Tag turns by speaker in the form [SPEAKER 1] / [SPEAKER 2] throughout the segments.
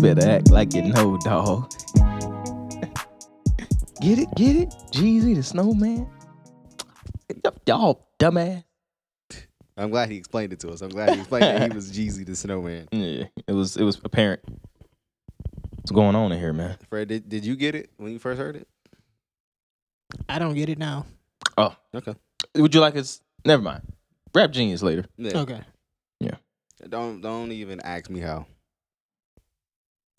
[SPEAKER 1] better act like you know, dog. get it, get it? Jeezy the snowman? Y'all dumbass.
[SPEAKER 2] I'm glad he explained it to us. I'm glad he explained that he was Jeezy the Snowman.
[SPEAKER 1] Yeah, it was it was apparent. What's going on in here, man?
[SPEAKER 2] Fred, did, did you get it when you first heard it?
[SPEAKER 3] I don't get it now.
[SPEAKER 2] Okay.
[SPEAKER 1] Oh, Would you like us? Never mind. Rap genius later.
[SPEAKER 2] Yeah.
[SPEAKER 3] Okay.
[SPEAKER 2] Don't don't even ask me how.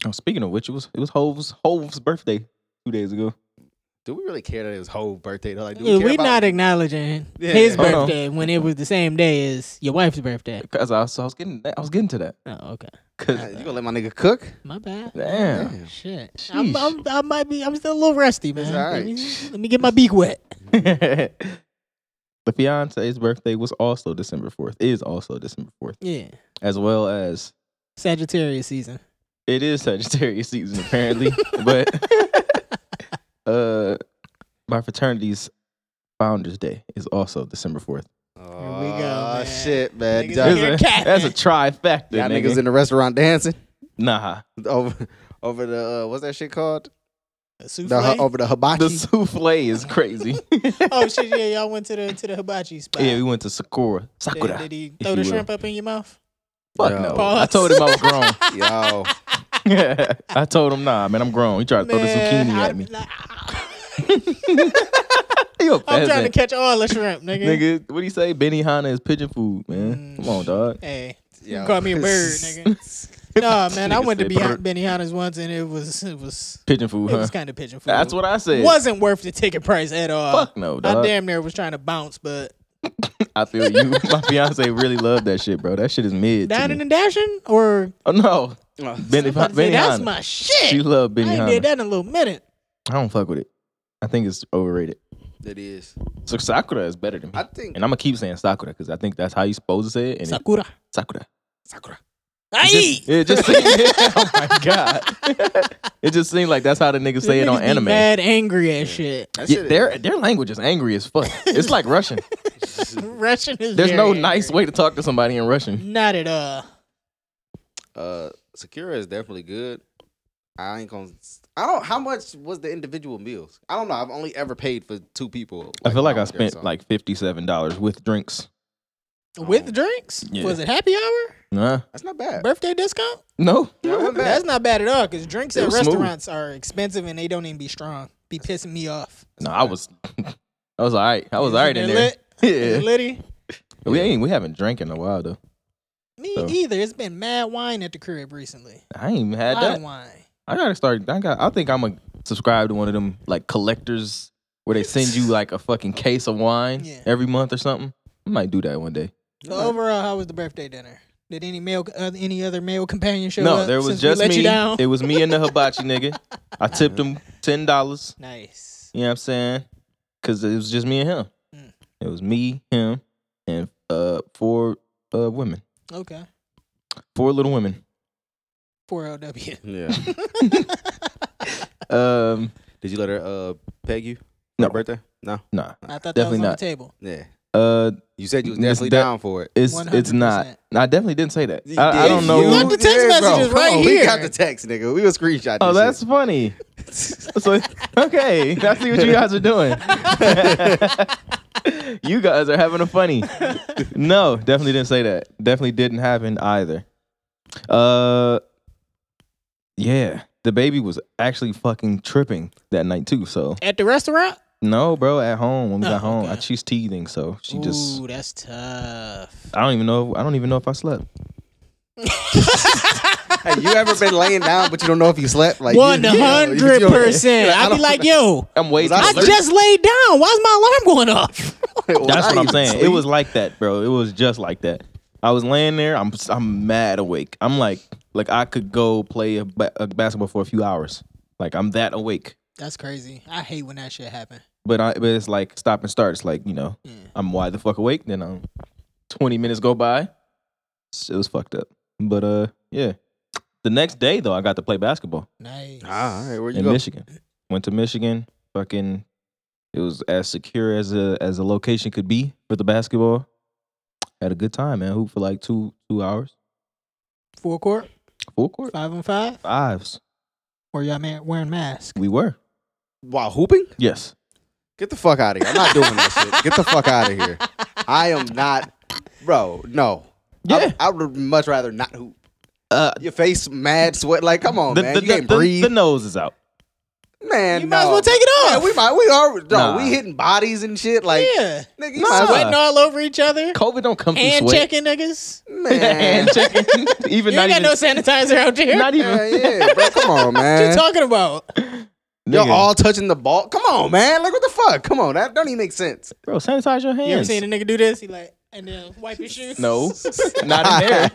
[SPEAKER 1] Oh, speaking of which, it was it was Hove's Hove's birthday two days ago.
[SPEAKER 2] Do we really care that it was whole birthday? Though? Like, do we
[SPEAKER 3] Yeah,
[SPEAKER 2] care
[SPEAKER 3] we're
[SPEAKER 2] about-
[SPEAKER 3] not acknowledging
[SPEAKER 2] Yeah,
[SPEAKER 3] his
[SPEAKER 1] yeah. Oh, no.
[SPEAKER 3] birthday when it was the same day as your wife's birthday.
[SPEAKER 1] Cause I was, so I was getting I was getting to that.
[SPEAKER 3] Oh, okay.
[SPEAKER 1] Cause
[SPEAKER 2] Nah, You gonna let my nigga cook?
[SPEAKER 3] My bad.
[SPEAKER 1] damn,
[SPEAKER 2] Damn.
[SPEAKER 3] Shit. I'm,
[SPEAKER 1] Sheesh.
[SPEAKER 3] I'm, I might be. I'm still a little rusty, man.
[SPEAKER 2] It's all
[SPEAKER 3] Let,
[SPEAKER 2] right.
[SPEAKER 3] me, let me get my beak wet.
[SPEAKER 1] the fiance's birthday was also December fourth. Is also December fourth,
[SPEAKER 3] Yeah.
[SPEAKER 1] as well as
[SPEAKER 3] Sagittarius season.
[SPEAKER 1] it is Sagittarius season apparently. but uh, my fraternity's founders day is also December fourth.
[SPEAKER 2] Oh
[SPEAKER 3] we go, man.
[SPEAKER 2] shit, man.
[SPEAKER 3] Niggas
[SPEAKER 2] Y'all-
[SPEAKER 3] in here.
[SPEAKER 1] That's a, that's a trifecta.
[SPEAKER 2] y'all
[SPEAKER 1] nigga.
[SPEAKER 2] niggas in the restaurant dancing
[SPEAKER 1] nah,
[SPEAKER 2] over over the uh, what's that shit called? The,
[SPEAKER 3] A
[SPEAKER 2] oh.
[SPEAKER 3] souffle.
[SPEAKER 2] hu- over the hibachi.
[SPEAKER 1] the souffle is crazy.
[SPEAKER 3] oh shit! Yeah, y'all went to the to the hibachi spot.
[SPEAKER 1] Yeah, we went to Sakura.
[SPEAKER 3] Did,
[SPEAKER 1] Sakura.
[SPEAKER 3] did he
[SPEAKER 1] if
[SPEAKER 3] throw
[SPEAKER 1] you
[SPEAKER 3] the
[SPEAKER 1] will.
[SPEAKER 3] shrimp up in your mouth?
[SPEAKER 1] Fuck
[SPEAKER 2] Yeah.
[SPEAKER 1] no.
[SPEAKER 3] Pause.
[SPEAKER 1] I told him I was grown.
[SPEAKER 2] Yo,
[SPEAKER 1] I told him, nah, man, I'm grown. He tried to throw the
[SPEAKER 3] Man,
[SPEAKER 1] zucchini at
[SPEAKER 3] I'd
[SPEAKER 1] me.
[SPEAKER 3] be like, "Ah."
[SPEAKER 1] You a
[SPEAKER 3] I'm trying to
[SPEAKER 1] peasant.
[SPEAKER 3] catch all the shrimp, nigga.
[SPEAKER 1] Nigga, what do you say? Benny Hanna is pigeon food, man.
[SPEAKER 3] Mm.
[SPEAKER 1] Come on, dog.
[SPEAKER 3] Hey,
[SPEAKER 2] yo.
[SPEAKER 3] you call me a bird, nigga. Nah, man, I
[SPEAKER 1] Nigga
[SPEAKER 3] went to
[SPEAKER 1] said
[SPEAKER 3] be
[SPEAKER 1] bird.
[SPEAKER 3] Benihana's once, and it was it was
[SPEAKER 1] Pigeon food,
[SPEAKER 3] it
[SPEAKER 1] huh?
[SPEAKER 3] was kind of pigeon food.
[SPEAKER 1] That's what I said.
[SPEAKER 3] wasn't worth the ticket price at all.
[SPEAKER 1] Fuck no,
[SPEAKER 3] uh, I
[SPEAKER 1] dog.
[SPEAKER 3] damn near was trying to bounce, but
[SPEAKER 1] I feel you. My fiance really loved that shit, bro. That shit is mid. to
[SPEAKER 3] dining
[SPEAKER 1] me.
[SPEAKER 3] and dashing or
[SPEAKER 1] Oh no, Benny,
[SPEAKER 3] I'm about to say,
[SPEAKER 1] Benny
[SPEAKER 3] that's
[SPEAKER 1] Hanna.
[SPEAKER 3] my shit.
[SPEAKER 1] She loved Benny
[SPEAKER 3] I ain't
[SPEAKER 1] Hanna.
[SPEAKER 3] did that in a little minute.
[SPEAKER 1] I don't fuck with it. I think it's overrated.
[SPEAKER 2] It is.
[SPEAKER 1] So Sakura is better than me.
[SPEAKER 2] I think.
[SPEAKER 1] And I'm gonna keep saying Sakura because I think that's how you supposed to say it. And it-
[SPEAKER 3] Sakura.
[SPEAKER 1] Sakura.
[SPEAKER 3] Sakura.
[SPEAKER 1] It
[SPEAKER 3] Aye.
[SPEAKER 1] just, it just seemed, oh my god! it just seemed like that's how the niggas say it on
[SPEAKER 3] Niggas be
[SPEAKER 1] anime.
[SPEAKER 3] Mad angry as shit.
[SPEAKER 2] That
[SPEAKER 1] Yeah,
[SPEAKER 2] shit
[SPEAKER 1] their their language is angry as fuck. It's like Russian.
[SPEAKER 2] is-
[SPEAKER 3] Russian is
[SPEAKER 1] There's
[SPEAKER 3] very
[SPEAKER 1] no
[SPEAKER 3] angry.
[SPEAKER 1] nice way to talk to somebody in Russian.
[SPEAKER 3] Not at all.
[SPEAKER 2] uh, Sakura is definitely good. I ain't gonna. I don't. How much was the individual meals? I don't know. I've only ever paid for two people.
[SPEAKER 1] I feel like I
[SPEAKER 2] around there,
[SPEAKER 1] spent
[SPEAKER 2] so-
[SPEAKER 1] like fifty seven dollars with drinks.
[SPEAKER 3] With
[SPEAKER 2] Oh.
[SPEAKER 3] drinks?
[SPEAKER 1] Yeah.
[SPEAKER 3] Was it happy hour?
[SPEAKER 1] Nah,
[SPEAKER 2] that's not bad.
[SPEAKER 3] Birthday discount?
[SPEAKER 1] no,
[SPEAKER 2] Yeah, it wasn't bad.
[SPEAKER 3] That's not bad at all because drinks
[SPEAKER 1] It
[SPEAKER 3] at
[SPEAKER 1] was smooth.
[SPEAKER 3] restaurants are expensive and they don't even be strong. Be pissing me off.
[SPEAKER 1] no. I was, I was all right. I was all right in there.
[SPEAKER 3] Yeah.
[SPEAKER 1] Yeah,
[SPEAKER 3] Liddy?
[SPEAKER 1] we ain't we haven't drank in a while though.
[SPEAKER 3] Me
[SPEAKER 1] So.
[SPEAKER 3] either. It's been mad wine at the crib recently.
[SPEAKER 1] I ain't even
[SPEAKER 3] A
[SPEAKER 1] had
[SPEAKER 3] lot
[SPEAKER 1] that.
[SPEAKER 3] of wine.
[SPEAKER 1] I gotta start. I got. I think I'm gonna subscribe to one of them like collectors where they send you like a fucking case of wine
[SPEAKER 3] Yeah.
[SPEAKER 1] every month or something. I might do that one day.
[SPEAKER 3] So overall, how was the birthday dinner? Did any male, uh, any other male companion show
[SPEAKER 1] no,
[SPEAKER 3] up?
[SPEAKER 1] there was
[SPEAKER 3] since
[SPEAKER 1] just
[SPEAKER 3] we let
[SPEAKER 1] me.
[SPEAKER 3] You down?
[SPEAKER 1] It was me and the hibachi nigga. I tipped him ten dollars.
[SPEAKER 3] nice.
[SPEAKER 1] You know what I'm saying? Cause it was just me and him.
[SPEAKER 3] Mm.
[SPEAKER 1] It was me, him, and uh four uh women.
[SPEAKER 3] Okay.
[SPEAKER 1] Four little women.
[SPEAKER 3] Four LW.
[SPEAKER 2] Yeah.
[SPEAKER 1] Um
[SPEAKER 2] Did you let her uh peg you?
[SPEAKER 1] No.
[SPEAKER 2] Her birthday? No.
[SPEAKER 1] nah.
[SPEAKER 3] I thought that
[SPEAKER 1] Definitely
[SPEAKER 3] was on
[SPEAKER 1] not.
[SPEAKER 3] the table.
[SPEAKER 2] Yeah.
[SPEAKER 1] Uh
[SPEAKER 2] You said you was
[SPEAKER 1] Miss
[SPEAKER 2] definitely
[SPEAKER 1] Da-
[SPEAKER 2] down for it.
[SPEAKER 1] it's it's not.
[SPEAKER 3] 100%.
[SPEAKER 1] I definitely didn't say that.
[SPEAKER 2] You
[SPEAKER 1] I, I
[SPEAKER 2] did.
[SPEAKER 1] don't know.
[SPEAKER 2] You
[SPEAKER 3] Look, the text
[SPEAKER 2] did, bro.
[SPEAKER 3] message is
[SPEAKER 2] Come
[SPEAKER 3] right
[SPEAKER 2] on, We
[SPEAKER 3] here.
[SPEAKER 2] got the text, nigga. We was screenshot.
[SPEAKER 1] Oh,
[SPEAKER 2] this
[SPEAKER 1] that's funny. so okay, I see what you guys are doing. you guys are having a funny. No, definitely didn't say that. Definitely didn't happen either. Uh, yeah, the baby was actually fucking tripping that night too. So
[SPEAKER 3] At the restaurant?
[SPEAKER 1] no, bro, at home when we
[SPEAKER 3] Oh,
[SPEAKER 1] got home, I,
[SPEAKER 3] okay.
[SPEAKER 1] she's teething, so she just.
[SPEAKER 3] Ooh, that's tough.
[SPEAKER 1] I don't even know. I don't even know if I slept.
[SPEAKER 2] shit. Have you ever been laying down but you don't know if you slept? Like you-
[SPEAKER 3] One
[SPEAKER 2] you know, you- you
[SPEAKER 3] hundred
[SPEAKER 2] don't-
[SPEAKER 3] percent. I'd be like, yo,
[SPEAKER 1] I'm way
[SPEAKER 2] Was
[SPEAKER 1] too.
[SPEAKER 2] I
[SPEAKER 3] I
[SPEAKER 2] alert?
[SPEAKER 1] alert.
[SPEAKER 3] just laid down. Why's my alarm going off?
[SPEAKER 2] Well,
[SPEAKER 1] That's
[SPEAKER 2] I
[SPEAKER 1] what I'm
[SPEAKER 2] even
[SPEAKER 1] saying. It
[SPEAKER 2] sleep.
[SPEAKER 1] was like that, bro. It was just like that. I was laying there. I'm I'm mad awake. I'm like like I could go play a, ba- a basketball for a few hours. Like I'm that awake.
[SPEAKER 3] That's crazy. I hate when that shit happen.
[SPEAKER 1] But I but it's like stop and start. It's like you know
[SPEAKER 3] Yeah.
[SPEAKER 1] I'm wide the fuck awake. Then I'm 20 minutes go by. It's- It was fucked up. But uh yeah. The next day though, I got to play basketball
[SPEAKER 3] Nice.
[SPEAKER 2] Ah, all right, where you
[SPEAKER 1] in
[SPEAKER 2] go?
[SPEAKER 1] Michigan. Went to Michigan. Fucking, it was as secure as a as a location could be for the basketball. Had a good time, man. Hoop for like two two hours.
[SPEAKER 3] Full court.
[SPEAKER 1] Full court
[SPEAKER 3] Five on five?
[SPEAKER 1] fives.
[SPEAKER 3] Or y'all man wearing masks?
[SPEAKER 1] We were.
[SPEAKER 2] While hooping?
[SPEAKER 1] Yes.
[SPEAKER 2] Get the fuck out of here. I'm not doing that shit. Get the fuck out of here. I am not, bro. No.
[SPEAKER 1] Yeah.
[SPEAKER 2] I, I would much rather not hoop.
[SPEAKER 1] Uh,
[SPEAKER 2] Your face mad sweat. Like, come on,
[SPEAKER 1] the,
[SPEAKER 2] man.
[SPEAKER 1] the,
[SPEAKER 2] you
[SPEAKER 1] the-
[SPEAKER 2] can't
[SPEAKER 1] the-
[SPEAKER 2] breathe,
[SPEAKER 1] the nose is out.
[SPEAKER 2] man.
[SPEAKER 3] You might as
[SPEAKER 2] no.
[SPEAKER 3] well take it off.
[SPEAKER 2] Yeah, we might. We are. No,
[SPEAKER 1] Nah.
[SPEAKER 2] we hitting bodies and shit. Like,
[SPEAKER 3] yeah.
[SPEAKER 2] nigga, you
[SPEAKER 1] Nah.
[SPEAKER 2] might as well-
[SPEAKER 3] Sweating all over each other.
[SPEAKER 1] COVID don't come
[SPEAKER 3] Hand
[SPEAKER 1] through sweat.
[SPEAKER 3] checking niggas.
[SPEAKER 2] man.
[SPEAKER 1] Hand checking. even
[SPEAKER 3] You
[SPEAKER 1] not
[SPEAKER 3] ain't got
[SPEAKER 1] even.
[SPEAKER 3] no sanitizer out there.
[SPEAKER 1] not even.
[SPEAKER 2] yeah, yeah, bro. Come on,
[SPEAKER 3] what you
[SPEAKER 2] man.
[SPEAKER 3] talking about?
[SPEAKER 2] You're
[SPEAKER 1] Nigga.
[SPEAKER 2] all touching the ball. Come on, man. Like, what the fuck? Come on, that don't even make sense.
[SPEAKER 1] Bro, sanitize your hands.
[SPEAKER 3] You ever seen a nigga do this? He like, and then wipe his shoes.
[SPEAKER 1] No, not in there.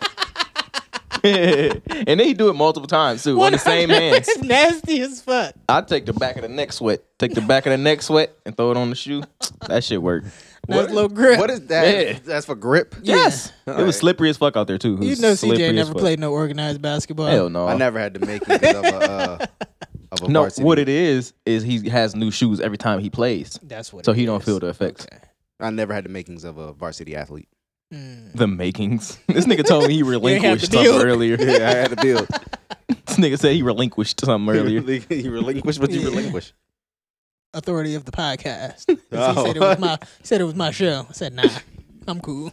[SPEAKER 1] and they do it multiple times too on the same hands.
[SPEAKER 3] It's nasty as fuck.
[SPEAKER 1] I take the back of the neck sweat, take the back of the neck sweat, and throw it on the shoe. That shit worked.
[SPEAKER 3] Nice little grip.
[SPEAKER 2] What is that?
[SPEAKER 1] Yeah.
[SPEAKER 2] That's for grip.
[SPEAKER 1] Yes, it
[SPEAKER 2] Alright.
[SPEAKER 1] was slippery as fuck out there too. It
[SPEAKER 3] You
[SPEAKER 1] was
[SPEAKER 3] know
[SPEAKER 1] slippery
[SPEAKER 3] CJ
[SPEAKER 1] as
[SPEAKER 3] never
[SPEAKER 1] fuck.
[SPEAKER 3] played no organized basketball.
[SPEAKER 1] Hell no,
[SPEAKER 2] I never had to make it 'cause of a, uh, of a
[SPEAKER 1] No,
[SPEAKER 2] varsity.
[SPEAKER 1] what it is is he has new shoes every time he plays,
[SPEAKER 3] That's what
[SPEAKER 1] so
[SPEAKER 3] it
[SPEAKER 1] he don't
[SPEAKER 3] is.
[SPEAKER 1] feel the effects.
[SPEAKER 3] Okay.
[SPEAKER 2] I never had the makings of a varsity athlete.
[SPEAKER 3] Mm.
[SPEAKER 1] The makings. This nigga told me he
[SPEAKER 3] have
[SPEAKER 1] relinquished
[SPEAKER 3] to
[SPEAKER 1] something
[SPEAKER 3] deal.
[SPEAKER 1] earlier.
[SPEAKER 2] Yeah, I had to build.
[SPEAKER 1] This nigga said he relinquished something earlier.
[SPEAKER 2] you relinquish what you
[SPEAKER 3] Yeah.
[SPEAKER 2] relinquish.
[SPEAKER 3] Authority of the podcast. 'Cause
[SPEAKER 2] Oh.
[SPEAKER 3] He said it was my he said it was my show. I said, nah, I'm cool.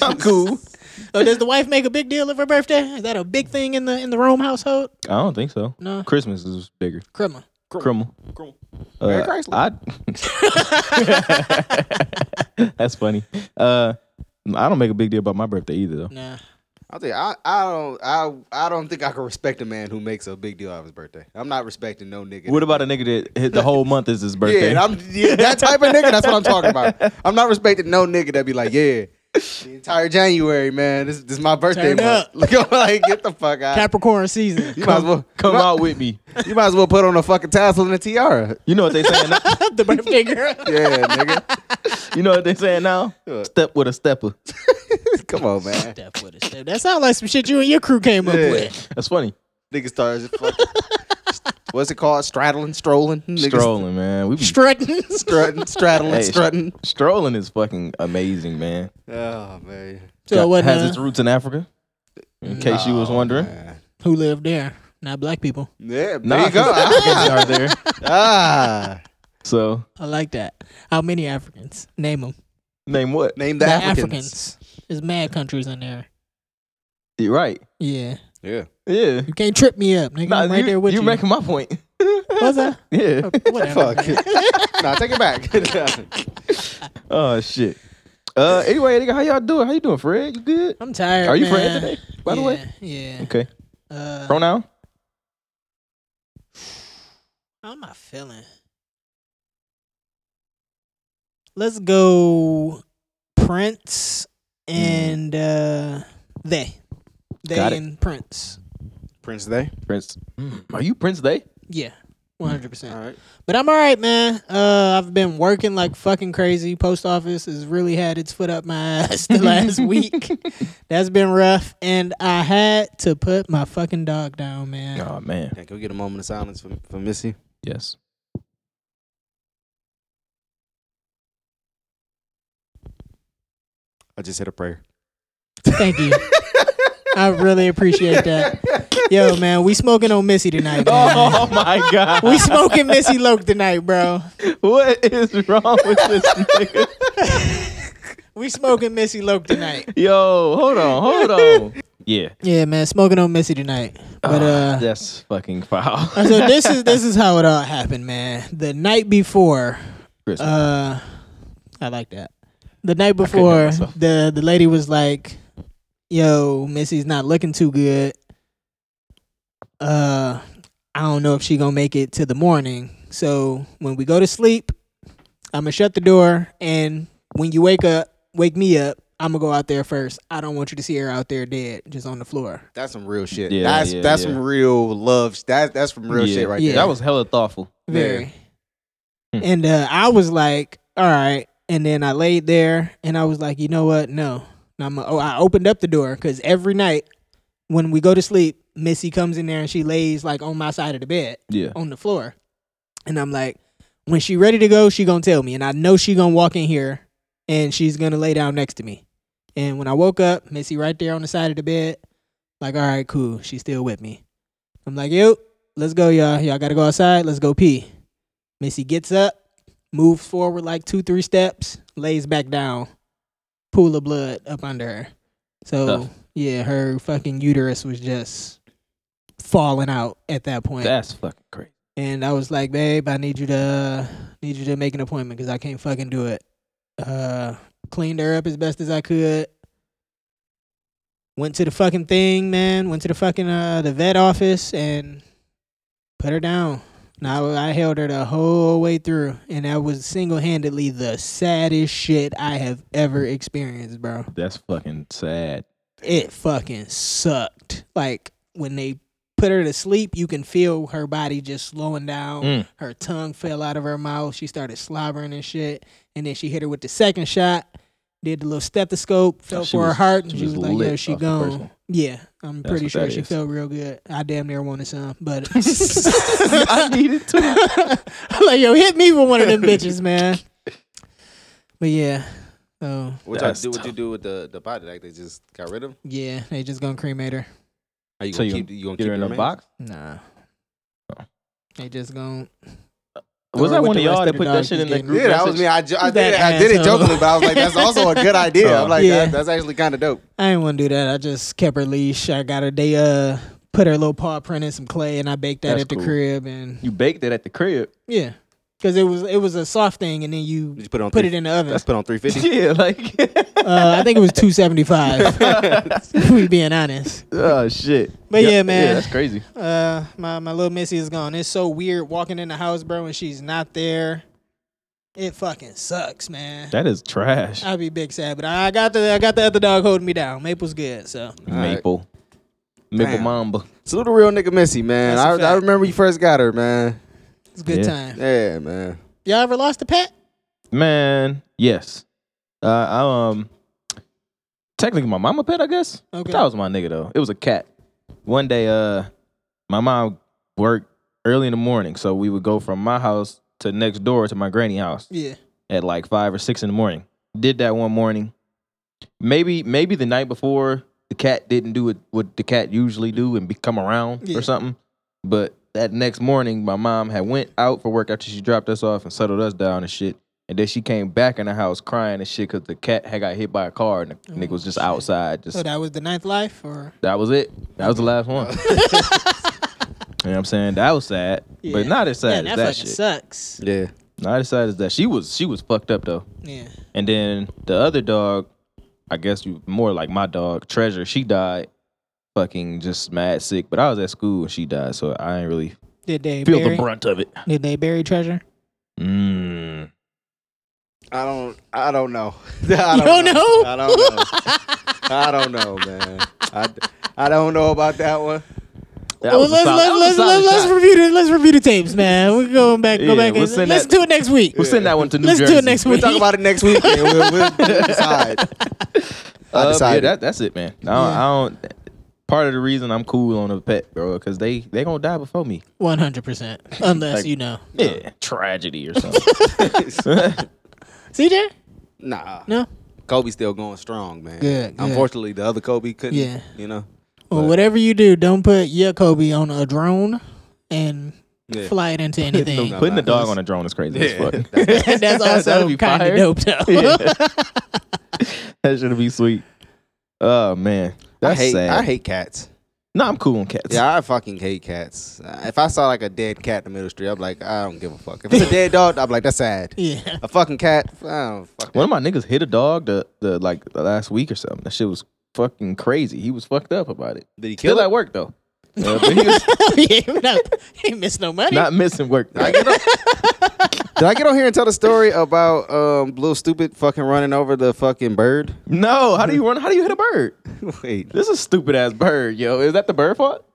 [SPEAKER 1] I'm cool.
[SPEAKER 3] So does the wife make a big deal of her birthday? Is that a big thing in the in the Rome household?
[SPEAKER 1] I don't think so.
[SPEAKER 3] No.
[SPEAKER 1] Christmas is bigger.
[SPEAKER 3] Crema.
[SPEAKER 1] Criminal.
[SPEAKER 2] Merry
[SPEAKER 1] Uh, I, that's funny. Uh, I don't make a big deal about my birthday either, though.
[SPEAKER 3] Nah.
[SPEAKER 2] I'll tell you, I, I don't, I, I don't think I can respect a man who makes a big deal out of his birthday. I'm not respecting no nigga.
[SPEAKER 1] What about a nigga that hit the whole month is his birthday?
[SPEAKER 2] Yeah, and I'm yeah, that type of nigga. That's what I'm talking about. I'm not respecting no nigga that be like, yeah, the entire January, man. This, this is my birthday
[SPEAKER 3] Turn
[SPEAKER 2] month.
[SPEAKER 3] up.
[SPEAKER 2] Look, I'm like, get the fuck out.
[SPEAKER 3] Capricorn season.
[SPEAKER 2] you might as well
[SPEAKER 1] Come
[SPEAKER 2] you might,
[SPEAKER 1] out with me.
[SPEAKER 2] You might as well put on a fucking tassel and a tiara.
[SPEAKER 1] You know what they saying? now?
[SPEAKER 3] the birthday girl.
[SPEAKER 2] Yeah, nigga.
[SPEAKER 1] You know what they saying now?
[SPEAKER 2] What?
[SPEAKER 1] Step with a stepper.
[SPEAKER 2] Come on, man.
[SPEAKER 3] Step with it, step. That sounds like some shit you and your crew came up
[SPEAKER 2] Yeah.
[SPEAKER 3] with.
[SPEAKER 1] That's funny.
[SPEAKER 2] Nigga starts fucking. What's it called? Straddling, strolling, Niggas
[SPEAKER 1] Strolling, man. We be
[SPEAKER 3] Strutting.
[SPEAKER 2] strutting, straddling,
[SPEAKER 1] Hey,
[SPEAKER 2] strutting.
[SPEAKER 1] strolling is fucking amazing, man.
[SPEAKER 2] Oh man.
[SPEAKER 3] so what
[SPEAKER 1] has
[SPEAKER 3] uh,
[SPEAKER 1] its roots in Africa. In case you was wondering,
[SPEAKER 3] who lived there? Not black people.
[SPEAKER 2] Yeah, there
[SPEAKER 1] Nah,
[SPEAKER 2] you go.
[SPEAKER 1] 'cause
[SPEAKER 2] Ah,
[SPEAKER 1] Africans are there.
[SPEAKER 2] ah.
[SPEAKER 1] So
[SPEAKER 3] I like that. How many Africans? Name them.
[SPEAKER 1] name what?
[SPEAKER 2] Name the, Africans.
[SPEAKER 3] There's mad countries in there.
[SPEAKER 1] You're right.
[SPEAKER 3] Yeah.
[SPEAKER 2] Yeah.
[SPEAKER 1] Yeah.
[SPEAKER 3] You can't trip me up, nigga.
[SPEAKER 1] Nah,
[SPEAKER 3] I'm right
[SPEAKER 1] you,
[SPEAKER 3] there with you.
[SPEAKER 1] you're making my point.
[SPEAKER 3] Was I?
[SPEAKER 1] Yeah.
[SPEAKER 3] Whatever.
[SPEAKER 2] Fuck. nah, take it back.
[SPEAKER 1] Oh shit. Uh, anyway, nigga, how y'all doing? How you doing, Fred? You good?
[SPEAKER 3] I'm tired.
[SPEAKER 1] Are you
[SPEAKER 3] man.
[SPEAKER 1] Fred today? By the way.
[SPEAKER 3] Yeah. yeah.
[SPEAKER 1] Okay.
[SPEAKER 3] Uh,
[SPEAKER 1] Pronoun.
[SPEAKER 3] How am I feeling? Let's go Prince and uh they. They
[SPEAKER 1] Mm. Got it.
[SPEAKER 3] and Prince.
[SPEAKER 2] Prince Day.
[SPEAKER 1] Prince. Mm, Are you Prince Day?
[SPEAKER 3] Yeah. One hundred percent.
[SPEAKER 2] right.
[SPEAKER 3] But I'm all right, man. Uh, I've been working like fucking crazy. Post office has really had its foot up my ass the last week. That's been rough, and I had to put my fucking dog down, man.
[SPEAKER 1] Oh man.
[SPEAKER 2] Yeah, can we get a moment of silence for, for Missy?
[SPEAKER 1] Yes.
[SPEAKER 2] I just hit a prayer.
[SPEAKER 3] Thank you. I really appreciate that. Yo, man, we smoking on Missy tonight, man.
[SPEAKER 1] Oh my god.
[SPEAKER 3] We smoking Missy Loke tonight, bro.
[SPEAKER 1] what is wrong with this nigga?
[SPEAKER 3] We smoking Missy Loke tonight.
[SPEAKER 1] Yo, hold on, hold on. Yeah.
[SPEAKER 3] Yeah, man, smoking on Missy tonight. But
[SPEAKER 1] Ah,
[SPEAKER 3] uh
[SPEAKER 1] That's fucking foul.
[SPEAKER 3] so this is this is how it all happened, man. The night before,
[SPEAKER 1] Christmas.
[SPEAKER 3] uh I like that. The night before,
[SPEAKER 1] myself.
[SPEAKER 3] the the lady was like, "Yo, Missy's not looking too good. Uh, I don't know if she gonna make it to the morning. So when we go to sleep, I'm gonna shut the door, and when you wake up, wake me up. I'm gonna go out there first. I don't want you to see her out there dead, just on the floor.
[SPEAKER 2] That's some real shit.
[SPEAKER 1] Yeah,
[SPEAKER 2] that's
[SPEAKER 1] yeah,
[SPEAKER 2] that's
[SPEAKER 1] yeah.
[SPEAKER 2] some real love. That that's some real
[SPEAKER 1] Yeah.
[SPEAKER 2] shit right
[SPEAKER 3] Yeah.
[SPEAKER 2] there.
[SPEAKER 1] That was hella thoughtful.
[SPEAKER 3] Very.
[SPEAKER 1] Hmm.
[SPEAKER 3] And uh, I was like, all right. And then I laid there and I was like, you know what? No. And I'm, oh, I opened up the door because every night when we go to sleep, Missy comes in there and she lays like on my side of the bed
[SPEAKER 1] Yeah.
[SPEAKER 3] on the floor. And I'm like, when she ready to go, she gonna tell me. And I know she gonna walk in here and she's gonna lay down next to me. And when I woke up, Missy right there on the side of the bed. Like, all right, cool. She's still with me. I'm like, yo, let's go, y'all. Y'all gotta go outside. Let's go pee. Missy gets up, moves forward like two, three steps, lays back down, pool of blood up under her. So
[SPEAKER 1] Tough.
[SPEAKER 3] yeah, her fucking uterus was just falling out at that point.
[SPEAKER 1] That's fucking crazy.
[SPEAKER 3] and I was like, babe, I need you to need you to make an appointment because I can't fucking do it. Uh, cleaned her up as best as I could. Went to the fucking thing, man. Went to the fucking uh the vet office and put her down. Now I held her the whole way through, and that was single handedly the saddest shit I have ever experienced, bro
[SPEAKER 1] That's fucking sad.
[SPEAKER 3] it fucking sucked. Like when they put her to sleep, you can feel her body just slowing down.
[SPEAKER 1] Mm.
[SPEAKER 3] Her tongue fell out of her mouth. She started slobbering and shit. And then she hit her with the second shot. Did the little stethoscope, felt
[SPEAKER 1] she
[SPEAKER 3] for her
[SPEAKER 1] was-
[SPEAKER 3] heart, and
[SPEAKER 1] she
[SPEAKER 3] she was,
[SPEAKER 1] was
[SPEAKER 3] like, "Yo,
[SPEAKER 1] lit
[SPEAKER 3] she
[SPEAKER 1] off Mm. the first
[SPEAKER 3] gone."
[SPEAKER 1] one.
[SPEAKER 3] Yeah, I'm
[SPEAKER 1] That's
[SPEAKER 3] pretty
[SPEAKER 1] what
[SPEAKER 3] sure
[SPEAKER 1] that
[SPEAKER 3] she
[SPEAKER 1] is.
[SPEAKER 3] felt real good. I damn near wanted some, but
[SPEAKER 1] I needed to.
[SPEAKER 3] I'm like, yo, hit me with one of them bitches, man. But yeah, so
[SPEAKER 2] What y'all
[SPEAKER 1] That's
[SPEAKER 2] do? What you
[SPEAKER 1] tough.
[SPEAKER 2] do with the, the body? Like they just got rid of? 'em?
[SPEAKER 3] yeah, they just gonna cremate her.
[SPEAKER 2] Are you
[SPEAKER 1] So
[SPEAKER 2] gonna
[SPEAKER 1] you
[SPEAKER 2] keep? You gonna
[SPEAKER 1] Get
[SPEAKER 2] keep
[SPEAKER 1] her in
[SPEAKER 2] the
[SPEAKER 1] a
[SPEAKER 2] remains?
[SPEAKER 1] box.
[SPEAKER 3] Nah.
[SPEAKER 1] Oh.
[SPEAKER 3] They just gon'
[SPEAKER 1] Was
[SPEAKER 3] Or
[SPEAKER 1] that
[SPEAKER 3] with
[SPEAKER 1] one
[SPEAKER 3] the
[SPEAKER 1] of y'all
[SPEAKER 3] rest of
[SPEAKER 1] that
[SPEAKER 3] the
[SPEAKER 1] put that
[SPEAKER 3] dogs
[SPEAKER 1] shit
[SPEAKER 3] he's
[SPEAKER 1] in that
[SPEAKER 3] getting.
[SPEAKER 1] group
[SPEAKER 2] Yeah, that was
[SPEAKER 1] message?
[SPEAKER 2] me. I, jo- I did,
[SPEAKER 3] That
[SPEAKER 2] it- I did it
[SPEAKER 3] asshole.
[SPEAKER 2] jokingly, but I was like, that's also a good idea. I'm like,
[SPEAKER 3] Yeah.
[SPEAKER 2] that, that's actually kind of dope.
[SPEAKER 3] I didn't want to do that. I just kept her leash. I got her they uh put her little paw print in some clay and I baked that
[SPEAKER 1] That's
[SPEAKER 3] at the
[SPEAKER 1] cool.
[SPEAKER 3] crib and
[SPEAKER 1] You baked it at the crib.
[SPEAKER 3] yeah. Cuz it was it was a soft thing and then you
[SPEAKER 2] Did you put it on?
[SPEAKER 3] put
[SPEAKER 2] three-
[SPEAKER 3] it in the oven.
[SPEAKER 2] Let's put it on 350.
[SPEAKER 1] yeah, like
[SPEAKER 3] Uh, I think it was 275. if we being honest.
[SPEAKER 1] oh shit.
[SPEAKER 3] But
[SPEAKER 1] Yeah,
[SPEAKER 3] yeah, man.
[SPEAKER 1] Yeah, that's crazy.
[SPEAKER 3] Uh, my my little missy is gone. It's so weird walking in the house, bro, and she's not there. It fucking sucks, man.
[SPEAKER 1] That is trash.
[SPEAKER 3] I'd be big sad, but I got the I got the other dog holding me down. Maple's good, so
[SPEAKER 2] right.
[SPEAKER 1] Maple. Maple
[SPEAKER 2] Damn.
[SPEAKER 1] Mamba.
[SPEAKER 2] Salute the real nigga Missy, man.
[SPEAKER 3] That's a
[SPEAKER 2] I, I
[SPEAKER 3] fact.
[SPEAKER 2] remember you first got her, man.
[SPEAKER 3] it's a good
[SPEAKER 1] Yeah.
[SPEAKER 3] time.
[SPEAKER 2] Yeah, man.
[SPEAKER 3] Y'all ever lost a pet?
[SPEAKER 1] Man, yes. Uh, I, um, technically my mama pet, I guess.
[SPEAKER 3] Okay.
[SPEAKER 1] But that was my nigga though. It was a cat. One day, uh, my mom worked early in the morning, so we would go from my house to next door to my granny house
[SPEAKER 3] Yeah.
[SPEAKER 1] at like five or six in the morning. Did that one morning. Maybe maybe the night before the cat didn't do what, what the cat usually do and be, come around
[SPEAKER 3] Yeah.
[SPEAKER 1] or something. But that next morning, my mom had went out for work after she dropped us off and settled us down and shit. And then she came back in the house crying and shit because the cat had got hit by a car and the nigga was just outside. Just
[SPEAKER 3] Oh, So that was the ninth life, or
[SPEAKER 1] that was it. That was the last one. you know what I'm saying? That was sad, but
[SPEAKER 3] Yeah.
[SPEAKER 1] not as sad
[SPEAKER 3] yeah,
[SPEAKER 1] as
[SPEAKER 3] that
[SPEAKER 1] that
[SPEAKER 3] fucking
[SPEAKER 1] shit.
[SPEAKER 3] sucks.
[SPEAKER 2] Yeah.
[SPEAKER 1] Not as sad as that. She was she was fucked up though.
[SPEAKER 3] Yeah.
[SPEAKER 1] And then the other dog, I guess you more like my dog, Treasure, she died fucking just mad sick. But I was at school when she died, so I ain't really
[SPEAKER 3] Did they
[SPEAKER 1] feel
[SPEAKER 3] bury?
[SPEAKER 1] the brunt of it.
[SPEAKER 3] Did they bury treasure?
[SPEAKER 1] Mm.
[SPEAKER 2] I don't. I don't know. I
[SPEAKER 3] You don't know?
[SPEAKER 2] I don't know. I don't know, man. I, I don't know about that one.
[SPEAKER 1] That
[SPEAKER 3] well,
[SPEAKER 1] was a
[SPEAKER 3] let's
[SPEAKER 1] solid- that was a
[SPEAKER 3] let's let's,
[SPEAKER 1] solid
[SPEAKER 3] let's, let's
[SPEAKER 1] shot.
[SPEAKER 3] review the let's review the tapes, man. We're going back. Go
[SPEAKER 1] Yeah,
[SPEAKER 3] back.
[SPEAKER 1] we'll
[SPEAKER 3] and,
[SPEAKER 1] send
[SPEAKER 3] let's
[SPEAKER 1] that-
[SPEAKER 3] do it next week.
[SPEAKER 1] We'll send that one to New
[SPEAKER 3] Let's do it
[SPEAKER 1] Jersey.
[SPEAKER 3] next
[SPEAKER 2] We
[SPEAKER 3] week.
[SPEAKER 2] talk about it next week, and we'll, we'll decide. I
[SPEAKER 1] Uh, yeah,
[SPEAKER 2] decided.
[SPEAKER 1] that, that's it, man. I don't, I don't. Part of the reason I'm cool on a pet, bro, because they they gonna die before me.
[SPEAKER 3] One hundred percent, unless
[SPEAKER 1] Like-
[SPEAKER 3] you know.
[SPEAKER 1] Yeah, tragedy or something.
[SPEAKER 3] CJ?
[SPEAKER 2] nah.
[SPEAKER 3] No.
[SPEAKER 2] Kobe's still going strong, man.
[SPEAKER 3] Good, good.
[SPEAKER 2] Unfortunately, the other Kobe couldn't.
[SPEAKER 3] Yeah.
[SPEAKER 2] You know.
[SPEAKER 3] Well, whatever you do, don't put your Kobe on a drone and
[SPEAKER 2] Yeah.
[SPEAKER 3] fly it into anything.
[SPEAKER 1] Putting the
[SPEAKER 2] nah,
[SPEAKER 1] dog
[SPEAKER 2] that's-
[SPEAKER 1] on a drone is crazy
[SPEAKER 2] Yeah.
[SPEAKER 1] as fuck.
[SPEAKER 3] That's
[SPEAKER 1] That'd
[SPEAKER 3] also
[SPEAKER 1] be
[SPEAKER 3] kind of
[SPEAKER 1] fire.
[SPEAKER 3] dope though.
[SPEAKER 1] Yeah. that should be sweet. Oh man, that's
[SPEAKER 2] I hate.
[SPEAKER 1] sad.
[SPEAKER 2] I hate cats.
[SPEAKER 1] No, I'm cool on cats.
[SPEAKER 2] Yeah, I fucking hate cats. Uh, If I saw like a dead cat in the middle of the street, I'm like, I don't give a fuck. If it's a dead dog, I'm like, that's sad.
[SPEAKER 3] Yeah.
[SPEAKER 2] A fucking cat, I don't fuck.
[SPEAKER 1] One
[SPEAKER 2] That.
[SPEAKER 1] of my niggas hit a dog the the like the last week or something. That shit was fucking crazy. He was fucked up about it.
[SPEAKER 2] Did he kill
[SPEAKER 1] Still
[SPEAKER 2] it?
[SPEAKER 1] at work though. Uh, but he was
[SPEAKER 3] yeah, we're not- he missed no money.
[SPEAKER 1] not missing work.
[SPEAKER 2] Did I, get on, did I get on here and tell the story about um, little stupid fucking running over the fucking bird?
[SPEAKER 1] No, how do you run? How do you hit a bird?
[SPEAKER 2] Wait,
[SPEAKER 1] This is stupid ass bird, yo. Is that the bird fault?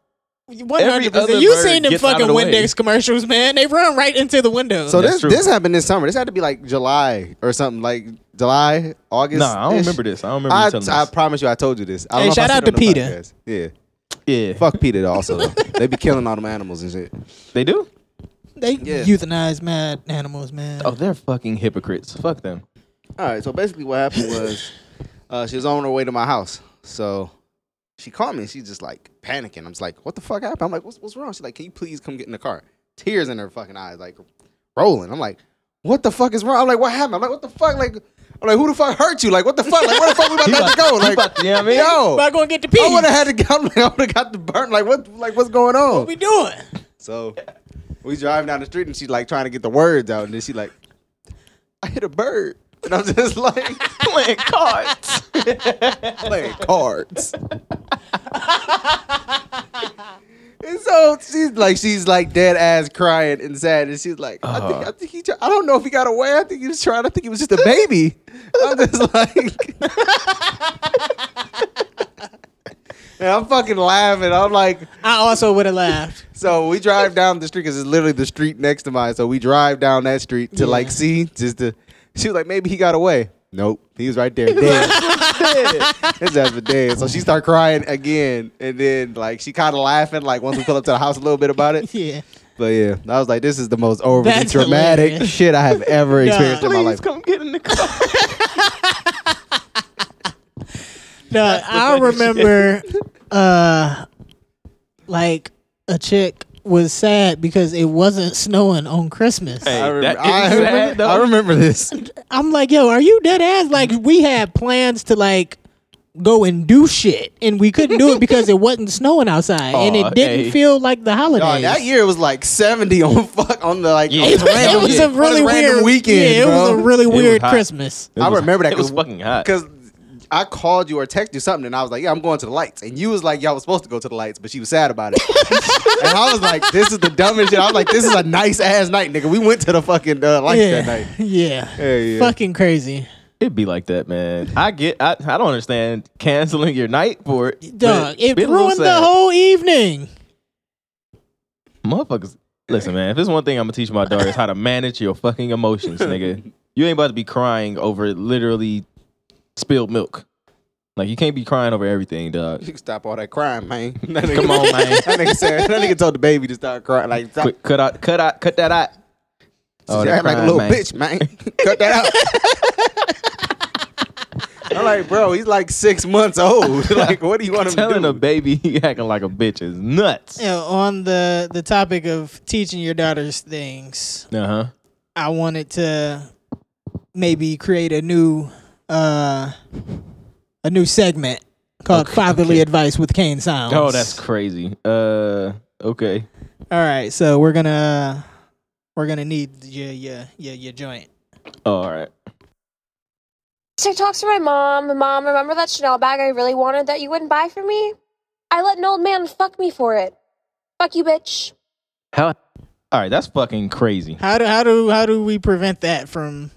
[SPEAKER 3] One hundred
[SPEAKER 1] other
[SPEAKER 3] percent. You
[SPEAKER 1] bird
[SPEAKER 3] seen them
[SPEAKER 1] gets out
[SPEAKER 3] fucking
[SPEAKER 1] of the way.
[SPEAKER 3] Windex commercials, man? They run right into the window.
[SPEAKER 2] so
[SPEAKER 1] That's
[SPEAKER 2] this
[SPEAKER 1] true.
[SPEAKER 2] this happened this summer. This had to be like July or something, like July, August.
[SPEAKER 1] No, I don't remember this. I don't remember you
[SPEAKER 2] I,
[SPEAKER 1] telling
[SPEAKER 2] I
[SPEAKER 1] us.
[SPEAKER 2] promise you, I told you this. I know
[SPEAKER 3] Hey,
[SPEAKER 2] if I
[SPEAKER 3] shout
[SPEAKER 2] said
[SPEAKER 3] out
[SPEAKER 2] it
[SPEAKER 3] to
[SPEAKER 2] on the
[SPEAKER 3] PETA.
[SPEAKER 2] podcast. Yeah,
[SPEAKER 1] yeah,
[SPEAKER 2] fuck Peter also. though. they be killing all them animals and shit.
[SPEAKER 1] they do.
[SPEAKER 3] they
[SPEAKER 2] yeah.
[SPEAKER 3] euthanize mad animals, man.
[SPEAKER 1] Oh, they're fucking hypocrites. Fuck them.
[SPEAKER 2] All right. So basically, what happened was uh, she was on her way to my house. So She called me and she's just like panicking. I'm just like, what the fuck happened? I'm like, what's, what's wrong? She's like, can you please come get in the car? Tears in her fucking eyes, like rolling. I'm like, what the fuck is wrong? I'm like, what happened? I'm like, what the fuck? Like, I'm like, who the fuck hurt you? Like, what the fuck? Like, where the fuck we about to have to go? Like,
[SPEAKER 1] You know what I mean?
[SPEAKER 2] yo,
[SPEAKER 3] But I gonna get the pee.
[SPEAKER 2] I would have had to get. I'm like, I would have got the burn. Like what? Like what's going on?
[SPEAKER 3] What we doing?
[SPEAKER 2] so we driving down the street and she's like trying to get the words out, and then she like, I hit a bird, and I'm just like
[SPEAKER 1] playing cards.
[SPEAKER 2] playing cards. and so she's like, she's like dead ass crying and sad, and she's like, I think, I think he, tri- I don't know if he got away. I think he was trying. I think he was just a baby. I'm just like. And I'm fucking laughing. I'm like,
[SPEAKER 3] I also would have laughed.
[SPEAKER 2] So we drive down the street because it's literally the street next to mine. So we drive down that street to like
[SPEAKER 3] Yeah.
[SPEAKER 2] see just to. She was like, maybe he got away. Nope, he was right there dead. His ass was dead. So she started crying again, and then like she kind of laughing like once we pull up to the house a little bit about it.
[SPEAKER 3] Yeah.
[SPEAKER 2] But yeah, I was like, this is the most overly
[SPEAKER 3] That's
[SPEAKER 2] dramatic
[SPEAKER 3] hilarious.
[SPEAKER 2] shit I have ever experienced in my
[SPEAKER 1] Please
[SPEAKER 2] life.
[SPEAKER 1] come get in the car.
[SPEAKER 3] No, I remember uh like a chick was sad because it wasn't snowing on Christmas.
[SPEAKER 1] Hey,
[SPEAKER 2] I, rem-
[SPEAKER 1] that
[SPEAKER 2] I
[SPEAKER 1] is
[SPEAKER 2] remember-
[SPEAKER 1] sad, though.
[SPEAKER 2] I remember this.
[SPEAKER 3] I'm like, yo, are you dead ass? Like we had plans to like go and do shit and we couldn't do it because it wasn't snowing outside and
[SPEAKER 1] Aw,
[SPEAKER 3] it didn't
[SPEAKER 1] hey.
[SPEAKER 3] feel like the holidays.
[SPEAKER 2] Dog, that year it was like 70 on fuck on the like.
[SPEAKER 1] Yeah.
[SPEAKER 2] on
[SPEAKER 3] it was,
[SPEAKER 2] the random-
[SPEAKER 3] it was a
[SPEAKER 1] Yeah.
[SPEAKER 3] really
[SPEAKER 2] on the random
[SPEAKER 3] weird
[SPEAKER 2] weekend.
[SPEAKER 3] Yeah, it was
[SPEAKER 2] bro.
[SPEAKER 3] a really
[SPEAKER 1] was
[SPEAKER 3] weird
[SPEAKER 1] hot.
[SPEAKER 3] Christmas.
[SPEAKER 1] It
[SPEAKER 2] I
[SPEAKER 1] was-
[SPEAKER 2] remember that
[SPEAKER 1] It was
[SPEAKER 2] 'cause-
[SPEAKER 1] fucking hot.
[SPEAKER 2] because I called you or texted you something, and I was like, "Yeah, I'm going to the lights," and you was like, "Y'all was supposed to go to the lights," but she was sad about it. and I was like, "This is the dumbest shit." I was like, "This is a nice ass night, nigga. We went to the fucking uh, lights
[SPEAKER 3] Yeah.
[SPEAKER 2] that night."
[SPEAKER 3] yeah.
[SPEAKER 2] Hey, yeah.
[SPEAKER 3] Fucking crazy.
[SPEAKER 1] It'd be like that, man. I get. I, I don't understand canceling your night for it. but
[SPEAKER 3] Dog, it
[SPEAKER 1] been a little
[SPEAKER 3] ruined the
[SPEAKER 1] sad.
[SPEAKER 3] whole evening.
[SPEAKER 1] Motherfuckers, listen, man. If there's one thing I'm gonna teach my daughter is how to manage your fucking emotions, nigga. You ain't about to be crying over literally spilled milk. Like you can't be crying over everything, dog.
[SPEAKER 2] You can stop all that crying, man. That nigga,
[SPEAKER 1] Come on, man.
[SPEAKER 2] that nigga said that nigga told the baby to start crying. Like, stop.
[SPEAKER 1] Quick, cut out, cut out, cut that out.
[SPEAKER 2] Oh,
[SPEAKER 1] the
[SPEAKER 2] act like a
[SPEAKER 1] crying,
[SPEAKER 2] little
[SPEAKER 1] man.
[SPEAKER 2] bitch, man. Cut that out. I'm like, bro, he's like six months old. like, what do you want him
[SPEAKER 1] Telling
[SPEAKER 2] to
[SPEAKER 1] a
[SPEAKER 2] do?
[SPEAKER 1] baby he acting like a bitch is nuts.
[SPEAKER 3] you know, on the the topic of teaching your daughters things,
[SPEAKER 1] Uh huh.
[SPEAKER 3] I wanted to maybe create a new uh a new segment called Fatherly Advice with Kane Sounds.
[SPEAKER 1] Oh, that's crazy. Uh, okay.
[SPEAKER 3] all right. So we're gonna we're gonna need your your your, your joint.
[SPEAKER 1] All right.
[SPEAKER 4] TikToks for my mom. Mom, remember that Chanel bag I really wanted that you wouldn't buy for me? I let an old man fuck me for it. Fuck you, bitch.
[SPEAKER 1] How? All right. That's fucking crazy.
[SPEAKER 3] How do how do how do we prevent that from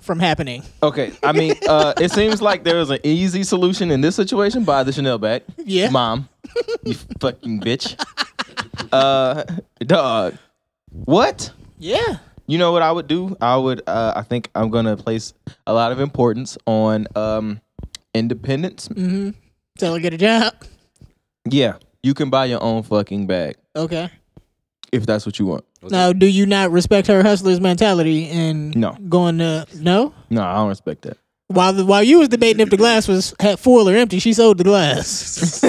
[SPEAKER 3] from happening?
[SPEAKER 1] Okay, I mean, uh, it seems like there is an easy solution in this situation. Buy the Chanel bag,
[SPEAKER 3] Yeah.
[SPEAKER 1] mom, you fucking bitch. Uh, dog, what?
[SPEAKER 3] Yeah.
[SPEAKER 1] You know what I would do? I would. Uh, I think I'm gonna place a lot of importance on um, independence.
[SPEAKER 3] Tell her get a job.
[SPEAKER 1] Yeah, you can buy your own fucking bag
[SPEAKER 3] Okay.
[SPEAKER 1] if that's what you want.
[SPEAKER 3] Now, do you not respect her hustler's mentality and
[SPEAKER 1] No.
[SPEAKER 3] going to no?
[SPEAKER 1] No, I don't respect that.
[SPEAKER 3] While the, while you was debating if the glass was ha full or empty, she sold the glass.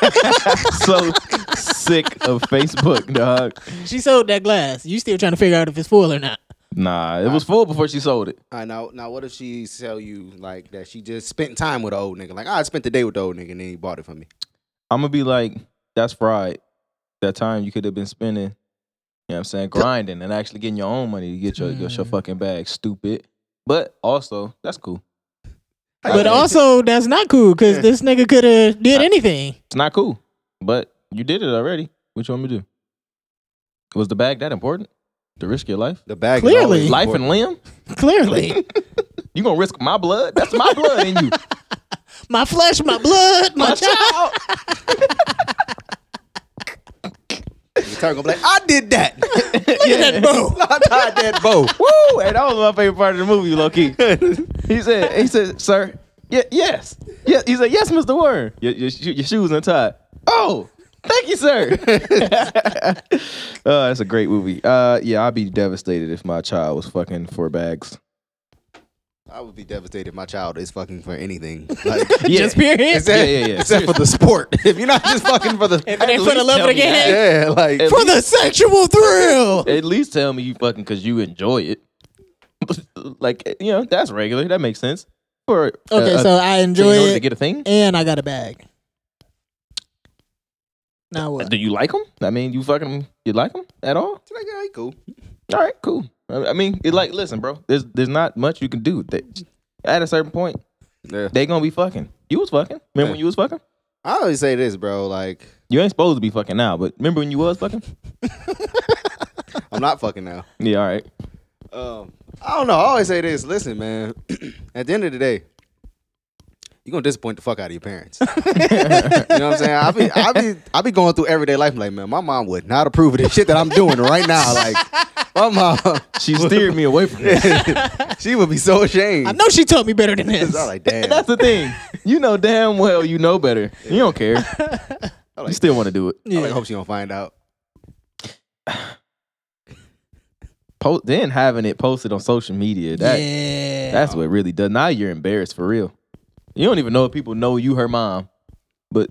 [SPEAKER 1] So sick of Facebook, dog.
[SPEAKER 3] she sold that glass. You still trying to figure out if it's full or not?
[SPEAKER 1] Nah, it was full before she sold it.
[SPEAKER 2] I know. Uh, Now, what if she tell you like that she just spent time with the old nigga? Like, I spent the day with the old nigga, and then he bought it for me.
[SPEAKER 1] I'm gonna be like, that's fried. That time you could have been spending, you know what I'm saying, grinding and actually getting your own money to get your, your, your fucking bag, stupid. But also, that's cool.
[SPEAKER 3] But also, that's not cool because this nigga could have did anything.
[SPEAKER 1] It's not cool. But you did it already. What you want me to do? Was the bag that important? To risk your life?
[SPEAKER 2] the bag is
[SPEAKER 3] Clearly.
[SPEAKER 2] always
[SPEAKER 1] Life and
[SPEAKER 2] important.
[SPEAKER 1] limb?
[SPEAKER 3] Clearly,
[SPEAKER 1] You gonna risk my blood? That's my blood in you.
[SPEAKER 3] my flesh, my blood, my,
[SPEAKER 1] My
[SPEAKER 3] child.
[SPEAKER 1] child.
[SPEAKER 2] The turn gonna be like, I did that.
[SPEAKER 3] Look at that bow.
[SPEAKER 2] I tied that bow.
[SPEAKER 1] Woo! And that was my favorite part of the movie, low key. he said, he said, sir, yeah, yes. Yeah, he said, yes, Mr. Warren. Your, your, sho- your shoes untied. Oh, thank you, sir. uh, that's a great movie. Uh, yeah, I'd be devastated if my child was fucking for bags.
[SPEAKER 2] I would be devastated. My child is fucking for anything. Like,
[SPEAKER 1] Yeah.
[SPEAKER 3] Just period.
[SPEAKER 2] except,
[SPEAKER 1] yeah, yeah.
[SPEAKER 2] Except for the sport. If you're not just fucking for the,
[SPEAKER 3] If it ain't for the
[SPEAKER 1] least
[SPEAKER 3] love of
[SPEAKER 1] tell
[SPEAKER 3] the
[SPEAKER 1] me that.
[SPEAKER 3] game,
[SPEAKER 2] yeah, like
[SPEAKER 1] At
[SPEAKER 3] for the sexual thrill.
[SPEAKER 1] At least tell me you fucking because you enjoy it. like you know, that's regular. That makes sense. For uh,
[SPEAKER 3] Okay,
[SPEAKER 1] uh,
[SPEAKER 3] so I
[SPEAKER 1] so
[SPEAKER 3] enjoy
[SPEAKER 1] in order to
[SPEAKER 3] it,
[SPEAKER 1] get a thing.
[SPEAKER 3] and I got a bag. Now what?
[SPEAKER 1] Do you like them? I mean, you fucking 'em- you like them at all?
[SPEAKER 2] Like, all right, cool.
[SPEAKER 1] All right, cool. I I mean, it like listen, bro. There's there's not much you can do. They, at a certain point,
[SPEAKER 2] Yeah.
[SPEAKER 1] they gonna be fucking. You was fucking. Remember when you was fucking?
[SPEAKER 2] I always say this, bro. Like,
[SPEAKER 1] You ain't supposed to be fucking now, but remember when you was fucking?
[SPEAKER 2] I'm not fucking now.
[SPEAKER 1] Yeah, all right.
[SPEAKER 2] Um, I don't know. I always say this. Listen, man. at the end of the day, you're gonna disappoint the fuck out of your parents. you know what I'm saying? I be, I be, I be going through everyday life. Like, man, my mom would not approve of this shit that I'm doing right now. Like, my mom,
[SPEAKER 1] She steered me away from this.
[SPEAKER 2] she would be so ashamed.
[SPEAKER 3] I know she told me better than this.
[SPEAKER 2] I'm like, damn.
[SPEAKER 1] That's the thing. You know damn well you know better. You don't care.
[SPEAKER 2] I
[SPEAKER 1] You
[SPEAKER 2] like,
[SPEAKER 1] still want to do it.
[SPEAKER 2] I
[SPEAKER 3] Yeah.
[SPEAKER 2] like, hope she don't find out.
[SPEAKER 1] Po- then having it posted on social media. That
[SPEAKER 3] yeah.
[SPEAKER 1] that's what really does. Now you're embarrassed for real. You don't even know if people know you her mom. But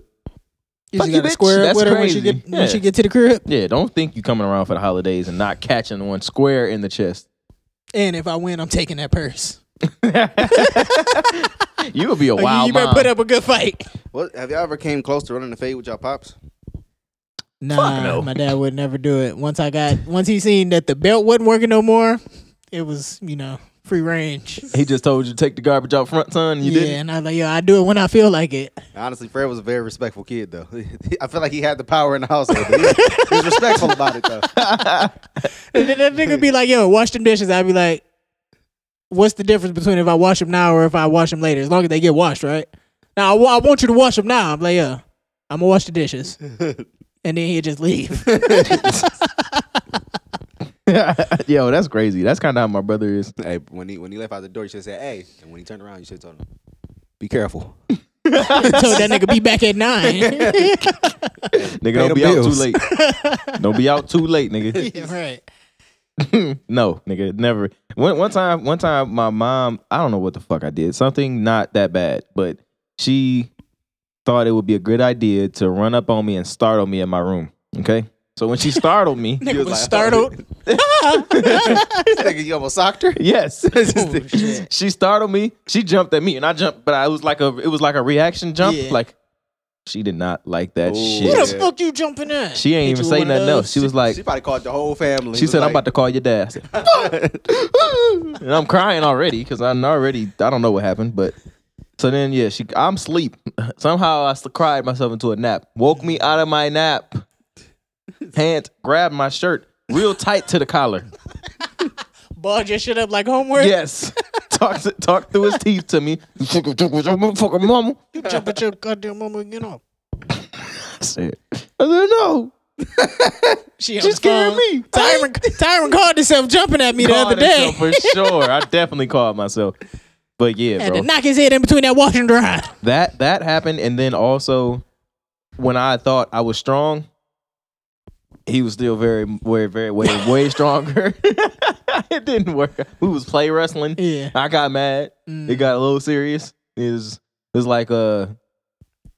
[SPEAKER 3] You
[SPEAKER 1] Fuck
[SPEAKER 3] just
[SPEAKER 1] you,
[SPEAKER 3] gotta
[SPEAKER 1] bitch.
[SPEAKER 3] square up
[SPEAKER 1] That's
[SPEAKER 3] with her when she
[SPEAKER 1] crazy.
[SPEAKER 3] get
[SPEAKER 1] Yeah.
[SPEAKER 3] when she get to the crib.
[SPEAKER 1] yeah, don't think you coming around for the holidays and not catching one square in the chest.
[SPEAKER 3] And if I win, I'm taking that purse.
[SPEAKER 1] You would be a
[SPEAKER 3] Like, you-
[SPEAKER 1] wild
[SPEAKER 3] you better
[SPEAKER 1] mom.
[SPEAKER 3] put up a good fight.
[SPEAKER 2] What have y'all ever came close to running the fade with y'all pops?
[SPEAKER 3] Nah,
[SPEAKER 1] no.
[SPEAKER 3] my dad would never do it. Once I got once he seen that the belt wasn't working no more, it was you know free range.
[SPEAKER 1] he just told you to take the garbage out front, son, and you
[SPEAKER 3] yeah,
[SPEAKER 1] didn't.
[SPEAKER 3] and I was like yo, I do it when I feel like it.
[SPEAKER 2] Honestly, Fred was a very respectful kid, though. I feel like he had the power in the household. He was, he was respectful about it, though.
[SPEAKER 3] And then that nigga be like, yo, wash them dishes. I'd be like, what's the difference between if I wash them now or if I wash them later? As long as they get washed, right? Now I, wa- I want you to wash them now. I'm like, yeah, I'm gonna wash the dishes, and then he'd just leave.
[SPEAKER 1] Yo, that's crazy. That's kind of how my brother is.
[SPEAKER 2] Hey, when he when he left out the door, you should have said, "Hey," and when he turned around, you should have told him, "Be careful."
[SPEAKER 3] told that nigga be back at nine.
[SPEAKER 1] Nigga, don't
[SPEAKER 2] the
[SPEAKER 1] be out
[SPEAKER 2] bills.
[SPEAKER 1] too late. don't be out too late, nigga.
[SPEAKER 3] right.
[SPEAKER 1] No, nigga, never. One one time, one time, my mom. I don't know what the fuck I did. Something not that bad, but she thought it would be a good idea to run up on me and startle me in my room. Okay, so when she startled me,
[SPEAKER 3] Nigga
[SPEAKER 2] was
[SPEAKER 3] was,
[SPEAKER 2] like,
[SPEAKER 1] "Oh,
[SPEAKER 3] startled.
[SPEAKER 2] Nigga, you almost socked her.
[SPEAKER 1] yes,
[SPEAKER 3] shit.
[SPEAKER 1] she startled me. She jumped at me, and I jumped, but I was like a, it was like a reaction jump.
[SPEAKER 3] Yeah.
[SPEAKER 1] Like she did not like that
[SPEAKER 2] Ooh.
[SPEAKER 1] shit.
[SPEAKER 3] What
[SPEAKER 2] What
[SPEAKER 3] the
[SPEAKER 2] Yeah.
[SPEAKER 3] fuck you jumping at?
[SPEAKER 1] She ain't even say nothing else. She was like,
[SPEAKER 2] She probably called the whole family.
[SPEAKER 1] She said, "I'm about to call your dad," I said, and I'm crying already because I'm already I don't know what happened. But so then, yeah, she I'm asleep. Somehow I s- cried myself into a nap. Woke me out of my nap. Hands grabbed my shirt real tight to the collar.
[SPEAKER 3] Ball your shit up like homework.
[SPEAKER 1] Yes, talked talked through his teeth to me. Motherfucker, mama.
[SPEAKER 3] You jump at your goddamn mama and get off.
[SPEAKER 1] I said, I said, "No,
[SPEAKER 3] She
[SPEAKER 1] she's
[SPEAKER 3] on the phone.
[SPEAKER 1] scaring me."
[SPEAKER 3] Tyron, Tyron called himself jumping at me the
[SPEAKER 1] Called
[SPEAKER 3] other day.
[SPEAKER 1] herself For sure, I definitely called myself. But yeah,
[SPEAKER 3] Had
[SPEAKER 1] bro.
[SPEAKER 3] to knock his head in between that wash and dry.
[SPEAKER 1] that that happened and then also when i thought i was strong he was still very very very way way stronger it didn't work we was play wrestling
[SPEAKER 3] Yeah.
[SPEAKER 1] i got mad it got a little serious is it's like uh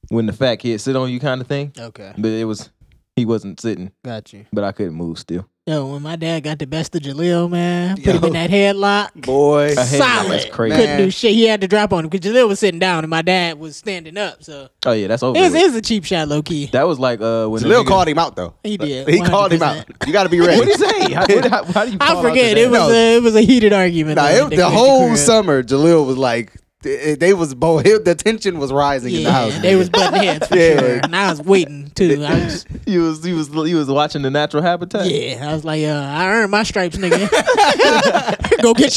[SPEAKER 1] when the fat kid sit on you kind of thing
[SPEAKER 3] Okay.
[SPEAKER 1] but it was he wasn't sitting
[SPEAKER 3] Got you.
[SPEAKER 1] but i couldn't move still
[SPEAKER 3] Yo, when my dad got the best of Jaleel, man, put him in that headlock.
[SPEAKER 1] A
[SPEAKER 2] boy."
[SPEAKER 1] headlock, that's
[SPEAKER 3] Solid.
[SPEAKER 1] crazy.
[SPEAKER 3] Couldn't do
[SPEAKER 2] Man.
[SPEAKER 3] shit. He had to drop on him because Jaleel was sitting down and my dad was standing up. So
[SPEAKER 1] oh yeah that's over
[SPEAKER 3] it was,
[SPEAKER 1] with.
[SPEAKER 3] it was a cheap shot, low key.
[SPEAKER 1] that was like uh when the
[SPEAKER 2] Lil
[SPEAKER 1] nigga-
[SPEAKER 2] called him out though.
[SPEAKER 3] He did,
[SPEAKER 2] He called him out.
[SPEAKER 3] 100%.
[SPEAKER 2] You got to be ready.
[SPEAKER 1] what'd he say how, what- how, how do you call
[SPEAKER 3] I
[SPEAKER 1] out
[SPEAKER 3] forget.
[SPEAKER 1] the
[SPEAKER 3] It was
[SPEAKER 1] dad?
[SPEAKER 3] a it was a heated argument.
[SPEAKER 2] Nah,
[SPEAKER 3] though, at
[SPEAKER 2] it,
[SPEAKER 3] the
[SPEAKER 2] the
[SPEAKER 3] at the
[SPEAKER 2] whole
[SPEAKER 3] crib.
[SPEAKER 2] summer, Jaleel was like, they, they was both. The tension was rising in the
[SPEAKER 3] Yeah,
[SPEAKER 2] house.
[SPEAKER 3] they was butting heads for
[SPEAKER 2] Yeah.
[SPEAKER 3] sure, and I was waiting too. I was,
[SPEAKER 1] you was you was you was watching the natural habitat
[SPEAKER 3] yeah, I was like, uh, I earned my stripes, nigga. Go get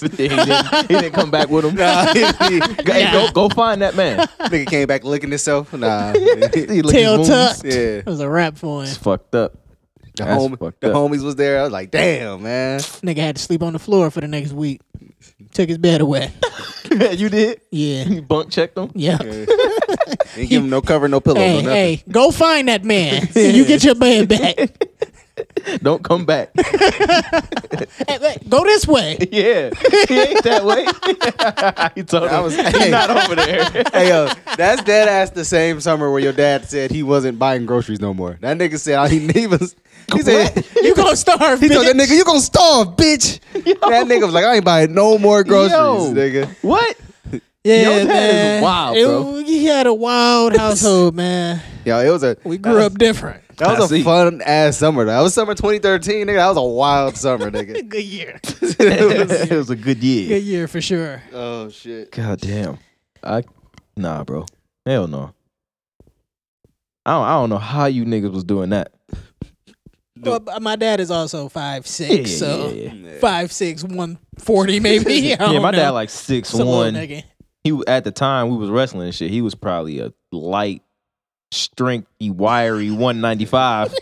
[SPEAKER 1] he, didn't, he didn't come back with him. Go- hey,
[SPEAKER 3] Nah.
[SPEAKER 1] go, go find that man.
[SPEAKER 2] Nigga came back licking himself. Nah,
[SPEAKER 1] He licked his
[SPEAKER 3] Tail
[SPEAKER 1] wounds.
[SPEAKER 3] tucked.
[SPEAKER 2] yeah.
[SPEAKER 3] It was a wrap for him.
[SPEAKER 1] It's fucked up.
[SPEAKER 2] The,
[SPEAKER 1] That's
[SPEAKER 2] hom-
[SPEAKER 1] fucked
[SPEAKER 2] the
[SPEAKER 1] up.
[SPEAKER 2] homies was there. I was like, "Damn, man."
[SPEAKER 3] Nigga had to sleep on the floor for the next week. Took his bed away.
[SPEAKER 1] you did.
[SPEAKER 3] Yeah.
[SPEAKER 1] You bunk checked him.
[SPEAKER 3] Yeah.
[SPEAKER 2] Didn't give him no cover, no pillows,
[SPEAKER 3] Hey,
[SPEAKER 2] or nothing.
[SPEAKER 3] hey, go find that man. and you get your bed back.
[SPEAKER 1] Don't come back.
[SPEAKER 3] Hey, wait, go this way.
[SPEAKER 1] Yeah, he ain't that way. he told
[SPEAKER 2] That
[SPEAKER 1] him,
[SPEAKER 2] was-
[SPEAKER 1] he's not over there.
[SPEAKER 2] Hey yo, that's dead ass the same summer where your dad said he wasn't buying groceries no more. That nigga said all he need was he said
[SPEAKER 3] You gonna starve,
[SPEAKER 2] he told that
[SPEAKER 3] bitch.
[SPEAKER 2] nigga you gonna starve, bitch. That nigga was like I ain't buying no more groceries,
[SPEAKER 1] Yo.
[SPEAKER 2] nigga.
[SPEAKER 1] What?
[SPEAKER 3] Yeah,
[SPEAKER 1] Yo, that is
[SPEAKER 3] man.
[SPEAKER 1] wild,
[SPEAKER 3] It-
[SPEAKER 1] bro.
[SPEAKER 3] He had a wild household, man.
[SPEAKER 2] Yo, it was a
[SPEAKER 3] We grew up different.
[SPEAKER 2] that
[SPEAKER 1] I
[SPEAKER 2] was
[SPEAKER 1] see.
[SPEAKER 2] a fun ass summer. That was summer 2013, nigga. That was a wild summer, nigga.
[SPEAKER 3] Good year.
[SPEAKER 2] It was-
[SPEAKER 1] it was a good year.
[SPEAKER 3] Good year for sure.
[SPEAKER 2] oh shit.
[SPEAKER 1] God damn. I nah, bro. Hell no. I don't, I don't know how you niggas was doing that.
[SPEAKER 3] Well, b- my dad is also five six,
[SPEAKER 1] Yeah, yeah,
[SPEAKER 3] so
[SPEAKER 1] yeah, yeah.
[SPEAKER 3] five six, one forty maybe. I
[SPEAKER 1] Yeah,
[SPEAKER 3] don't
[SPEAKER 1] my dad
[SPEAKER 3] know.
[SPEAKER 1] like six
[SPEAKER 3] It's a little
[SPEAKER 1] one.
[SPEAKER 3] nigga.
[SPEAKER 1] He wa- at the time we was wrestling and shit. He was probably a light, strengthy, wiry one ninety five.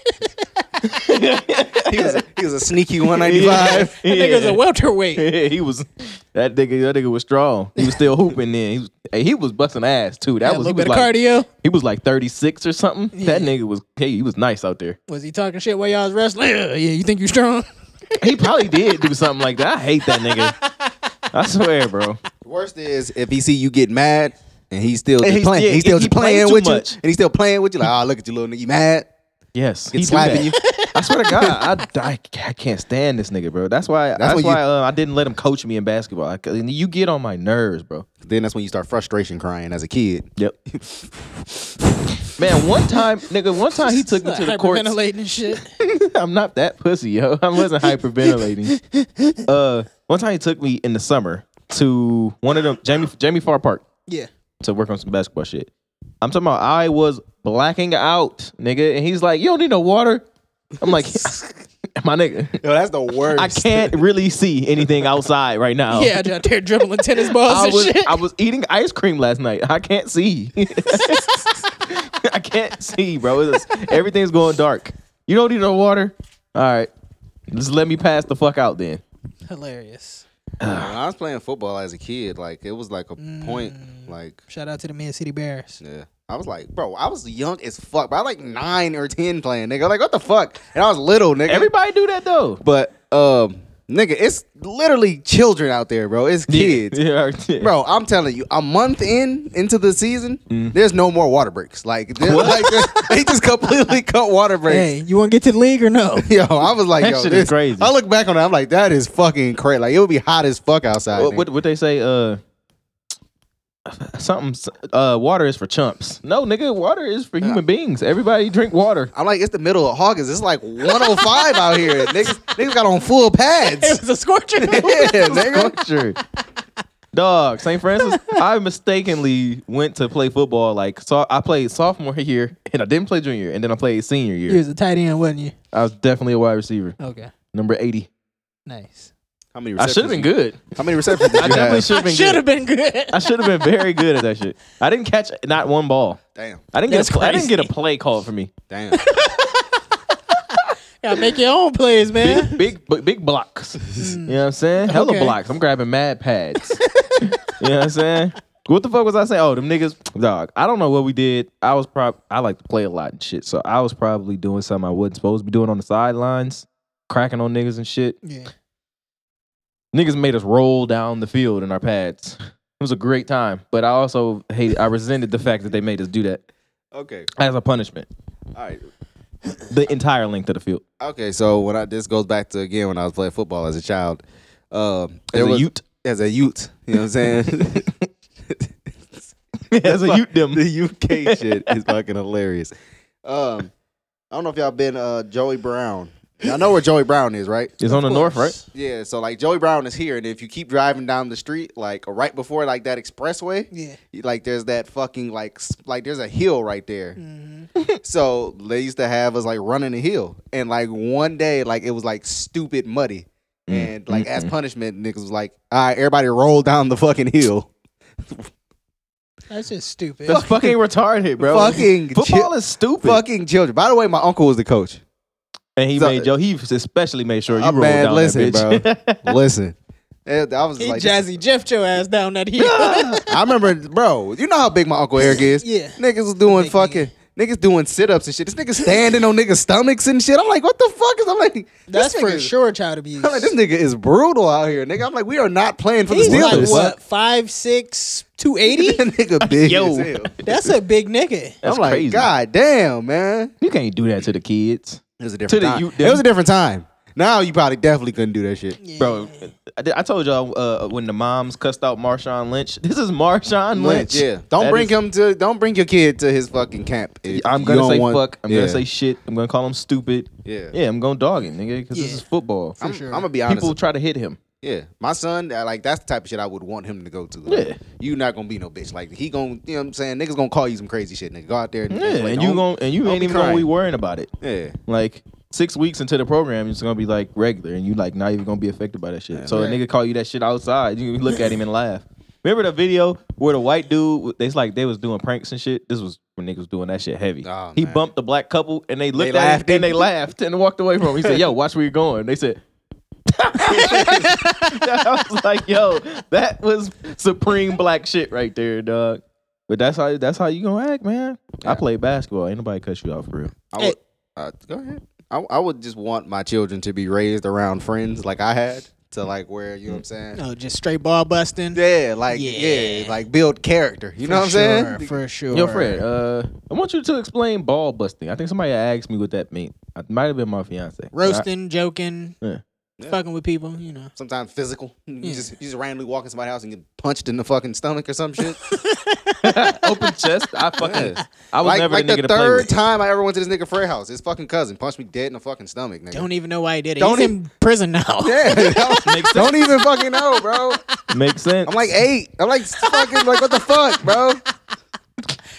[SPEAKER 2] He was a, he was a sneaky 195.
[SPEAKER 3] That nigga's a welterweight.
[SPEAKER 1] Yeah, he was that nigga. That nigga was strong. He was still hooping then. He was, hey, he was busting ass too. That
[SPEAKER 3] Had a
[SPEAKER 1] was he
[SPEAKER 3] little
[SPEAKER 1] was
[SPEAKER 3] bit of
[SPEAKER 1] like
[SPEAKER 3] cardio.
[SPEAKER 1] he was like thirty six or something. That
[SPEAKER 3] Yeah.
[SPEAKER 1] nigga was hey, he was nice out there.
[SPEAKER 3] Was he talking shit while y'all was wrestling? Yeah, you think you strong?
[SPEAKER 1] He probably did do something like that. I hate that nigga. I swear, bro.
[SPEAKER 2] Worst is if he see you get mad and he's still
[SPEAKER 1] And
[SPEAKER 2] just
[SPEAKER 1] he's-
[SPEAKER 2] playing.
[SPEAKER 1] yeah,
[SPEAKER 2] he's still
[SPEAKER 1] he- he
[SPEAKER 2] just
[SPEAKER 1] playing
[SPEAKER 2] playing
[SPEAKER 1] too
[SPEAKER 2] with
[SPEAKER 1] much.
[SPEAKER 2] you. And he's still playing with you. Like, oh, look at you, little nigga. You mad?
[SPEAKER 1] Yes,
[SPEAKER 2] Get
[SPEAKER 1] he do
[SPEAKER 2] slapping you.
[SPEAKER 1] that. I swear to God, I, I, I can't stand this nigga, bro. That's why. That's,
[SPEAKER 2] when you-
[SPEAKER 1] why uh, I didn't let him coach me in basketball. I, 'cause you get on my nerves, bro.
[SPEAKER 2] Then that's when you start frustration crying as a kid.
[SPEAKER 1] Yep. Man, one time, nigga, one time he took me to the court.
[SPEAKER 3] Hyperventilating and shit.
[SPEAKER 1] I'm not that pussy, yo. I wasn't hyperventilating. Uh, one time he took me in the summer to one of them Jamie Jamie Farr Park
[SPEAKER 3] yeah.
[SPEAKER 1] to work on some basketball shit. I'm talking about I was blacking out, nigga, and he's like, "You don't need no water." I'm like, "My nigga,
[SPEAKER 2] Yo, that's the worst.
[SPEAKER 1] I can't really see anything outside right now."
[SPEAKER 3] Yeah, out there dribbling tennis balls
[SPEAKER 1] I
[SPEAKER 3] and
[SPEAKER 1] was
[SPEAKER 3] shit.
[SPEAKER 1] I was eating ice cream last night. I can't see. I can't see, bro. It's- everything's going dark. You don't need no water. All right, just let me pass the fuck out then.
[SPEAKER 3] Hilarious.
[SPEAKER 2] When I was playing football as a kid, like it was like a point, like
[SPEAKER 3] Shout out to the Man City Bears.
[SPEAKER 2] yeah. I was like, bro, I was young as fuck. But I was like nine or ten playing, nigga. Like, what the fuck? And I was little, nigga.
[SPEAKER 1] Everybody do that though.
[SPEAKER 2] but um, nigga, it's literally children out there, bro. It's kids.
[SPEAKER 1] Yeah, yeah.
[SPEAKER 2] Bro, I'm telling you, a month in into the season, there's no more water breaks. Like, there- like they just completely cut water breaks.
[SPEAKER 3] Hey, you want to get to the league or no?
[SPEAKER 2] Yo, I was like,
[SPEAKER 1] That
[SPEAKER 2] yo,
[SPEAKER 1] shit is
[SPEAKER 2] this-
[SPEAKER 1] crazy.
[SPEAKER 2] I look back on it, I'm like, that is fucking crazy. Like, it would be hot as fuck outside.
[SPEAKER 1] What,
[SPEAKER 2] nigga.
[SPEAKER 1] what what they say? Uh, something. Uh, water is for chumps. No, nigga, water is for human beings. Everybody drink water.
[SPEAKER 2] I'm like, it's the middle of August. It's like 105 out here. Niggas, niggas got on full
[SPEAKER 3] it
[SPEAKER 2] pads.
[SPEAKER 3] was a scorcher.
[SPEAKER 2] yeah, nigga.
[SPEAKER 1] Culture. Dog, St. Francis. I mistakenly went to play football. Like, so I played sophomore year, and I didn't play junior, year, and then I played senior year.
[SPEAKER 3] you was a tight end, wasn't you?
[SPEAKER 1] I was definitely a wide receiver,
[SPEAKER 3] Okay.
[SPEAKER 1] number eighty.
[SPEAKER 3] Nice.
[SPEAKER 2] How many
[SPEAKER 1] I should have been good.
[SPEAKER 2] How many receptions did
[SPEAKER 1] I
[SPEAKER 2] you
[SPEAKER 1] definitely
[SPEAKER 2] have?
[SPEAKER 1] should have been
[SPEAKER 3] Should
[SPEAKER 1] good.
[SPEAKER 3] have been good.
[SPEAKER 1] I should have been very good at that shit. I didn't catch not one ball.
[SPEAKER 2] Damn,
[SPEAKER 1] I didn't
[SPEAKER 3] That's
[SPEAKER 1] get. A, pl- I didn't
[SPEAKER 3] crazy.
[SPEAKER 1] get a play called for me.
[SPEAKER 2] damn.
[SPEAKER 3] Gotta make your own plays, man.
[SPEAKER 1] big, big, bu- big blocks. You know what I'm saying? Hella
[SPEAKER 3] Okay.
[SPEAKER 1] blocks. I'm grabbing mad pads. you know what I'm saying? What the fuck was I saying? Oh, them niggas, dog. I don't know what we did. I was prob I like to play a lot and shit, so I was probably doing something I wasn't supposed to be doing on the sidelines, cracking on niggas and shit.
[SPEAKER 3] Yeah.
[SPEAKER 1] Niggas made us roll down the field in our pads. It was a great time, but I also hated. I resented the fact that they made us do that
[SPEAKER 2] Okay,
[SPEAKER 1] as a punishment.
[SPEAKER 2] all right.
[SPEAKER 1] The entire length of the field.
[SPEAKER 2] Okay, so when I this goes back to again when I was playing football as a child. Um,
[SPEAKER 1] As
[SPEAKER 2] there
[SPEAKER 1] a
[SPEAKER 2] was-
[SPEAKER 1] Ute?
[SPEAKER 2] As a Ute, you know what I'm saying?
[SPEAKER 1] as a youth them.
[SPEAKER 2] the UK shit is fucking hilarious. Um, I don't know if y'all been uh Joey Brown. Y'all know where Joey Brown is, right?
[SPEAKER 1] It's on the north, right?
[SPEAKER 2] Yeah, so like Joey Brown is here, and if you keep driving down the street, like right before like that expressway,
[SPEAKER 3] Yeah.
[SPEAKER 2] you- like there's that fucking like s- like there's a hill right there.
[SPEAKER 3] Mm-hmm.
[SPEAKER 2] so they used to have us like running the hill, and like one day like it was like stupid muddy,
[SPEAKER 1] Mm,
[SPEAKER 2] and like as punishment, niggas was like, all right, everybody roll down the fucking hill.
[SPEAKER 3] That's just stupid.
[SPEAKER 1] That's fucking retarded, bro.
[SPEAKER 2] Fucking
[SPEAKER 1] football
[SPEAKER 2] chi-
[SPEAKER 1] is stupid.
[SPEAKER 2] Fucking children. By the way, my uncle was the coach.
[SPEAKER 1] And he
[SPEAKER 2] So-
[SPEAKER 1] made Joe. He especially made sure you
[SPEAKER 2] Uh,
[SPEAKER 1] rolled
[SPEAKER 2] man,
[SPEAKER 1] down
[SPEAKER 2] listen,
[SPEAKER 1] that bitch.
[SPEAKER 2] bro, listen. And I was
[SPEAKER 3] he
[SPEAKER 2] like,
[SPEAKER 3] Jazzy Jeff your ass down that hill.
[SPEAKER 2] I remember, bro. You know how big my uncle Eric is.
[SPEAKER 3] Yeah.
[SPEAKER 2] niggas was doing
[SPEAKER 3] Big
[SPEAKER 2] fucking. niggas doing sit ups and shit. This nigga standing on niggas' stomachs and shit. I'm like, what the fuck is? I'm like, this
[SPEAKER 3] That's for
[SPEAKER 2] nigga-
[SPEAKER 3] sure child abuse.
[SPEAKER 2] I'm like, this nigga is brutal out here, nigga. I'm like, we are not playing for
[SPEAKER 3] He's
[SPEAKER 2] the
[SPEAKER 3] like
[SPEAKER 2] Steelers.
[SPEAKER 3] what five six two eighty?
[SPEAKER 2] that nigga big
[SPEAKER 1] Yo.
[SPEAKER 2] as hell.
[SPEAKER 3] That's a big nigga.
[SPEAKER 1] That's
[SPEAKER 2] I'm like,
[SPEAKER 1] crazy.
[SPEAKER 2] God damn, man.
[SPEAKER 1] You can't do that to the kids,
[SPEAKER 2] It was a
[SPEAKER 1] To
[SPEAKER 2] different
[SPEAKER 1] the
[SPEAKER 2] time.
[SPEAKER 1] youth,
[SPEAKER 2] it was a different time. Now you probably definitely couldn't do that shit.
[SPEAKER 1] bro. I, did- I told y'all uh, when the moms cussed out Marshawn Lynch. This is Marshawn Lynch.
[SPEAKER 2] yeah. Don't
[SPEAKER 1] That
[SPEAKER 2] bring
[SPEAKER 1] is-
[SPEAKER 2] him to. Don't bring your kid to his fucking camp. if
[SPEAKER 1] I'm
[SPEAKER 2] you
[SPEAKER 1] gonna
[SPEAKER 2] don't
[SPEAKER 1] say
[SPEAKER 2] want-
[SPEAKER 1] fuck. I'm
[SPEAKER 2] Yeah.
[SPEAKER 1] gonna say shit. I'm gonna call him stupid.
[SPEAKER 2] Yeah.
[SPEAKER 1] yeah. I'm gonna dog it, nigga, because this
[SPEAKER 3] Yeah.
[SPEAKER 1] is football.
[SPEAKER 2] I'm,
[SPEAKER 3] sure.
[SPEAKER 2] I'm gonna be honest.
[SPEAKER 1] People try to hit him.
[SPEAKER 2] Yeah, my son, uh, like that's the type of shit I would want him to go to. Like,
[SPEAKER 1] Yeah.
[SPEAKER 2] you not gonna be no bitch. Like he gonna, you know what I'm saying? Niggas gonna call you some crazy shit, nigga. Go out there and,
[SPEAKER 1] Yeah,
[SPEAKER 2] play.
[SPEAKER 1] and you
[SPEAKER 2] Don't-
[SPEAKER 1] gon' and you
[SPEAKER 2] don't
[SPEAKER 1] ain't
[SPEAKER 2] be
[SPEAKER 1] even gonna be
[SPEAKER 2] crying.
[SPEAKER 1] worrying about it.
[SPEAKER 2] Yeah,
[SPEAKER 1] Like six weeks into the program, it's gonna be like regular, and you like not even gonna be affected by that shit. so a
[SPEAKER 3] Right.
[SPEAKER 1] nigga call you that shit outside, you can look at him and laugh. Remember the video where the white dude, it's like they was doing pranks and shit. This was when niggas was doing that shit heavy.
[SPEAKER 2] Oh,
[SPEAKER 1] he
[SPEAKER 2] man.
[SPEAKER 1] bumped the black couple and they looked
[SPEAKER 2] They
[SPEAKER 1] at
[SPEAKER 2] laughed.
[SPEAKER 1] him and they laughed and walked away from him. He said, "Yo, watch where you're going." They said. I was like, "Yo, that was supreme black shit right there, dog." But that's how that's how you gonna act, man. I play basketball. Ain't nobody cut you off for real.
[SPEAKER 2] I
[SPEAKER 3] Hey.
[SPEAKER 2] would, uh, go ahead. I, I would just want my children to be raised around friends like I had to like where you know what I'm saying.
[SPEAKER 3] No, just straight ball busting.
[SPEAKER 2] Yeah, like yeah,
[SPEAKER 3] Yeah.
[SPEAKER 2] like build character. You know what I'm
[SPEAKER 3] sure,
[SPEAKER 2] saying?
[SPEAKER 3] For sure.
[SPEAKER 1] Yo, Fred, uh, I want you to explain ball busting. I think somebody asked me what that means. It might have been my fiance.
[SPEAKER 3] Roasting, joking,
[SPEAKER 1] Yeah.
[SPEAKER 2] Yeah.
[SPEAKER 3] fucking with people, you know.
[SPEAKER 2] Sometimes physical. You
[SPEAKER 3] Yeah.
[SPEAKER 2] just you just randomly walk in somebody's house and get punched in the fucking stomach or some shit.
[SPEAKER 1] Open chest. I fucking.
[SPEAKER 2] Yeah.
[SPEAKER 1] I was
[SPEAKER 2] like
[SPEAKER 1] never
[SPEAKER 2] like
[SPEAKER 1] the nigga
[SPEAKER 2] the
[SPEAKER 1] to play
[SPEAKER 2] third
[SPEAKER 1] with.
[SPEAKER 2] time I ever went to this nigga Fred house. His fucking cousin punched me dead in the fucking stomach, nigga.
[SPEAKER 3] Don't even know why he did it.
[SPEAKER 2] Don't
[SPEAKER 3] He's
[SPEAKER 2] e-
[SPEAKER 3] in prison now.
[SPEAKER 2] Yeah, that was-
[SPEAKER 1] Makes
[SPEAKER 2] don't even fucking know, bro.
[SPEAKER 1] Makes sense.
[SPEAKER 2] I'm like eight. I'm like fucking like what the fuck, bro?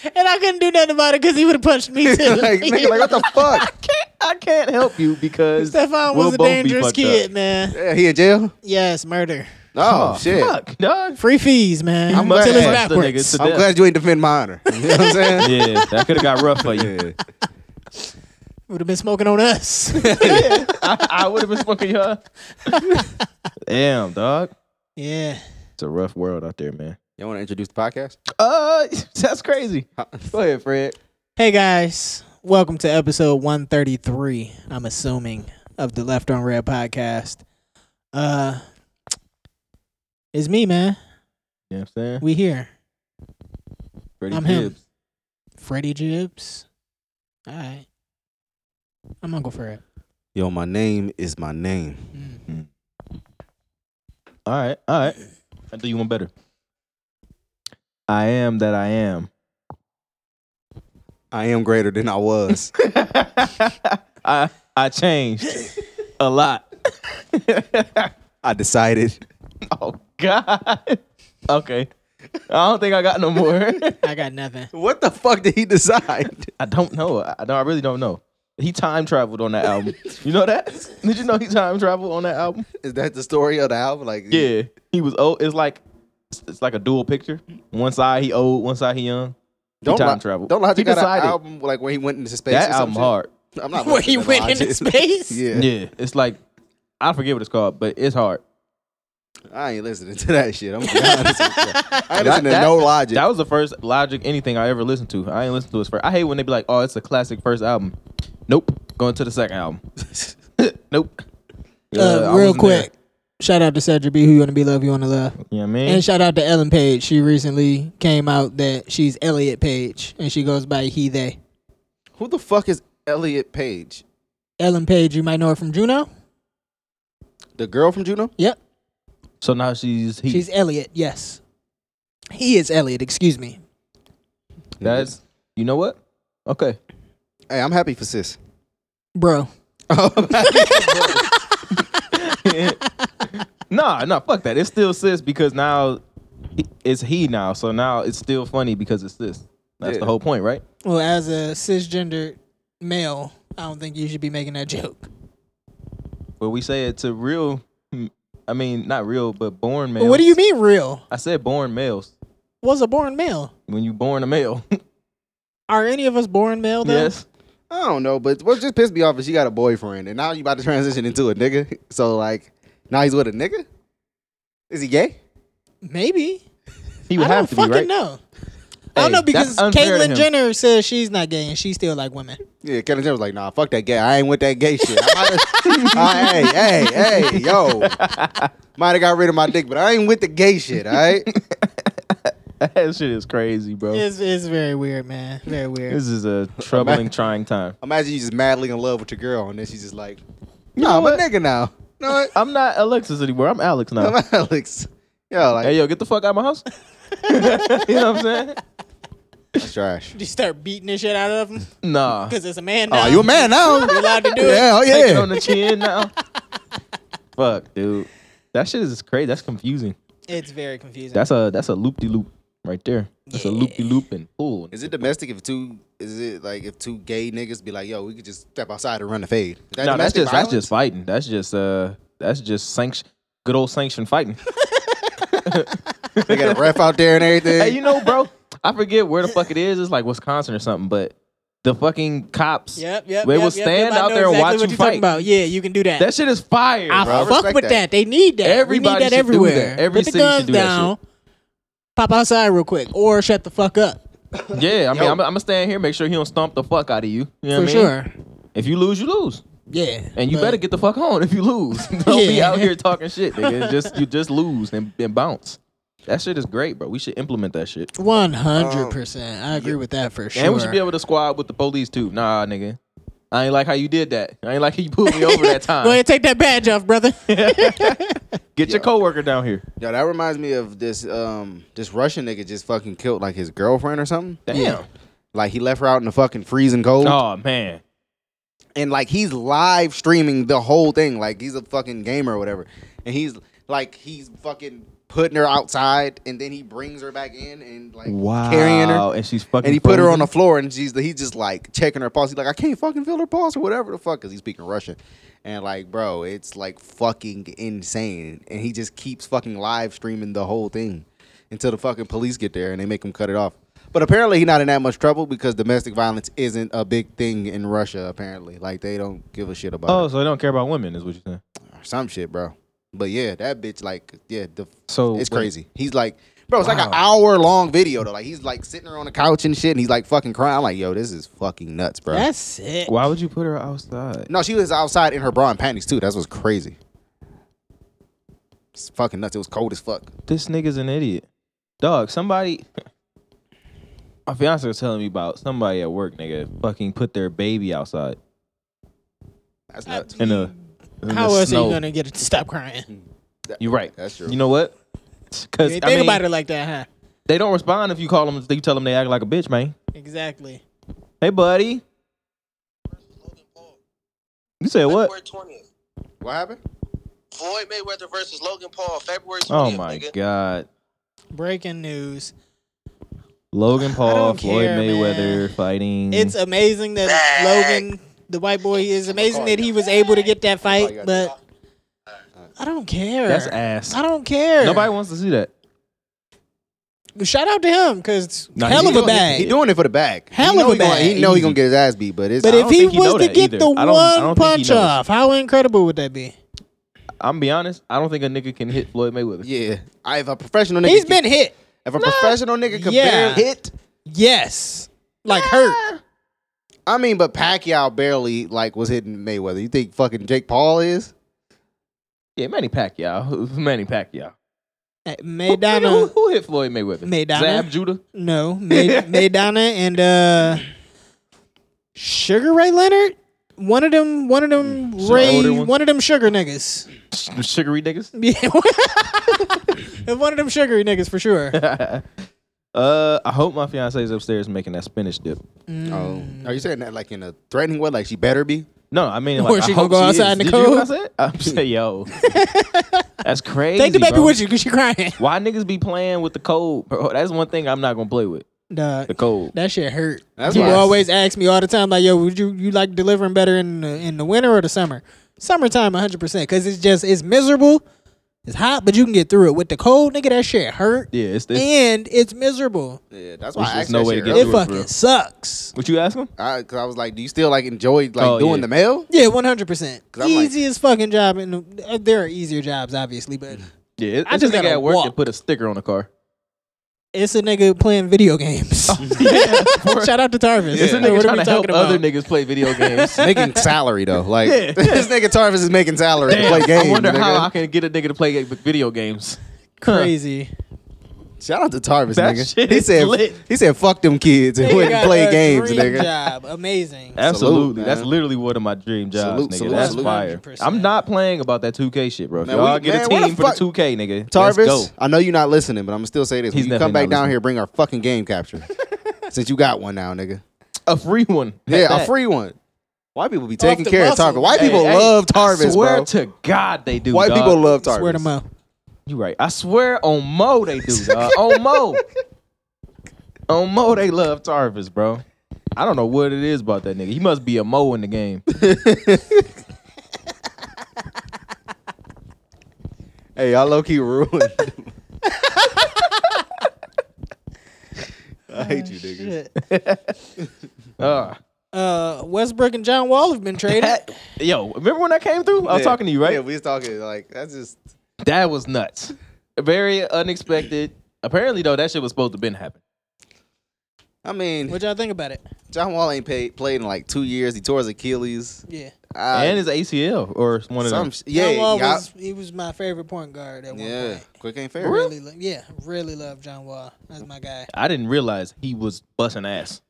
[SPEAKER 3] and I couldn't do nothing about it because he would have punched me too.
[SPEAKER 2] like, nigga, like what the fuck?
[SPEAKER 1] I can't help you because
[SPEAKER 3] Stefan
[SPEAKER 1] we'll
[SPEAKER 3] was a
[SPEAKER 1] both be
[SPEAKER 3] dangerous
[SPEAKER 1] fucked
[SPEAKER 3] kid,
[SPEAKER 1] up.
[SPEAKER 3] man.
[SPEAKER 2] Yeah, he in jail?
[SPEAKER 3] Yes, murder.
[SPEAKER 2] Oh,
[SPEAKER 1] Oh
[SPEAKER 2] shit.
[SPEAKER 1] fuck, dog.
[SPEAKER 3] Free fees, man.
[SPEAKER 2] I'm
[SPEAKER 3] Until
[SPEAKER 2] glad
[SPEAKER 3] it's
[SPEAKER 2] I
[SPEAKER 1] punched the
[SPEAKER 3] backwards.
[SPEAKER 1] nigga to-
[SPEAKER 2] I'm
[SPEAKER 1] Yeah.
[SPEAKER 2] glad you ain't defend my honor. You know what I'm saying?
[SPEAKER 1] Yeah, that could have got rough for you.
[SPEAKER 2] Yeah.
[SPEAKER 3] Would have been smoking on us.
[SPEAKER 1] I, I would have been smoking your. Damn, dog.
[SPEAKER 3] yeah.
[SPEAKER 1] It's a rough world out there, man.
[SPEAKER 2] Y'all want to introduce the podcast?
[SPEAKER 1] Uh, that's crazy.
[SPEAKER 2] Go ahead, Fred.
[SPEAKER 3] Hey guys, welcome to episode 133, I'm assuming, of the Left on Red podcast. Uh It's me, man.
[SPEAKER 1] You know what I'm saying?
[SPEAKER 3] We here.
[SPEAKER 1] Freddie
[SPEAKER 3] I'm him.
[SPEAKER 1] Gibbs.
[SPEAKER 3] Freddie Gibbs. All right. I'm Uncle Fred.
[SPEAKER 2] Yo, my name is my name.
[SPEAKER 3] Mm.
[SPEAKER 1] All right, all right. I do you one better. I am that I am.
[SPEAKER 2] I am greater than I was.
[SPEAKER 1] I I changed a lot.
[SPEAKER 2] I decided.
[SPEAKER 1] oh God. Okay. I don't think I got no more.
[SPEAKER 3] I got nothing.
[SPEAKER 2] What the fuck did he decide?
[SPEAKER 1] I don't know. I I don't. I really don't know. He time traveled on that album. You know that? Did you know he time traveled on that album?
[SPEAKER 2] Is that the story of the album? Like,
[SPEAKER 1] Yeah. He was old. It's like it's like a dual picture. One side he old, one side he young. He
[SPEAKER 2] don't
[SPEAKER 1] time
[SPEAKER 2] li-
[SPEAKER 1] travel.
[SPEAKER 2] Don't lie.
[SPEAKER 1] He
[SPEAKER 2] You got an
[SPEAKER 1] decided.
[SPEAKER 2] album like when he went into space.
[SPEAKER 1] That
[SPEAKER 2] or some
[SPEAKER 1] album
[SPEAKER 2] shit?
[SPEAKER 1] hard.
[SPEAKER 2] I'm not
[SPEAKER 3] Where he
[SPEAKER 2] looking at
[SPEAKER 3] went
[SPEAKER 2] logic.
[SPEAKER 3] into space?
[SPEAKER 2] Yeah.
[SPEAKER 1] Yeah, it's like I forget what it's called, but it's hard.
[SPEAKER 2] I ain't listening to that shit. I'm gonna be honest with you. I ain't listening to
[SPEAKER 1] that-
[SPEAKER 2] no logic.
[SPEAKER 1] That was the first Logic anything I ever listened to. I ain't listened to his first. I hate when they be like, "Oh, it's a classic first album." Nope, going to the second album. nope.
[SPEAKER 3] Uh,
[SPEAKER 1] I
[SPEAKER 3] real
[SPEAKER 1] wasn't there.
[SPEAKER 3] quick. Shout out to Cedric B, who you want to be love, you want to love.
[SPEAKER 1] You know what I mean?
[SPEAKER 3] And shout out to Ellen Page. She recently came out that she's Elliot Page and she goes by he they.
[SPEAKER 2] Who the fuck is Elliot Page?
[SPEAKER 3] Ellen Page, you might know her from Juno.
[SPEAKER 2] The girl from Juno?
[SPEAKER 3] Yep.
[SPEAKER 1] so now she's he.
[SPEAKER 3] She's Elliot, yes. He is Elliot, excuse me.
[SPEAKER 1] that's you know what? Okay,
[SPEAKER 2] Hey, I'm happy for sis.
[SPEAKER 3] Bro.
[SPEAKER 1] nah, nah, fuck that. It's still sis because now he- it's he now. So now it's still funny because it's sis. That's
[SPEAKER 2] Yeah.
[SPEAKER 1] the whole point, right?
[SPEAKER 3] Well, as a cisgender male, I don't think you should be making that joke.
[SPEAKER 1] But we say it to real. I mean, not real, but born males.
[SPEAKER 3] But what do you mean real?
[SPEAKER 1] I said born males.
[SPEAKER 3] Was a born male.
[SPEAKER 1] When you born a male,
[SPEAKER 3] Are any of us born male though?
[SPEAKER 1] yes.
[SPEAKER 2] I don't know, but what just pissed me off is she got a boyfriend, and now you about to transition into a nigga. So like, now he's with a nigga. Is he gay?
[SPEAKER 3] Maybe.
[SPEAKER 1] He would
[SPEAKER 3] I don't
[SPEAKER 1] have to be
[SPEAKER 3] fucking
[SPEAKER 1] right.
[SPEAKER 3] know. I don't
[SPEAKER 1] Hey,
[SPEAKER 3] know because
[SPEAKER 1] that's unfair to
[SPEAKER 3] Caitlyn
[SPEAKER 1] him.
[SPEAKER 3] Jenner says she's not gay and she still like women.
[SPEAKER 2] Yeah, Kevin James was like, nah, fuck that gay. I ain't with that gay shit. I might've- I- hey, hey, hey, yo. Might have got rid of my dick, but I ain't with the gay shit, all right?
[SPEAKER 1] That shit is crazy, bro.
[SPEAKER 3] It's it's very weird, man. Very weird.
[SPEAKER 1] This is a troubling, trying time.
[SPEAKER 2] Imagine you just madly in love with your girl and then she's just like, nah, I'm a nigga now. You know what?
[SPEAKER 1] I'm not Alexis anymore. I'm Alex now.
[SPEAKER 2] I'm Alex. Yo, like,
[SPEAKER 1] hey, yo, get the fuck out of my house. you know what I'm saying?
[SPEAKER 2] that's trash.
[SPEAKER 3] You start beating the shit out of them
[SPEAKER 1] Nah.
[SPEAKER 3] because it's a man
[SPEAKER 2] Oh,
[SPEAKER 3] now.
[SPEAKER 2] you a man now.
[SPEAKER 3] You're allowed to do it.
[SPEAKER 2] yeah, oh
[SPEAKER 1] Take it on
[SPEAKER 2] yeah.
[SPEAKER 1] the chin now. fuck, dude. That shit is crazy. That's confusing.
[SPEAKER 3] It's very confusing.
[SPEAKER 1] That's a that's a loop de loop right there. That's a loop de loop and ooh.
[SPEAKER 2] Is it domestic if two, is it like if two gay niggas be like, yo, we could just step outside and run the fade? Is that
[SPEAKER 1] No, that's
[SPEAKER 2] domestic
[SPEAKER 1] just
[SPEAKER 2] violence?
[SPEAKER 1] that's just fighting. That's just uh that's just sanction good old sanction fighting.
[SPEAKER 2] They got a ref out there and everything.
[SPEAKER 1] hey, you know, bro, I forget where the fuck it is. It's like Wisconsin or something, but the fucking cops
[SPEAKER 3] Yep, yep.
[SPEAKER 1] they
[SPEAKER 3] yep,
[SPEAKER 1] will
[SPEAKER 3] yep,
[SPEAKER 1] stand
[SPEAKER 3] yep, I
[SPEAKER 1] out
[SPEAKER 3] know
[SPEAKER 1] there and
[SPEAKER 3] exactly
[SPEAKER 1] watch
[SPEAKER 3] what
[SPEAKER 1] you
[SPEAKER 3] you're talking
[SPEAKER 1] fight.
[SPEAKER 3] About. Yeah, you can do that.
[SPEAKER 1] That shit is fire,
[SPEAKER 3] I
[SPEAKER 1] bro.
[SPEAKER 2] respect
[SPEAKER 3] fuck with
[SPEAKER 2] that.
[SPEAKER 3] that. They need that.
[SPEAKER 1] Everybody
[SPEAKER 3] we
[SPEAKER 1] should
[SPEAKER 3] need that
[SPEAKER 1] do
[SPEAKER 3] everywhere.
[SPEAKER 1] that. Every
[SPEAKER 3] Put the
[SPEAKER 1] city
[SPEAKER 3] guns
[SPEAKER 1] should do that
[SPEAKER 3] down. Pop outside real quick, or shut the fuck up
[SPEAKER 1] Yeah, I mean, I'm,
[SPEAKER 2] Yo.
[SPEAKER 1] I'm gonna stand here, make sure he don't stomp the fuck out of you. You know what
[SPEAKER 3] for
[SPEAKER 1] I mean?
[SPEAKER 3] sure.
[SPEAKER 1] If you lose, you lose,
[SPEAKER 3] Yeah,
[SPEAKER 1] and you
[SPEAKER 3] but-
[SPEAKER 1] better get the fuck on if you lose. don't be
[SPEAKER 3] Yeah.
[SPEAKER 1] out here talking shit, nigga. It's just you just lose and, and bounce. That shit is great, bro. We should implement that shit.
[SPEAKER 3] One hundred percent. I agree with that for sure.
[SPEAKER 1] Um, And we should be able to squad with the police too. Nah, nigga. I ain't like how you did that. I ain't like how you pulled me over that time.
[SPEAKER 3] Go ahead, take that badge off, brother.
[SPEAKER 1] Get your coworker down here.
[SPEAKER 2] Yo, that reminds me of this um this Russian nigga just fucking killed like his girlfriend or something.
[SPEAKER 1] Damn.
[SPEAKER 2] Like he left her out in the fucking freezing cold.
[SPEAKER 1] Oh man.
[SPEAKER 2] And like he's live streaming the whole thing. Like he's a fucking gamer or whatever. And he's like he's fucking putting her outside and then he brings her back in and like carrying her.
[SPEAKER 1] And she's fucking.
[SPEAKER 2] And he put her on
[SPEAKER 1] frozen?
[SPEAKER 2] the floor, and she's he's just like checking her pulse. He's like, I can't fucking feel her pulse or whatever the fuck, cause he's speaking Russian. And like, bro, it's like fucking insane. And he just keeps fucking live streaming the whole thing until the fucking police get there and they make him cut it off. But apparently, he's not in that much trouble because domestic violence isn't a big thing in Russia. Apparently, like they don't give a shit about
[SPEAKER 1] Oh,
[SPEAKER 2] it
[SPEAKER 1] so they don't care about women, is what you're saying?
[SPEAKER 2] or some shit, bro. But yeah, that bitch, like, yeah, the
[SPEAKER 1] So
[SPEAKER 2] it's
[SPEAKER 1] what-
[SPEAKER 2] crazy. He's like, bro, it's like an
[SPEAKER 1] Wow.
[SPEAKER 2] hour long video though. Like he's like sitting her on the couch and shit, and he's like fucking crying. I'm like, yo, this is fucking nuts, bro.
[SPEAKER 3] That's it.
[SPEAKER 1] Why would you put her outside?
[SPEAKER 2] no, she was outside in her bra and panties too. That's what's crazy. It's fucking nuts. It was cold as fuck.
[SPEAKER 1] This nigga's an idiot, dog. Somebody, my fiance was telling me about somebody at work, nigga, fucking put their baby outside
[SPEAKER 2] That's nuts.
[SPEAKER 1] in the. in the
[SPEAKER 3] How else are
[SPEAKER 1] snow.
[SPEAKER 3] you gonna get it to stop crying? You
[SPEAKER 1] You're right.
[SPEAKER 2] That's true.
[SPEAKER 1] You know what? Because
[SPEAKER 3] ain't
[SPEAKER 1] I
[SPEAKER 3] think
[SPEAKER 1] mean,
[SPEAKER 3] about it like that, huh?
[SPEAKER 1] they don't respond if you call them. You tell them they act like a bitch, man.
[SPEAKER 3] Exactly.
[SPEAKER 1] Hey, buddy.
[SPEAKER 5] Logan Paul.
[SPEAKER 1] You said what?
[SPEAKER 5] February 20th.
[SPEAKER 2] what happened?
[SPEAKER 5] Floyd Mayweather versus Logan Paul, February 20th.
[SPEAKER 1] Oh my
[SPEAKER 5] nigga.
[SPEAKER 1] god.
[SPEAKER 3] Breaking news.
[SPEAKER 1] Logan Paul,
[SPEAKER 3] don't
[SPEAKER 1] Floyd
[SPEAKER 3] care,
[SPEAKER 1] Mayweather
[SPEAKER 3] man.
[SPEAKER 1] fighting.
[SPEAKER 3] It's amazing that
[SPEAKER 5] Bag.
[SPEAKER 3] Logan, the white boy, is amazing that he was able to get that
[SPEAKER 2] you
[SPEAKER 3] fight,
[SPEAKER 2] got
[SPEAKER 3] but I don't care.
[SPEAKER 1] that's ass.
[SPEAKER 3] I don't care.
[SPEAKER 1] Nobody wants to see that.
[SPEAKER 3] Shout out to him because
[SPEAKER 1] Nah,
[SPEAKER 3] hell
[SPEAKER 1] he
[SPEAKER 3] of a
[SPEAKER 1] doing-
[SPEAKER 3] bag.
[SPEAKER 2] He doing it for the bag.
[SPEAKER 3] Hell
[SPEAKER 2] he
[SPEAKER 3] of
[SPEAKER 2] know
[SPEAKER 3] a
[SPEAKER 2] he gonna-
[SPEAKER 3] bag.
[SPEAKER 2] He know he
[SPEAKER 1] Easy.
[SPEAKER 2] gonna get his ass beat, but it's.
[SPEAKER 3] but
[SPEAKER 1] I
[SPEAKER 3] if
[SPEAKER 1] don't
[SPEAKER 3] he
[SPEAKER 1] think he
[SPEAKER 3] was
[SPEAKER 1] know
[SPEAKER 3] to
[SPEAKER 1] that
[SPEAKER 3] get
[SPEAKER 1] either.
[SPEAKER 3] the
[SPEAKER 1] I don't- I don't
[SPEAKER 3] one
[SPEAKER 1] think he
[SPEAKER 3] punch
[SPEAKER 1] knows.
[SPEAKER 3] off, how incredible would that be?
[SPEAKER 1] I'm gonna be honest. I don't think a nigga can hit Floyd Mayweather.
[SPEAKER 2] yeah, I, if a professional nigga,
[SPEAKER 3] He's
[SPEAKER 2] can-
[SPEAKER 3] been hit.
[SPEAKER 2] If a professional nigga could
[SPEAKER 3] Yeah.
[SPEAKER 2] barely hit,
[SPEAKER 3] Yes. Like hurt.
[SPEAKER 2] I mean, but Pacquiao barely like was hitting Mayweather. You think fucking Jake Paul is?
[SPEAKER 1] Yeah, Manny Pacquiao. Manny Pacquiao.
[SPEAKER 3] Hey,
[SPEAKER 1] Who- nigga, Who,
[SPEAKER 3] Maidana.
[SPEAKER 1] who hit Floyd Mayweather?
[SPEAKER 3] Maidana?
[SPEAKER 1] Zab Judah.
[SPEAKER 3] No. Maid- Maidana and uh Sugar Ray Leonard? One of them one of them
[SPEAKER 1] the
[SPEAKER 3] Ray
[SPEAKER 1] Mm. older
[SPEAKER 3] one?
[SPEAKER 1] one?
[SPEAKER 3] of them sugar niggas.
[SPEAKER 1] Sugary niggas.
[SPEAKER 3] Yeah. one of them sugary niggas for sure.
[SPEAKER 1] Uh, I hope my fiance is upstairs making that spinach dip.
[SPEAKER 2] Oh, are you saying that like in a threatening way? Like she better be?
[SPEAKER 1] No, I mean, like,
[SPEAKER 3] Or
[SPEAKER 1] I
[SPEAKER 3] she
[SPEAKER 1] hope
[SPEAKER 3] gonna go
[SPEAKER 1] is.
[SPEAKER 3] outside in the
[SPEAKER 1] Did you hear what
[SPEAKER 3] cold?
[SPEAKER 1] I said, I'm saying, yo, that's crazy.
[SPEAKER 3] Take the baby
[SPEAKER 1] bro.
[SPEAKER 3] with you because you're crying.
[SPEAKER 1] Why niggas be playing with the cold? Bro, that's one thing I'm not gonna play with.
[SPEAKER 3] Dog,
[SPEAKER 1] The cold.
[SPEAKER 3] that shit hurt.
[SPEAKER 2] That's
[SPEAKER 3] People
[SPEAKER 2] why I-
[SPEAKER 3] always ask me all the time, like, "Yo, would you you like delivering better in the, in the winter or the summer?" Summertime, hundred percent, because it's just it's miserable, it's hot, but you can get through it. With the cold, nigga, that shit hurt,
[SPEAKER 1] Yeah, it's, it's
[SPEAKER 3] and it's miserable.
[SPEAKER 2] Yeah, that's
[SPEAKER 1] There's
[SPEAKER 2] why I
[SPEAKER 1] just
[SPEAKER 2] asked
[SPEAKER 1] no
[SPEAKER 2] that
[SPEAKER 1] way
[SPEAKER 2] shit
[SPEAKER 1] to get
[SPEAKER 2] earlier.
[SPEAKER 3] It
[SPEAKER 1] do it,
[SPEAKER 3] fucking
[SPEAKER 1] bro.
[SPEAKER 3] sucks.
[SPEAKER 1] What you ask him?
[SPEAKER 2] I, Cause I was like, do you still like enjoy like
[SPEAKER 1] Oh,
[SPEAKER 2] doing
[SPEAKER 1] yeah.
[SPEAKER 2] the mail?
[SPEAKER 3] Yeah, one hundred percent.
[SPEAKER 2] 'Cause I'm like-
[SPEAKER 3] Easiest fucking job, and uh, there are easier jobs, obviously, but
[SPEAKER 1] Yeah, it-
[SPEAKER 3] I
[SPEAKER 1] it's a
[SPEAKER 3] just
[SPEAKER 1] nigga
[SPEAKER 3] gotta
[SPEAKER 1] at work
[SPEAKER 3] walk.
[SPEAKER 1] that put a sticker on the car.
[SPEAKER 3] It's a nigga playing video games.
[SPEAKER 1] Oh,
[SPEAKER 3] Shout out to Tarvis.
[SPEAKER 1] It's a
[SPEAKER 2] Yeah.
[SPEAKER 1] nigga
[SPEAKER 3] What are
[SPEAKER 1] trying
[SPEAKER 3] we
[SPEAKER 1] to help
[SPEAKER 3] talking about?
[SPEAKER 1] other niggas play video games.
[SPEAKER 2] making salary though. Like
[SPEAKER 1] Yeah.
[SPEAKER 2] this nigga Tarvis is making salary to play games.
[SPEAKER 1] I wonder how
[SPEAKER 2] nigga.
[SPEAKER 1] I can get a nigga to play ga- video games.
[SPEAKER 3] Crazy.
[SPEAKER 2] Shout out to Tarvis,
[SPEAKER 1] That
[SPEAKER 2] nigga.
[SPEAKER 1] shit
[SPEAKER 2] he
[SPEAKER 1] is
[SPEAKER 2] said
[SPEAKER 1] lit.
[SPEAKER 2] he said fuck them kids and
[SPEAKER 3] Nigga
[SPEAKER 2] went and
[SPEAKER 3] got
[SPEAKER 2] played
[SPEAKER 3] a
[SPEAKER 2] games,
[SPEAKER 3] dream
[SPEAKER 2] nigga.
[SPEAKER 3] Job. Amazing.
[SPEAKER 1] Absolutely.
[SPEAKER 2] man.
[SPEAKER 1] That's literally one of my dream jobs,
[SPEAKER 2] Salute,
[SPEAKER 1] nigga.
[SPEAKER 2] salute,
[SPEAKER 1] That's
[SPEAKER 2] salute.
[SPEAKER 1] fire.
[SPEAKER 3] 100%.
[SPEAKER 1] I'm not playing about that 2K shit, bro. If
[SPEAKER 2] Man,
[SPEAKER 1] Y'all
[SPEAKER 2] we-
[SPEAKER 1] get
[SPEAKER 2] man,
[SPEAKER 1] a
[SPEAKER 2] where the
[SPEAKER 1] team for
[SPEAKER 2] fuck-
[SPEAKER 1] the 2K, nigga. Let's go.
[SPEAKER 2] Tarvis, I know you're not listening, but I'm still say this.
[SPEAKER 1] He's
[SPEAKER 2] when you come
[SPEAKER 1] definitely
[SPEAKER 2] back
[SPEAKER 1] not
[SPEAKER 2] down
[SPEAKER 1] listening.
[SPEAKER 2] here, bring our fucking game capture. Since you got one now, nigga.
[SPEAKER 1] A free one. At
[SPEAKER 2] Yeah, a
[SPEAKER 1] that.
[SPEAKER 2] free one. White people be
[SPEAKER 3] Off
[SPEAKER 2] taking
[SPEAKER 3] the
[SPEAKER 2] care of
[SPEAKER 3] muscle.
[SPEAKER 2] Tarvis. White
[SPEAKER 1] Hey,
[SPEAKER 2] people
[SPEAKER 1] hey,
[SPEAKER 2] love
[SPEAKER 1] I
[SPEAKER 2] Tarvis,
[SPEAKER 1] Swear
[SPEAKER 2] bro.
[SPEAKER 1] to God they do.
[SPEAKER 2] White
[SPEAKER 1] dog.
[SPEAKER 2] people love Tarvis.
[SPEAKER 3] Swear to Mo.
[SPEAKER 1] You right. I swear on Mo they do. dog. on Mo. On Mo they love Tarvis, bro. I don't know what it is about that nigga. He must be a Mo in the game.
[SPEAKER 2] Hey, y'all low key ruined. I hate you,
[SPEAKER 1] Oh,
[SPEAKER 2] niggas.
[SPEAKER 3] Shit.
[SPEAKER 1] Uh,
[SPEAKER 3] Uh, Westbrook and John Wall have been traded.
[SPEAKER 1] that- yo, remember when that came through? I was
[SPEAKER 2] Yeah.
[SPEAKER 1] talking to you, right?
[SPEAKER 2] Yeah, we was talking like that's just
[SPEAKER 1] That was nuts. Very unexpected. Apparently, though, that shit was supposed to been happen.
[SPEAKER 2] I mean,
[SPEAKER 3] What y'all think about it?
[SPEAKER 2] John Wall ain't paid, played in like two years. He tore his Achilles.
[SPEAKER 3] Yeah.
[SPEAKER 2] I-
[SPEAKER 1] and his ACL or one of
[SPEAKER 2] some
[SPEAKER 1] them.
[SPEAKER 2] sh- yeah,
[SPEAKER 3] John Wall
[SPEAKER 2] yeah,
[SPEAKER 3] was he was my favorite point guard at one
[SPEAKER 2] yeah.
[SPEAKER 3] point.
[SPEAKER 2] Quick ain't fair.
[SPEAKER 3] Really, lo- yeah, really love John Wall. That's my guy.
[SPEAKER 1] I didn't realize he was busting ass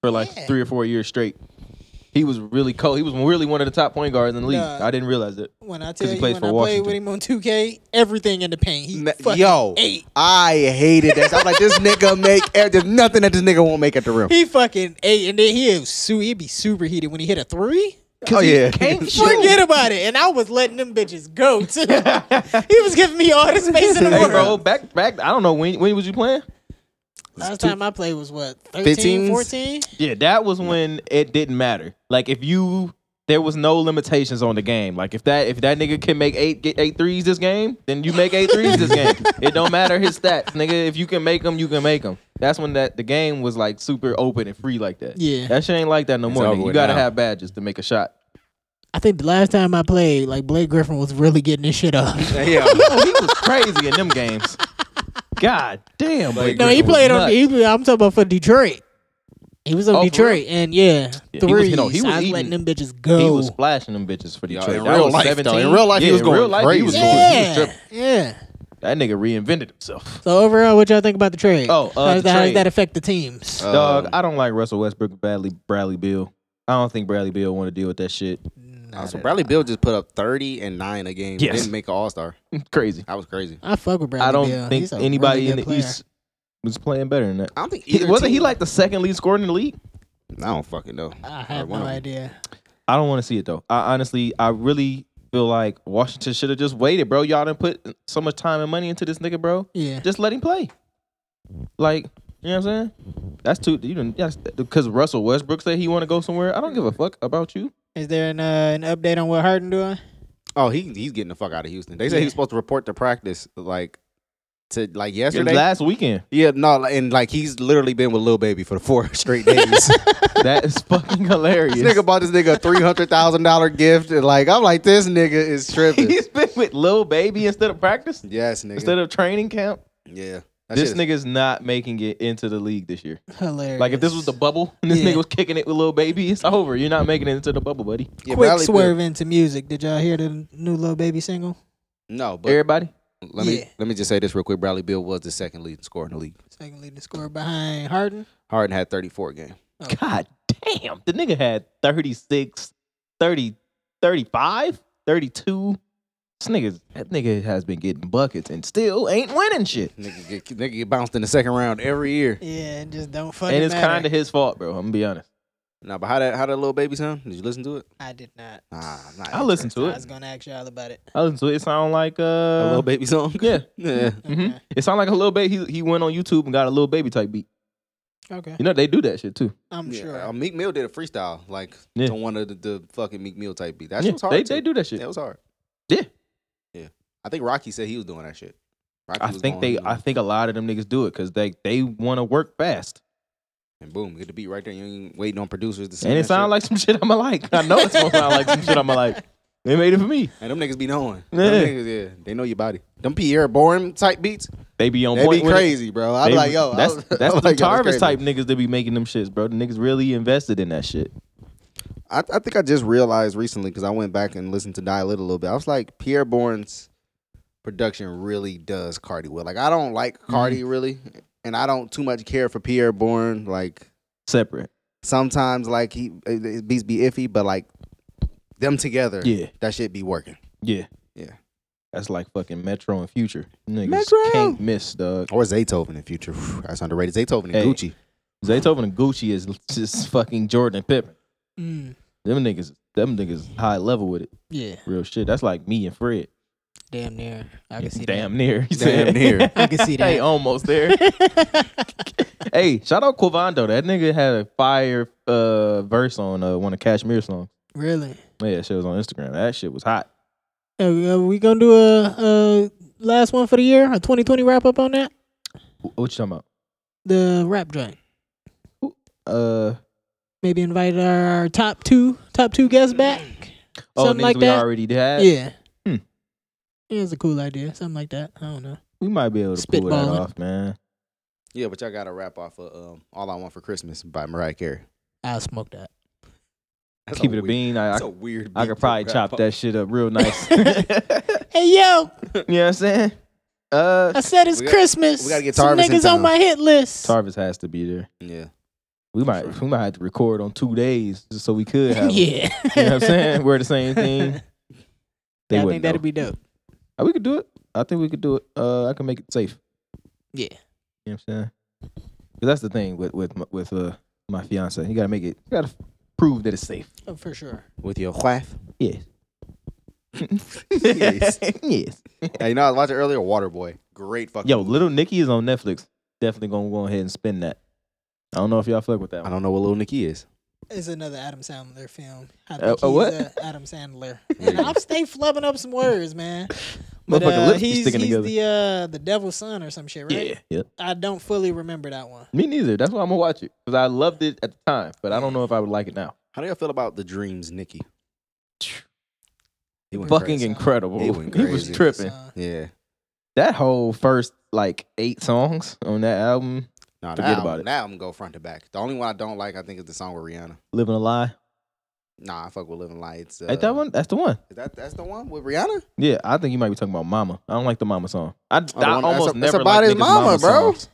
[SPEAKER 1] for like
[SPEAKER 3] Yeah.
[SPEAKER 1] three or four years straight. He was really cold. He was really one of the top point guards in the league.
[SPEAKER 3] Nah.
[SPEAKER 1] I didn't realize it.
[SPEAKER 3] When I tell
[SPEAKER 1] he
[SPEAKER 3] you,
[SPEAKER 1] plays
[SPEAKER 3] when
[SPEAKER 1] for
[SPEAKER 3] I played with
[SPEAKER 1] Washington.
[SPEAKER 3] him on 2K, everything in the paint, he
[SPEAKER 2] Ma-
[SPEAKER 3] fucking
[SPEAKER 2] Yo,
[SPEAKER 3] ate.
[SPEAKER 2] I hated that. I'm like, this nigga make air- there's nothing that this nigga won't make at the rim.
[SPEAKER 3] He fucking ate, and then he was su- he'd be super heated when he hit a three.
[SPEAKER 2] Oh yeah,
[SPEAKER 1] can't shoot.
[SPEAKER 3] Forget about it. And I was letting them bitches go too. he was giving me all the space in the
[SPEAKER 1] Hey,
[SPEAKER 3] world.
[SPEAKER 1] bro, back back. I don't know when. When was you playing?
[SPEAKER 3] Last time I played was what
[SPEAKER 2] 15s?
[SPEAKER 3] 13, 14?
[SPEAKER 1] Yeah, that was when it didn't matter. Like if you, there was no limitations on the game. Like if that if that nigga can make eight get eight threes this game, then you make eight threes this game. It don't matter his stats, nigga. If you can make them, you can make them. That's when that the game was like super open and free like that.
[SPEAKER 3] Yeah.
[SPEAKER 1] that shit ain't like that no more.
[SPEAKER 2] over
[SPEAKER 1] nigga. You
[SPEAKER 2] with
[SPEAKER 1] gotta
[SPEAKER 2] now.
[SPEAKER 1] have badges to make a shot.
[SPEAKER 3] I think the last time I played, like Blake Griffin was really getting his shit up.
[SPEAKER 2] yeah.
[SPEAKER 1] Oh, he was crazy in them games. God damn, Blake
[SPEAKER 3] no, he
[SPEAKER 1] Griffin was
[SPEAKER 3] played on.
[SPEAKER 1] nuts.
[SPEAKER 3] He, I'm talking about for Detroit. He was on
[SPEAKER 1] Oh, for
[SPEAKER 3] Detroit, and yeah,
[SPEAKER 1] Yeah, he was-
[SPEAKER 3] threes.
[SPEAKER 1] you know, he was
[SPEAKER 3] I was
[SPEAKER 1] eating-
[SPEAKER 3] letting them bitches go.
[SPEAKER 1] He was splashing them bitches for
[SPEAKER 2] Yeah,
[SPEAKER 1] Detroit.
[SPEAKER 2] in
[SPEAKER 1] That
[SPEAKER 2] real
[SPEAKER 1] was
[SPEAKER 2] life, though.
[SPEAKER 1] 17.
[SPEAKER 2] In real life, he
[SPEAKER 1] Yeah,
[SPEAKER 2] was
[SPEAKER 1] in
[SPEAKER 2] going
[SPEAKER 1] real life,
[SPEAKER 2] crazy.
[SPEAKER 1] He was going. He was
[SPEAKER 3] yeah,
[SPEAKER 1] tripping.
[SPEAKER 3] yeah.
[SPEAKER 1] That nigga reinvented himself.
[SPEAKER 3] So overall, what y'all think about the trade?
[SPEAKER 1] Oh, uh,
[SPEAKER 3] how,
[SPEAKER 1] the
[SPEAKER 3] does that, how does
[SPEAKER 1] trade.
[SPEAKER 3] that affect the teams?
[SPEAKER 2] Uh,
[SPEAKER 1] Dog,
[SPEAKER 2] Um,
[SPEAKER 1] I don't like Russell Westbrook, Bradley, Bradley Bill. I don't think Bradley Bill want to deal with that shit.
[SPEAKER 2] Uh, so Bradley Bill just put up 30 and nine a game.
[SPEAKER 1] Yes.
[SPEAKER 2] Didn't make an All Star.
[SPEAKER 1] Crazy.
[SPEAKER 2] That was crazy.
[SPEAKER 3] I fuck with Bradley.
[SPEAKER 1] I don't
[SPEAKER 3] Beal.
[SPEAKER 1] think
[SPEAKER 3] He's a
[SPEAKER 1] anybody
[SPEAKER 3] really
[SPEAKER 1] in the
[SPEAKER 3] good player.
[SPEAKER 1] East was playing better than that.
[SPEAKER 2] I don't think
[SPEAKER 1] He,
[SPEAKER 2] either
[SPEAKER 1] wasn't he
[SPEAKER 2] team-
[SPEAKER 1] like the second lead scorer in the league?
[SPEAKER 2] I don't fucking know.
[SPEAKER 3] I
[SPEAKER 2] Or
[SPEAKER 3] have
[SPEAKER 2] one
[SPEAKER 3] no
[SPEAKER 2] of them.
[SPEAKER 3] idea.
[SPEAKER 1] I don't want to see it though. I honestly, I really feel like Washington should have just waited, bro. Y'all didn't put so much time and money into this nigga, bro.
[SPEAKER 3] Yeah,
[SPEAKER 1] Just let him play. Like, you know what I'm saying? That's too. You know, because Russell Westbrook said he want to go somewhere. I don't give a fuck about you.
[SPEAKER 3] is there an uh, an update on what Harden doing?
[SPEAKER 2] Oh, he he's getting the fuck out of Houston. They say he
[SPEAKER 3] Yeah.
[SPEAKER 2] was supposed to report to practice like to like yesterday.
[SPEAKER 1] Last weekend.
[SPEAKER 2] yeah, no, and like he's literally been with Lil Baby for the four straight days.
[SPEAKER 1] That is fucking hilarious.
[SPEAKER 2] This nigga bought this nigga a three hundred thousand dollar gift, and like I'm like, this nigga is tripping.
[SPEAKER 1] He's been with Lil Baby instead of practice,
[SPEAKER 2] yes, nigga.
[SPEAKER 1] instead of training camp.
[SPEAKER 2] yeah, that
[SPEAKER 1] This
[SPEAKER 2] shit is-
[SPEAKER 1] nigga's not making it into the league this year.
[SPEAKER 3] Hilarious.
[SPEAKER 1] Like if this was the bubble and this
[SPEAKER 3] Yeah.
[SPEAKER 1] nigga was kicking it with Lil Baby, it's over. You're not making it into the bubble, buddy.
[SPEAKER 2] yeah,
[SPEAKER 3] quick
[SPEAKER 2] Bradley Beal-
[SPEAKER 3] swerve into music. Did y'all hear the new little baby single?
[SPEAKER 2] No, but
[SPEAKER 1] Everybody.
[SPEAKER 2] let me
[SPEAKER 3] yeah.
[SPEAKER 2] let me just say this real quick. Bradley Bill was the second leading scorer in the league.
[SPEAKER 3] Secondly, the score behind Harden.
[SPEAKER 2] Harden had thirty four game.
[SPEAKER 1] God damn. The nigga had 36, 30, 35, 32. This nigga's, that nigga has been getting buckets and still ain't winning shit.
[SPEAKER 2] Nigga get, nigga get bounced in the second round every year.
[SPEAKER 3] Yeah, and just don't fucking.
[SPEAKER 1] And it's
[SPEAKER 3] matter.
[SPEAKER 1] kind of his fault, bro. I'm gonna be honest.
[SPEAKER 2] Now, but how that how that little baby sound? Did you listen to it?
[SPEAKER 3] I did not.
[SPEAKER 2] Nah, I'm not
[SPEAKER 1] I listened to
[SPEAKER 3] I was
[SPEAKER 1] it.
[SPEAKER 3] gonna ask y'all about it.
[SPEAKER 1] I listened to it. It sound like uh,
[SPEAKER 2] a little baby song.
[SPEAKER 1] Yeah.
[SPEAKER 2] yeah.
[SPEAKER 1] hmm It sounded like a little baby. He, he went on YouTube and got a little baby type beat.
[SPEAKER 3] Okay,
[SPEAKER 1] You know they do that shit too.
[SPEAKER 3] I'm
[SPEAKER 2] Yeah,
[SPEAKER 3] sure.
[SPEAKER 2] uh, Meek Mill did a freestyle like
[SPEAKER 1] Yeah.
[SPEAKER 2] on one of the, the fucking Meek Mill type beat. That
[SPEAKER 1] Yeah,
[SPEAKER 2] shit was hard.
[SPEAKER 1] they,
[SPEAKER 2] too.
[SPEAKER 1] they do that shit.
[SPEAKER 2] That was hard.
[SPEAKER 1] Yeah.
[SPEAKER 2] Yeah. I think Rocky said he was doing that shit. Rocky
[SPEAKER 1] I
[SPEAKER 2] was
[SPEAKER 1] think
[SPEAKER 2] going,
[SPEAKER 1] they.
[SPEAKER 2] you know,
[SPEAKER 1] I think a lot of them niggas do it because they they want to work fast.
[SPEAKER 2] and boom, get the beat right there. You ain't waiting on producers to sing.
[SPEAKER 1] And it
[SPEAKER 2] that
[SPEAKER 1] sound
[SPEAKER 2] shit.
[SPEAKER 1] like some shit I'ma like. I know it's gonna sound like some shit I'ma like. They made it for me.
[SPEAKER 2] and them niggas be knowing.
[SPEAKER 1] Yeah.
[SPEAKER 2] Them niggas, yeah, they know your body. Them Pierre Bourne type beats.
[SPEAKER 1] They be on
[SPEAKER 2] That'd
[SPEAKER 1] point.
[SPEAKER 2] be
[SPEAKER 1] with it.
[SPEAKER 2] crazy, bro. I'd
[SPEAKER 1] They-
[SPEAKER 2] be like, yo, I
[SPEAKER 1] that's
[SPEAKER 2] was-
[SPEAKER 1] that's
[SPEAKER 2] I'm
[SPEAKER 1] the
[SPEAKER 2] like, yo, that's
[SPEAKER 1] Tarvis
[SPEAKER 2] crazy.
[SPEAKER 1] type niggas that be making them shits, bro. The niggas really invested in that shit.
[SPEAKER 2] I, I think I just realized recently because I went back and listened to Die Lit a little bit. I was like, Pierre Bourne's production really does Cardi well. Like, I don't like
[SPEAKER 1] Mm-hmm.
[SPEAKER 2] Cardi really, and I don't too much care for Pierre Bourne. Like,
[SPEAKER 1] Separate.
[SPEAKER 2] sometimes like he uh, the beats be iffy, but like them together,
[SPEAKER 1] Yeah.
[SPEAKER 2] that shit be working.
[SPEAKER 1] Yeah.
[SPEAKER 2] Yeah.
[SPEAKER 1] That's like fucking Metro and Future. Niggas
[SPEAKER 2] Metro!
[SPEAKER 1] can't miss, dog.
[SPEAKER 2] Or Zaytoven in future. Whew, That's underrated. Zaytoven and
[SPEAKER 1] Hey.
[SPEAKER 2] Gucci.
[SPEAKER 1] Zaytoven and Gucci is just fucking Jordan and Pippen.
[SPEAKER 3] Mm,
[SPEAKER 1] Them niggas, them niggas high level with it.
[SPEAKER 3] yeah,
[SPEAKER 1] Real shit. That's like me and Fred.
[SPEAKER 3] damn near. I can see
[SPEAKER 1] Damn near. he
[SPEAKER 2] Damn
[SPEAKER 1] said.
[SPEAKER 2] near.
[SPEAKER 3] that. I can
[SPEAKER 1] Hey,
[SPEAKER 3] see that.
[SPEAKER 1] almost there. hey, shout out Quavando. That nigga had a fire uh, verse on uh, one of Cashmere's songs.
[SPEAKER 3] really?
[SPEAKER 1] Yeah, shit was on Instagram. That shit was hot.
[SPEAKER 3] Are uh, we- are we gonna do a, a last one for the year, a 2020 wrap up on that?
[SPEAKER 1] Wh- What you talking about?
[SPEAKER 3] The rap joint.
[SPEAKER 1] Uh,
[SPEAKER 3] Maybe invite our, our top two, top two guests back.
[SPEAKER 1] oh,
[SPEAKER 3] Something
[SPEAKER 1] niggas
[SPEAKER 3] like
[SPEAKER 1] we
[SPEAKER 3] that.
[SPEAKER 1] already had.
[SPEAKER 3] yeah.
[SPEAKER 1] Hmm.
[SPEAKER 3] Yeah, it's a cool idea. Something like that. I don't know.
[SPEAKER 1] We might be able to pull that
[SPEAKER 3] Spitballing.
[SPEAKER 1] off, man.
[SPEAKER 2] Yeah, but y'all got to wrap off of um, All I Want for Christmas by Mariah Carey.
[SPEAKER 3] I'll smoke that.
[SPEAKER 2] That's
[SPEAKER 1] Keep it a
[SPEAKER 2] weird-
[SPEAKER 1] bean. I, I,
[SPEAKER 2] That's a weird.
[SPEAKER 1] I
[SPEAKER 2] beat
[SPEAKER 1] could
[SPEAKER 2] to
[SPEAKER 1] probably
[SPEAKER 2] wrap
[SPEAKER 1] chop
[SPEAKER 2] up.
[SPEAKER 1] that shit up real nice. you know what
[SPEAKER 3] Hey yo,
[SPEAKER 1] I'm saying? Uh,
[SPEAKER 3] I said it's
[SPEAKER 2] We got-
[SPEAKER 3] Christmas.
[SPEAKER 2] we gotta get
[SPEAKER 3] Some
[SPEAKER 2] Tarvis in
[SPEAKER 3] niggas on
[SPEAKER 2] town.
[SPEAKER 3] my hit list.
[SPEAKER 1] Tarvis has to be there.
[SPEAKER 2] Yeah.
[SPEAKER 1] We might we might have to record on two days just so we could have. 'em.
[SPEAKER 3] yeah.
[SPEAKER 1] You know what I'm saying? We're the same thing. They
[SPEAKER 3] I
[SPEAKER 1] wouldn't
[SPEAKER 3] think
[SPEAKER 1] know.
[SPEAKER 3] that'd be dope.
[SPEAKER 1] Uh, We could do it. I think we could do it. Uh, I can make it safe.
[SPEAKER 3] Yeah.
[SPEAKER 1] You know what I'm saying? 'Cause that's the thing with with my- with uh my fiance. You gotta make it. You gotta prove that it's safe.
[SPEAKER 3] Oh, for sure.
[SPEAKER 2] With your wife.
[SPEAKER 1] Yes.
[SPEAKER 2] Yes.
[SPEAKER 1] yes.
[SPEAKER 2] Hey, you know, I was watching earlier Waterboy. Great fucking.
[SPEAKER 1] Yo,
[SPEAKER 2] movie.
[SPEAKER 1] Little Nicky is on Netflix. Definitely gonna go ahead and spin that. I don't know if y'all fuck with that
[SPEAKER 2] I
[SPEAKER 1] one.
[SPEAKER 2] don't know what Little Nicky is.
[SPEAKER 3] It's another Adam Sandler film. I
[SPEAKER 1] Uh,
[SPEAKER 3] think
[SPEAKER 1] uh,
[SPEAKER 3] he's,
[SPEAKER 1] what?
[SPEAKER 3] uh, Adam Sandler. And I stay flubbing up some words, man. But
[SPEAKER 1] Motherfucker,
[SPEAKER 3] uh,
[SPEAKER 1] lips be
[SPEAKER 3] he's,
[SPEAKER 1] sticking
[SPEAKER 3] he's
[SPEAKER 1] together.
[SPEAKER 3] the uh, the devil's son or some shit, right?
[SPEAKER 1] Yeah. Yep.
[SPEAKER 3] I don't fully remember that one.
[SPEAKER 1] Me neither. That's why I'm gonna watch it because I loved it at the time, but I don't know if I would like it now.
[SPEAKER 2] How do y'all feel about the dreams, Nicky? He went
[SPEAKER 1] Fucking
[SPEAKER 3] crazy.
[SPEAKER 1] incredible.
[SPEAKER 2] He went
[SPEAKER 1] he was
[SPEAKER 2] crazy.
[SPEAKER 1] tripping.
[SPEAKER 3] So,
[SPEAKER 2] crazy. Yeah.
[SPEAKER 1] That whole first like eight songs on that album,
[SPEAKER 2] Nah,
[SPEAKER 1] Forget
[SPEAKER 2] now,
[SPEAKER 1] about it.
[SPEAKER 2] Now I'm go front to back. The only one I don't like, I think, is the song with Rihanna.
[SPEAKER 1] "Living a Lie."
[SPEAKER 2] Nah, I fuck with Living Lights. Uh,
[SPEAKER 1] Ain't that one? That's the one.
[SPEAKER 2] Is that that's the one with Rihanna? Oh,
[SPEAKER 1] Yeah, I think you might be talking about Mama. I don't like the Mama song. I, I
[SPEAKER 2] one that's-
[SPEAKER 1] almost
[SPEAKER 2] that's
[SPEAKER 1] never
[SPEAKER 2] about
[SPEAKER 1] like
[SPEAKER 2] his
[SPEAKER 1] niggas'
[SPEAKER 2] mama, bro.
[SPEAKER 1] songs.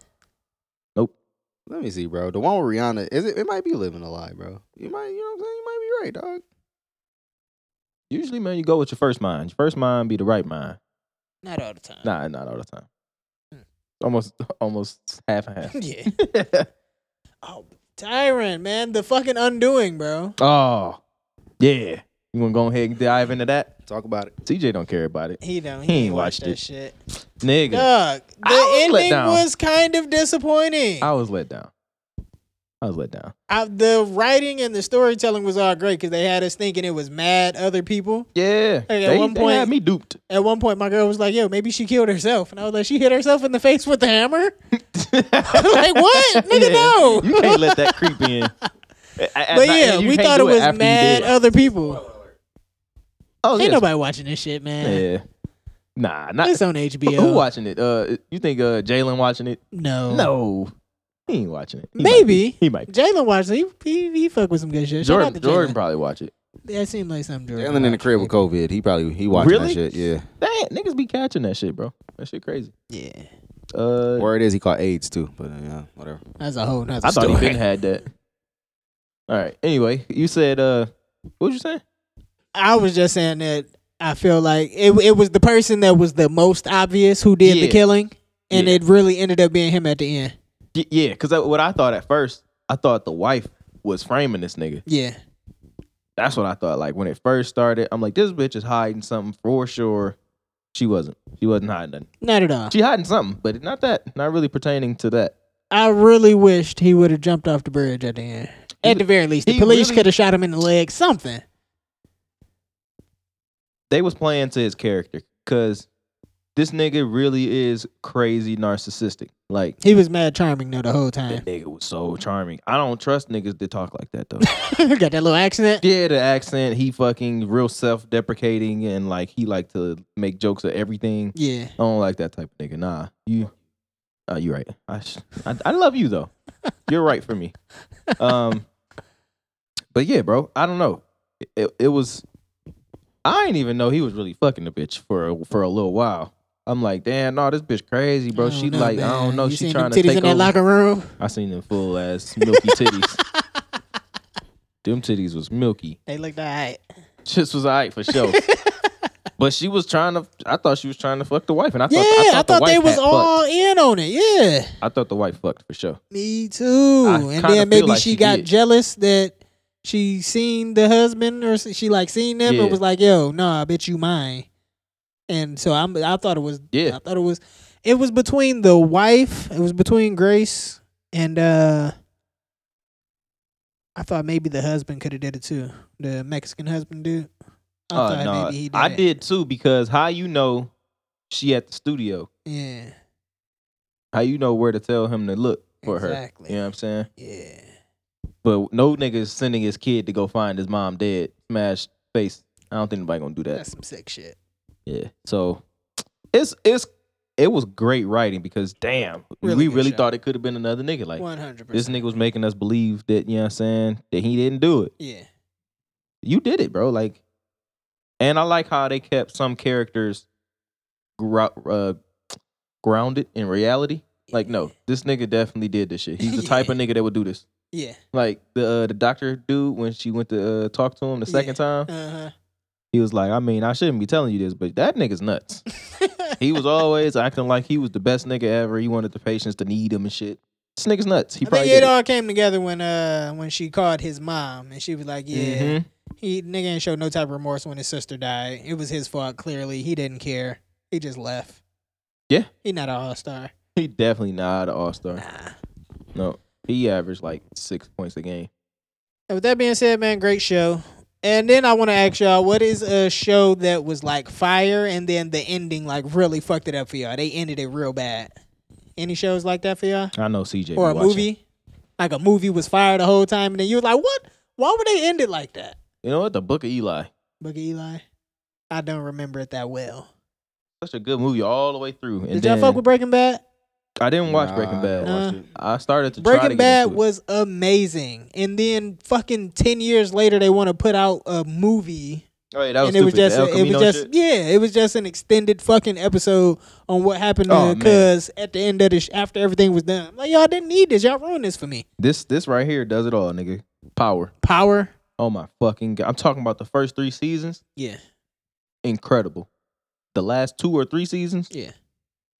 [SPEAKER 2] Let me see, bro. The one with Rihanna is it? It might be Living a Lie, bro. You might, you know, what I'm saying, you might be right, dog.
[SPEAKER 1] Usually, man, you go with your first mind. Your first mind be the right mind.
[SPEAKER 3] not all the time.
[SPEAKER 1] Nah, not all the time.
[SPEAKER 3] Hmm.
[SPEAKER 1] Almost, almost half and half.
[SPEAKER 3] yeah. Oh, Tyrant, man. The fucking undoing, bro.
[SPEAKER 1] oh, yeah. You want to go ahead and dive into that?
[SPEAKER 2] Talk about it.
[SPEAKER 1] CJ don't care about it,
[SPEAKER 3] He don't. He,
[SPEAKER 1] He ain't
[SPEAKER 3] ain't watched
[SPEAKER 1] watched
[SPEAKER 3] that
[SPEAKER 1] it.
[SPEAKER 3] shit.
[SPEAKER 1] nigga.
[SPEAKER 3] Doug, the
[SPEAKER 1] I was let
[SPEAKER 3] ending
[SPEAKER 1] down.
[SPEAKER 3] was kind of disappointing.
[SPEAKER 1] I was let down. I was let down.
[SPEAKER 3] I, the writing and the storytelling was all great because they had us thinking it was mad other people.
[SPEAKER 1] Yeah,
[SPEAKER 3] Hey, at
[SPEAKER 1] they,
[SPEAKER 3] one
[SPEAKER 1] they
[SPEAKER 3] point-
[SPEAKER 1] had me duped.
[SPEAKER 3] At one point, my girl was like, "Yo, maybe she killed herself," and I was like, "She hit herself in the face with the hammer." like what, nigga?
[SPEAKER 1] Yeah.
[SPEAKER 3] No.
[SPEAKER 1] You can't let that creep in.
[SPEAKER 3] but yeah, we thought it was mad other people.
[SPEAKER 1] Oh,
[SPEAKER 3] Ain't
[SPEAKER 1] yeah,
[SPEAKER 3] nobody watching this shit, man.
[SPEAKER 1] Yeah. Nah, not
[SPEAKER 3] It's on
[SPEAKER 1] who
[SPEAKER 3] HBO.
[SPEAKER 1] who watching it? Uh, you think uh Jalen watching it?
[SPEAKER 3] No.
[SPEAKER 1] No, he ain't watching it. He might
[SPEAKER 3] Maybe.
[SPEAKER 1] be. he might. be.
[SPEAKER 3] Jalen watched it. He, he, he fuck with some good shit. Shout out
[SPEAKER 1] Jordan
[SPEAKER 3] to
[SPEAKER 1] Jordan
[SPEAKER 3] Jalen.
[SPEAKER 1] probably watch it.
[SPEAKER 3] That seemed like something Jordan.
[SPEAKER 2] Jalen in the
[SPEAKER 3] watched,
[SPEAKER 2] crib with
[SPEAKER 3] maybe.
[SPEAKER 2] COVID. He probably he watching
[SPEAKER 1] Really?
[SPEAKER 2] that shit. Yeah.
[SPEAKER 1] Dang, niggas be catching that shit, bro. That shit crazy.
[SPEAKER 3] Yeah.
[SPEAKER 1] Uh,
[SPEAKER 2] Word is he caught AIDS too, but uh, yeah, whatever.
[SPEAKER 3] That's a whole nother
[SPEAKER 1] I thought
[SPEAKER 3] story.
[SPEAKER 1] he been had that. All right. Anyway, you said uh, what was you saying?
[SPEAKER 3] I was just saying that I feel like it it was the person that was the most obvious who did the
[SPEAKER 1] Yeah.
[SPEAKER 3] killing, and
[SPEAKER 1] Yeah.
[SPEAKER 3] it really ended up being him at the end.
[SPEAKER 1] Y- yeah, because what I thought at first, I thought the wife was framing this nigga.
[SPEAKER 3] Yeah,
[SPEAKER 1] That's what I thought. Like when it first started, I'm like, this bitch is hiding something for sure. She wasn't. She wasn't hiding nothing.
[SPEAKER 3] not at all.
[SPEAKER 1] She hiding something, but not that. Not really pertaining to that.
[SPEAKER 3] I really wished he would have jumped off the bridge at the end.
[SPEAKER 1] He
[SPEAKER 3] At the
[SPEAKER 1] was-
[SPEAKER 3] very least, the
[SPEAKER 1] he
[SPEAKER 3] police
[SPEAKER 1] really-
[SPEAKER 3] could have shot him in the leg. Something.
[SPEAKER 1] They was playing to his character because this nigga really is crazy narcissistic. Like
[SPEAKER 3] He was mad charming though the whole time.
[SPEAKER 1] that nigga was so charming. I don't trust niggas that talk like that though.
[SPEAKER 3] Got that little accident.
[SPEAKER 1] yeah, the accent. He fucking real self deprecating and like he like to make jokes of everything.
[SPEAKER 3] Yeah,
[SPEAKER 1] I don't like that type of nigga. Nah, you Oh, you're right. I, sh- I I love you though. You're right for me. Um, but yeah, bro. I don't know. It, it, it was. I didn't even know he was really fucking the bitch for a, for a little while. I'm like, damn, no, this bitch crazy, bro.
[SPEAKER 3] I don't
[SPEAKER 1] She
[SPEAKER 3] know,
[SPEAKER 1] like, I
[SPEAKER 3] Oh, man.
[SPEAKER 1] don't know.
[SPEAKER 3] You
[SPEAKER 1] She
[SPEAKER 3] seen
[SPEAKER 1] trying
[SPEAKER 3] them
[SPEAKER 1] to
[SPEAKER 3] titties
[SPEAKER 1] take
[SPEAKER 3] in that
[SPEAKER 1] over.
[SPEAKER 3] locker room.
[SPEAKER 1] I seen them full ass milky titties. them titties was milky.
[SPEAKER 3] They looked alright.
[SPEAKER 1] Shits was alright for sure. but she was trying to. I thought she was trying to fuck the wife, and I
[SPEAKER 3] Yeah,
[SPEAKER 1] thought I thought,
[SPEAKER 3] I
[SPEAKER 1] the
[SPEAKER 3] thought
[SPEAKER 1] wife
[SPEAKER 3] they was
[SPEAKER 1] had
[SPEAKER 3] all
[SPEAKER 1] Fucked.
[SPEAKER 3] in on it. Yeah.
[SPEAKER 1] I thought the wife fucked for sure.
[SPEAKER 3] Me too.
[SPEAKER 1] I
[SPEAKER 3] and
[SPEAKER 1] kinda feel
[SPEAKER 3] then maybe
[SPEAKER 1] like
[SPEAKER 3] she,
[SPEAKER 1] she
[SPEAKER 3] got
[SPEAKER 1] did.
[SPEAKER 3] jealous that she seen the husband or she like seen them
[SPEAKER 1] Yeah.
[SPEAKER 3] and was like, "Yo, no, I bet you mine." And so I'm. I thought it was.
[SPEAKER 1] Yeah.
[SPEAKER 3] I thought it was. It was between the wife. It was between Grace and. uh I thought maybe the husband could have did it too. The Mexican husband dude. I
[SPEAKER 1] Uh,
[SPEAKER 3] thought
[SPEAKER 1] no,
[SPEAKER 3] maybe he did.
[SPEAKER 1] I
[SPEAKER 3] it.
[SPEAKER 1] did too because how you know she at the studio?
[SPEAKER 3] Yeah.
[SPEAKER 1] How you know where to tell him to look for
[SPEAKER 3] Exactly.
[SPEAKER 1] her? You know what I'm saying?
[SPEAKER 3] Yeah.
[SPEAKER 1] But no nigga is sending his kid to go find his mom dead, smashed face. I don't think anybody gonna do that.
[SPEAKER 3] That's some sick shit.
[SPEAKER 1] Yeah. So it's it's it was great writing because damn, we
[SPEAKER 3] Really good
[SPEAKER 1] really
[SPEAKER 3] show.
[SPEAKER 1] thought it could have been another nigga. Like
[SPEAKER 3] One hundred
[SPEAKER 1] this
[SPEAKER 3] percent.
[SPEAKER 1] nigga was making us believe that, you know what I'm saying, that he didn't do it.
[SPEAKER 3] Yeah.
[SPEAKER 1] You did it, bro. Like and I like how they kept some characters gro- uh, grounded in reality. Like no, this nigga definitely did this shit. He's the type of nigga that would do this.
[SPEAKER 3] Yeah.
[SPEAKER 1] Like the uh, the doctor dude when she went to uh, talk to him the second time,
[SPEAKER 3] Uh
[SPEAKER 1] he was like, "I mean, I shouldn't be telling you this, but that nigga's nuts."
[SPEAKER 3] huh.
[SPEAKER 1] He was always acting like he was the best nigga ever. He wanted the patients to need him and shit. This nigga's nuts. He
[SPEAKER 3] I
[SPEAKER 1] probably
[SPEAKER 3] think
[SPEAKER 1] did
[SPEAKER 3] it
[SPEAKER 1] it.
[SPEAKER 3] all came together when uh when she called his mom and she was like, Yeah,
[SPEAKER 1] Mhm.
[SPEAKER 3] he nigga ain't show no type of remorse when his sister died. It was his fault, clearly. He didn't care. He just left.
[SPEAKER 1] Yeah.
[SPEAKER 3] He not an all star.
[SPEAKER 1] He definitely not an all star.
[SPEAKER 3] Nah.
[SPEAKER 1] No, he averaged like six points a game.
[SPEAKER 3] And with that being said, man, great show. And then I want to ask y'all, what is a show that was like fire and then the ending like really fucked it up for y'all? They ended it real bad. Any shows like that for y'all?
[SPEAKER 1] I know CJ be
[SPEAKER 3] or a
[SPEAKER 1] watching.
[SPEAKER 3] movie? Like a movie was fire the whole time and then you was like, What? Why would they end it like that?
[SPEAKER 1] You know what? The Book of Eli.
[SPEAKER 3] Book of Eli. I don't remember it that well.
[SPEAKER 1] Such a good movie all the way through. And
[SPEAKER 3] Did
[SPEAKER 1] then,
[SPEAKER 3] y'all fuck with Breaking Bad?
[SPEAKER 1] I didn't watch
[SPEAKER 2] Nah,
[SPEAKER 1] Breaking
[SPEAKER 2] I
[SPEAKER 1] Bad.
[SPEAKER 2] don't watch
[SPEAKER 3] Nah.
[SPEAKER 2] it.
[SPEAKER 1] I started to try to
[SPEAKER 3] Breaking
[SPEAKER 1] get
[SPEAKER 3] Bad
[SPEAKER 1] into it.
[SPEAKER 3] was amazing, and then fucking ten years later, they want to put out a movie,
[SPEAKER 1] Oh, yeah, that was
[SPEAKER 3] and it was
[SPEAKER 1] stupid.
[SPEAKER 3] just
[SPEAKER 1] The El
[SPEAKER 3] a- it was
[SPEAKER 1] Camino
[SPEAKER 3] just
[SPEAKER 1] shit.
[SPEAKER 3] yeah, it was just an extended fucking episode on what happened
[SPEAKER 1] Oh,
[SPEAKER 3] to
[SPEAKER 1] man.
[SPEAKER 3] Cuz at the end of the sh- after everything was done. I'm like y'all didn't need this, y'all ruined this for me.
[SPEAKER 1] this this right here does it all, nigga. Power.
[SPEAKER 3] Power,
[SPEAKER 1] Oh my fucking god! I'm talking about the first three seasons.
[SPEAKER 3] yeah,
[SPEAKER 1] Incredible. The last two or three seasons,
[SPEAKER 3] yeah.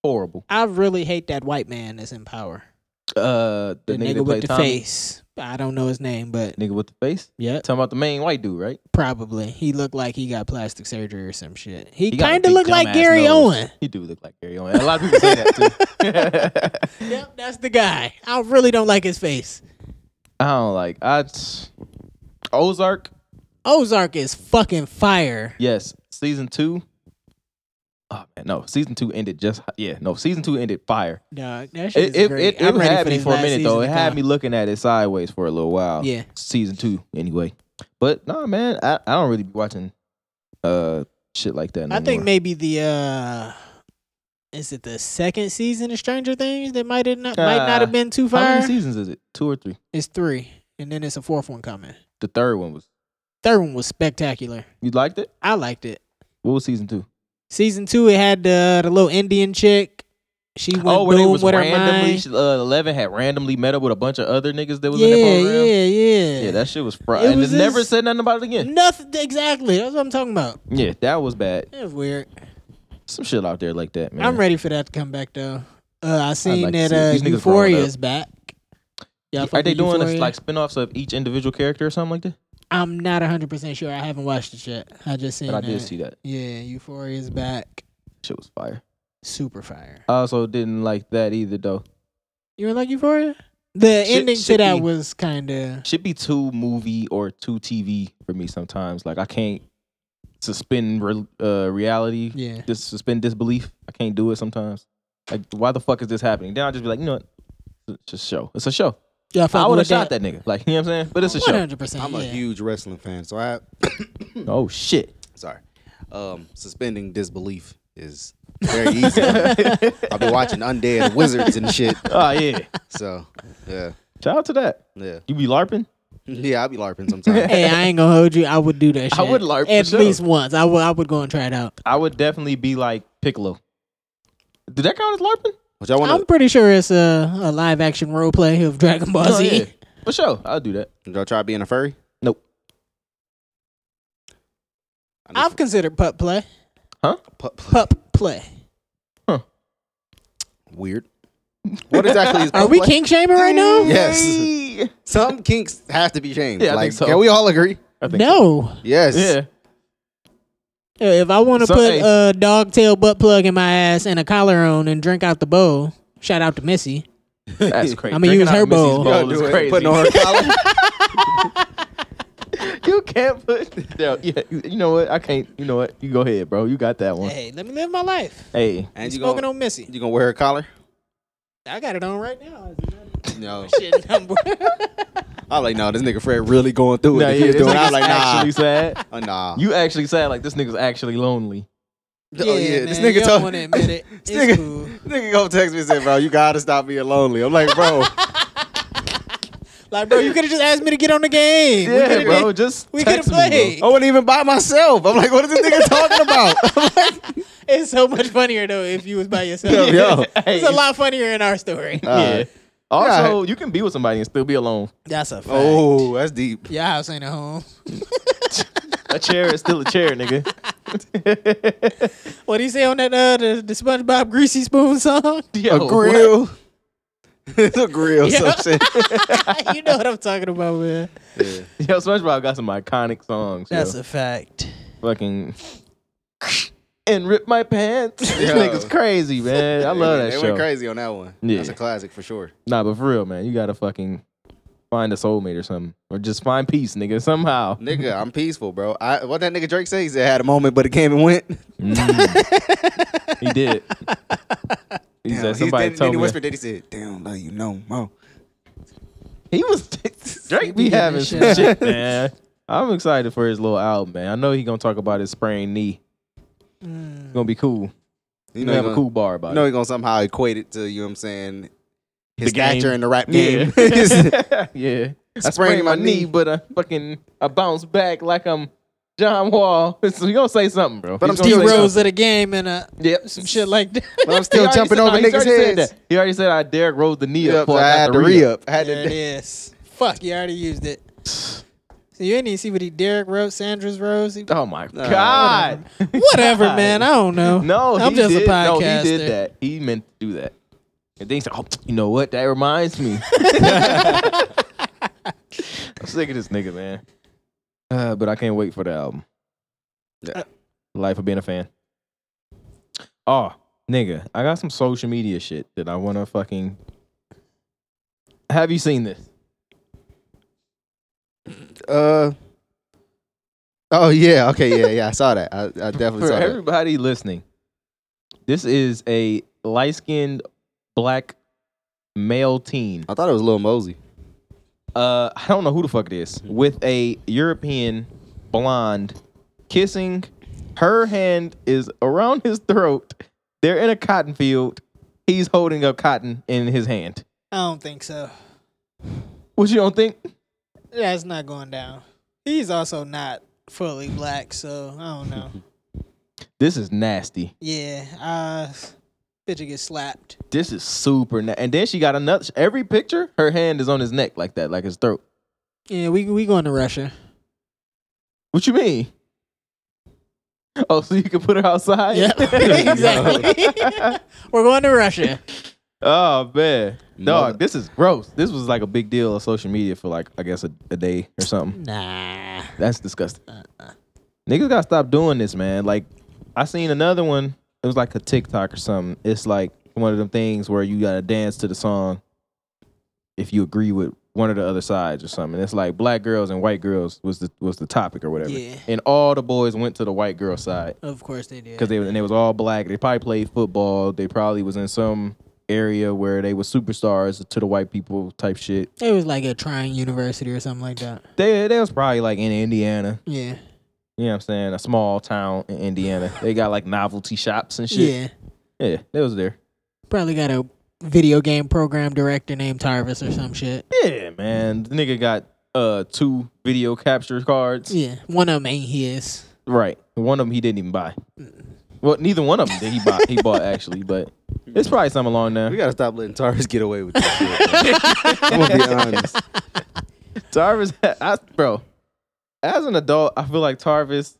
[SPEAKER 1] horrible.
[SPEAKER 3] I really hate that white man that's in Power,
[SPEAKER 1] Uh,
[SPEAKER 3] the,
[SPEAKER 1] the,
[SPEAKER 3] nigga,
[SPEAKER 1] that
[SPEAKER 3] with
[SPEAKER 1] played
[SPEAKER 3] the
[SPEAKER 1] Tommy.
[SPEAKER 3] face. I don't know his name, but
[SPEAKER 1] Nigga with the face.
[SPEAKER 3] yeah,
[SPEAKER 1] Talking about the main white dude, right?
[SPEAKER 3] probably he looked like he got plastic surgery or some shit. He,
[SPEAKER 1] He got a
[SPEAKER 3] kind of
[SPEAKER 1] big
[SPEAKER 3] looked like
[SPEAKER 1] dumbass
[SPEAKER 3] Gary
[SPEAKER 1] nose.
[SPEAKER 3] Owen.
[SPEAKER 1] He do look like Gary Owen. A lot of people say that too.
[SPEAKER 3] Yep, that's the guy. I really don't like his face.
[SPEAKER 1] I don't like. I Ozark.
[SPEAKER 3] Ozark is fucking fire.
[SPEAKER 1] Yes, season two. Oh man, no, season two ended just yeah. No, season two ended fire.
[SPEAKER 3] Dog, that shit
[SPEAKER 1] It
[SPEAKER 3] is
[SPEAKER 1] it,
[SPEAKER 3] great.
[SPEAKER 1] it, it
[SPEAKER 3] I'm ready
[SPEAKER 1] had
[SPEAKER 3] for
[SPEAKER 1] me
[SPEAKER 3] this
[SPEAKER 1] for a
[SPEAKER 3] last
[SPEAKER 1] minute though.
[SPEAKER 3] season
[SPEAKER 1] It
[SPEAKER 3] to
[SPEAKER 1] had
[SPEAKER 3] come.
[SPEAKER 1] me looking at it sideways for a little while.
[SPEAKER 3] Yeah.
[SPEAKER 1] season two anyway. But nah, man, I, I don't really be watching uh shit like that. No
[SPEAKER 3] I think
[SPEAKER 1] more.
[SPEAKER 3] maybe the uh is it the second season of Stranger Things that might have not might
[SPEAKER 1] Uh,
[SPEAKER 3] not have been too
[SPEAKER 1] how many
[SPEAKER 3] fire?
[SPEAKER 1] seasons is it? Two or three?
[SPEAKER 3] It's three. And then it's a fourth one coming.
[SPEAKER 1] The third one was.
[SPEAKER 3] Third one was spectacular.
[SPEAKER 1] You liked it?
[SPEAKER 3] I liked it.
[SPEAKER 1] What was season two?
[SPEAKER 3] Season two it had the the little Indian chick. She went
[SPEAKER 1] Oh, where they
[SPEAKER 3] boom
[SPEAKER 1] was
[SPEAKER 3] with her
[SPEAKER 1] randomly
[SPEAKER 3] mind.
[SPEAKER 1] uh, Eleven had randomly met up with a bunch of other niggas that was
[SPEAKER 3] yeah,
[SPEAKER 1] in the program.
[SPEAKER 3] yeah, yeah.
[SPEAKER 1] Yeah, that shit was fried.
[SPEAKER 3] It
[SPEAKER 1] And
[SPEAKER 3] was
[SPEAKER 1] it never
[SPEAKER 3] just- Mm-hmm.
[SPEAKER 1] said nothing about it again.
[SPEAKER 3] Nothing exactly. That's what I'm talking about.
[SPEAKER 1] Yeah, that was bad.
[SPEAKER 3] That was weird.
[SPEAKER 1] Some shit out there like that, man.
[SPEAKER 3] I'm ready for that to come back though. Uh, I seen
[SPEAKER 1] like to see it.
[SPEAKER 3] that
[SPEAKER 1] These
[SPEAKER 3] uh,
[SPEAKER 1] niggas growing
[SPEAKER 3] Euphoria
[SPEAKER 1] up.
[SPEAKER 3] is back. Y'all
[SPEAKER 1] Are
[SPEAKER 3] fuck
[SPEAKER 1] they
[SPEAKER 3] with
[SPEAKER 1] doing
[SPEAKER 3] Euphoria?
[SPEAKER 1] like spin-offs of each individual character or something like that?
[SPEAKER 3] I'm not 100 percent sure. I haven't watched it yet. I just seen.
[SPEAKER 1] But I did
[SPEAKER 3] that.
[SPEAKER 1] see that.
[SPEAKER 3] Yeah, Euphoria is back.
[SPEAKER 1] Shit was fire.
[SPEAKER 3] Super fire.
[SPEAKER 1] I also didn't like that either though.
[SPEAKER 3] You didn't like Euphoria? The
[SPEAKER 1] Shit-
[SPEAKER 3] ending to
[SPEAKER 1] shit
[SPEAKER 3] that
[SPEAKER 1] be-
[SPEAKER 3] was kind of.
[SPEAKER 1] Should be too movie or too TV for me sometimes. Like I can't suspend re- uh, reality.
[SPEAKER 3] Yeah.
[SPEAKER 1] Just suspend disbelief. I can't do it sometimes. Like why the fuck is this happening? Then I'll just be like, you know what? It's a show. It's a show.
[SPEAKER 3] Y'all
[SPEAKER 1] I
[SPEAKER 3] fucking
[SPEAKER 1] would have
[SPEAKER 3] with
[SPEAKER 1] shot that. nigga. Like, you know what I'm saying? But it's a show.
[SPEAKER 3] 100. percent
[SPEAKER 2] I'm a huge wrestling fan, so I
[SPEAKER 1] Oh shit.
[SPEAKER 2] sorry. Um, suspending disbelief is Very easy. I've been watching Undead Wizards and shit.
[SPEAKER 1] Oh yeah.
[SPEAKER 2] So yeah,
[SPEAKER 1] Shout out to that.
[SPEAKER 2] yeah,
[SPEAKER 1] You be larping?
[SPEAKER 2] yeah. I'll be larping sometimes.
[SPEAKER 3] hey, I ain't gonna hold you. I would do that. Shit.
[SPEAKER 1] I would LARP for
[SPEAKER 3] at
[SPEAKER 1] sure.
[SPEAKER 3] least once. I would. I would go and try it out.
[SPEAKER 1] I would definitely be like Piccolo. Did that count as larping?
[SPEAKER 2] Which I want
[SPEAKER 3] I'm pretty sure it's a, a live action role play of Dragon Ball
[SPEAKER 1] Oh,
[SPEAKER 3] Z.
[SPEAKER 1] yeah. For sure. I'll do that.
[SPEAKER 2] to. Y'all try being a furry?
[SPEAKER 1] Nope.
[SPEAKER 2] I need
[SPEAKER 3] I've considered pup play.
[SPEAKER 2] pup- pup-
[SPEAKER 3] Pup play.
[SPEAKER 2] weird. What exactly is?
[SPEAKER 3] Are
[SPEAKER 2] pup
[SPEAKER 3] we
[SPEAKER 2] play?
[SPEAKER 3] king shaming right now?
[SPEAKER 2] Yes. Some kinks have to be changed.
[SPEAKER 1] Yeah, I
[SPEAKER 2] like
[SPEAKER 1] think so.
[SPEAKER 2] can we all agree?
[SPEAKER 1] I think
[SPEAKER 3] No.
[SPEAKER 2] Yes.
[SPEAKER 1] so. Yeah.
[SPEAKER 3] Uh, If I want to
[SPEAKER 1] So,
[SPEAKER 3] put
[SPEAKER 1] hey.
[SPEAKER 3] a dog tail butt plug in my ass and a collar on and drink out the bowl, shout out to Missy.
[SPEAKER 1] That's crazy.
[SPEAKER 3] I'ma use her
[SPEAKER 2] Y'all
[SPEAKER 3] bowl.
[SPEAKER 1] bowl is
[SPEAKER 2] do it.
[SPEAKER 1] crazy.
[SPEAKER 2] Putting on her collar.
[SPEAKER 1] you can't put. Yeah, yeah, you you know what? I can't. You know what? You go ahead, bro. You got that one.
[SPEAKER 3] Hey, let me live my life.
[SPEAKER 1] Hey,
[SPEAKER 2] and you
[SPEAKER 3] Smoking
[SPEAKER 2] gonna,
[SPEAKER 3] on Missy.
[SPEAKER 2] you gonna wear a collar?
[SPEAKER 3] I got it on right
[SPEAKER 1] Oh,
[SPEAKER 3] now.
[SPEAKER 2] No.
[SPEAKER 3] Shit, I'm-
[SPEAKER 2] I'm like, no, this nigga Fred really going through it.
[SPEAKER 1] Nah,
[SPEAKER 2] if he was
[SPEAKER 1] this
[SPEAKER 2] doing it, I
[SPEAKER 1] nigga's
[SPEAKER 2] was like, nah.
[SPEAKER 1] actually sad.
[SPEAKER 2] Uh, nah.
[SPEAKER 1] You actually sad. Like this nigga's actually lonely.
[SPEAKER 2] oh, yeah.
[SPEAKER 3] man,
[SPEAKER 2] this
[SPEAKER 3] you
[SPEAKER 2] nigga
[SPEAKER 3] don't
[SPEAKER 2] told
[SPEAKER 3] wanna admit it. It's
[SPEAKER 2] this nigga,
[SPEAKER 3] cool.
[SPEAKER 2] this nigga gonna text me and say, bro, you gotta stop being lonely. I'm like, bro,
[SPEAKER 3] Like, bro, you could have just asked me to get on the game. We
[SPEAKER 1] Yeah,
[SPEAKER 3] coulda
[SPEAKER 1] bro.
[SPEAKER 3] been-
[SPEAKER 1] just
[SPEAKER 3] we
[SPEAKER 1] text
[SPEAKER 3] coulda
[SPEAKER 1] me, bro.
[SPEAKER 3] played.
[SPEAKER 2] I wasn't even by myself. I'm like, what is this nigga talking about?
[SPEAKER 3] It's so much funnier though if you was by
[SPEAKER 2] Yo,
[SPEAKER 3] yourself.
[SPEAKER 2] yo.
[SPEAKER 3] It's a lot funnier in our story.
[SPEAKER 1] Yeah.
[SPEAKER 2] Uh,
[SPEAKER 1] also, you can be with somebody and still be alone.
[SPEAKER 3] That's a fact.
[SPEAKER 2] Oh, that's deep.
[SPEAKER 3] Your house ain't a home.
[SPEAKER 1] A chair is still a chair, nigga.
[SPEAKER 3] What do you say on that uh the, the SpongeBob Greasy Spoon song?
[SPEAKER 1] Yo,
[SPEAKER 2] a grill. it's a grill,
[SPEAKER 3] Yeah.
[SPEAKER 2] some shit.
[SPEAKER 3] you know what I'm talking about, man.
[SPEAKER 1] what? Yo, SpongeBob got some iconic songs. yo.
[SPEAKER 3] That's a fact.
[SPEAKER 1] fucking and rip my pants. This
[SPEAKER 2] Yo.
[SPEAKER 1] nigga's crazy, man. I love
[SPEAKER 2] they,
[SPEAKER 1] that
[SPEAKER 2] They
[SPEAKER 1] show.
[SPEAKER 2] went crazy on that one.
[SPEAKER 1] Yeah.
[SPEAKER 2] That's a classic for sure.
[SPEAKER 1] Nah, but for real, man, you gotta fucking find a soulmate or something, or just find peace, nigga, somehow.
[SPEAKER 2] Nigga, I'm peaceful, bro. I, what that nigga Drake say? He said, had a moment, but it came and went.
[SPEAKER 1] Mm. he did. He
[SPEAKER 2] Damn,
[SPEAKER 1] said somebody
[SPEAKER 2] he- then, then
[SPEAKER 1] told
[SPEAKER 2] he
[SPEAKER 1] me
[SPEAKER 2] whispered, then he said, damn, no, you know, mo.
[SPEAKER 1] he was Drake
[SPEAKER 3] He
[SPEAKER 1] be
[SPEAKER 3] did
[SPEAKER 1] having
[SPEAKER 3] this
[SPEAKER 1] some
[SPEAKER 3] shit.
[SPEAKER 1] shit, man. I'm excited for his little album, man. I know he gonna talk about his sprained knee. It's gonna be cool.
[SPEAKER 2] You
[SPEAKER 1] You know,
[SPEAKER 2] know, he
[SPEAKER 1] have
[SPEAKER 2] gonna-
[SPEAKER 1] a cool bar about
[SPEAKER 2] you know
[SPEAKER 1] it.
[SPEAKER 2] he gonna somehow equate it to you. know what I'm saying his
[SPEAKER 1] The game.
[SPEAKER 2] stature in the rap game.
[SPEAKER 1] Yeah. yeah. I sprained my knee, but I fucking I bounce back like I'm John Wall. So you gonna say something, bro.
[SPEAKER 2] But
[SPEAKER 1] He's
[SPEAKER 2] I'm
[SPEAKER 1] gonna
[SPEAKER 3] D
[SPEAKER 2] still
[SPEAKER 1] say
[SPEAKER 3] Rose of the game and uh,
[SPEAKER 1] something. Yep.
[SPEAKER 3] some shit like that.
[SPEAKER 2] but I'm
[SPEAKER 1] He
[SPEAKER 2] still
[SPEAKER 1] already
[SPEAKER 2] jumping
[SPEAKER 1] said-
[SPEAKER 2] over
[SPEAKER 1] no, he's
[SPEAKER 2] niggas'
[SPEAKER 1] already said
[SPEAKER 2] heads.
[SPEAKER 1] that. He already said I Derek rose the knee
[SPEAKER 2] Yep,
[SPEAKER 1] up before
[SPEAKER 2] I
[SPEAKER 1] I
[SPEAKER 2] had
[SPEAKER 1] got the
[SPEAKER 2] to
[SPEAKER 1] re up.
[SPEAKER 2] re-up. I had
[SPEAKER 3] There it
[SPEAKER 2] to.
[SPEAKER 3] is. Fuck, you already used it. So you didn't even see what he Derek Rose, Sandra's Rose. he-
[SPEAKER 1] Oh my god.
[SPEAKER 3] Whatever,
[SPEAKER 1] God.
[SPEAKER 3] man. I don't know.
[SPEAKER 1] No,
[SPEAKER 3] I'm
[SPEAKER 1] he
[SPEAKER 3] just
[SPEAKER 1] did,
[SPEAKER 3] a podcaster.
[SPEAKER 1] No, he did that. He meant to do that. And then he said, "Oh, you know what? That reminds me." I'm sick of this nigga, man. Uh, but I can't wait for the album. Uh,
[SPEAKER 2] Yeah.
[SPEAKER 1] Life of being a fan. Oh, nigga, I got some social media shit that I want to fucking. Have you seen this?
[SPEAKER 2] Uh, oh yeah, okay, yeah, yeah. I saw that. I, I definitely
[SPEAKER 1] for
[SPEAKER 2] saw that.
[SPEAKER 1] everybody listening, this is a light skinned black male teen.
[SPEAKER 2] I thought it was Lil Mosey.
[SPEAKER 1] Uh, I don't know who the fuck it is with a European blonde kissing. Her hand is around his throat. They're in a cotton field. He's holding up cotton in his hand.
[SPEAKER 3] I don't think so.
[SPEAKER 1] What you don't think?
[SPEAKER 3] That's not going down. He's also not fully black, so I don't know.
[SPEAKER 1] This is nasty.
[SPEAKER 3] Yeah, uh, bitch get slapped.
[SPEAKER 1] This is super. Na- and then she got another. Every picture, her hand is on his neck like that, like his throat.
[SPEAKER 3] Yeah, we we going to Russia.
[SPEAKER 1] What you mean? Oh, so you can put her outside?
[SPEAKER 3] Yeah, exactly. We're going to Russia.
[SPEAKER 1] oh man,
[SPEAKER 2] Mother-
[SPEAKER 1] dog, this is gross. This was like a big deal on social media for like I guess a, a day or something.
[SPEAKER 3] Nah.
[SPEAKER 1] That's disgusting. Niggas gotta stop doing this, man. Like I seen another one. It was like a TikTok or something. It's like one of them things where you gotta dance to the song if you agree with one of the other sides or something. It's like black girls and white girls was the was the topic or whatever.
[SPEAKER 3] Yeah.
[SPEAKER 1] And all the boys went to the white girl side.
[SPEAKER 3] Of course they did.
[SPEAKER 1] because they and they was all black. They probably played football. They probably was in some area where they were superstars to the white people type shit.
[SPEAKER 3] It was like a trying university or something like that.
[SPEAKER 1] They they was probably like in Indiana.
[SPEAKER 3] Yeah.
[SPEAKER 1] You know what I'm saying? A small town in Indiana. They got like novelty shops and shit.
[SPEAKER 3] Yeah.
[SPEAKER 1] Yeah, they was there.
[SPEAKER 3] Probably got a video game program director named Tarvis or some shit.
[SPEAKER 1] Yeah, man. The nigga got uh two video capture cards.
[SPEAKER 3] Yeah, one of them ain't his.
[SPEAKER 1] Right. One of them he didn't even buy. Well, neither one of them did he buy. He bought actually, but it's probably something along
[SPEAKER 2] We
[SPEAKER 1] there.
[SPEAKER 2] gotta stop letting Taurus get away with this shit. bro. I'm gonna be honest.
[SPEAKER 1] Tarvis, I, bro. As an adult, I feel like Tarvis,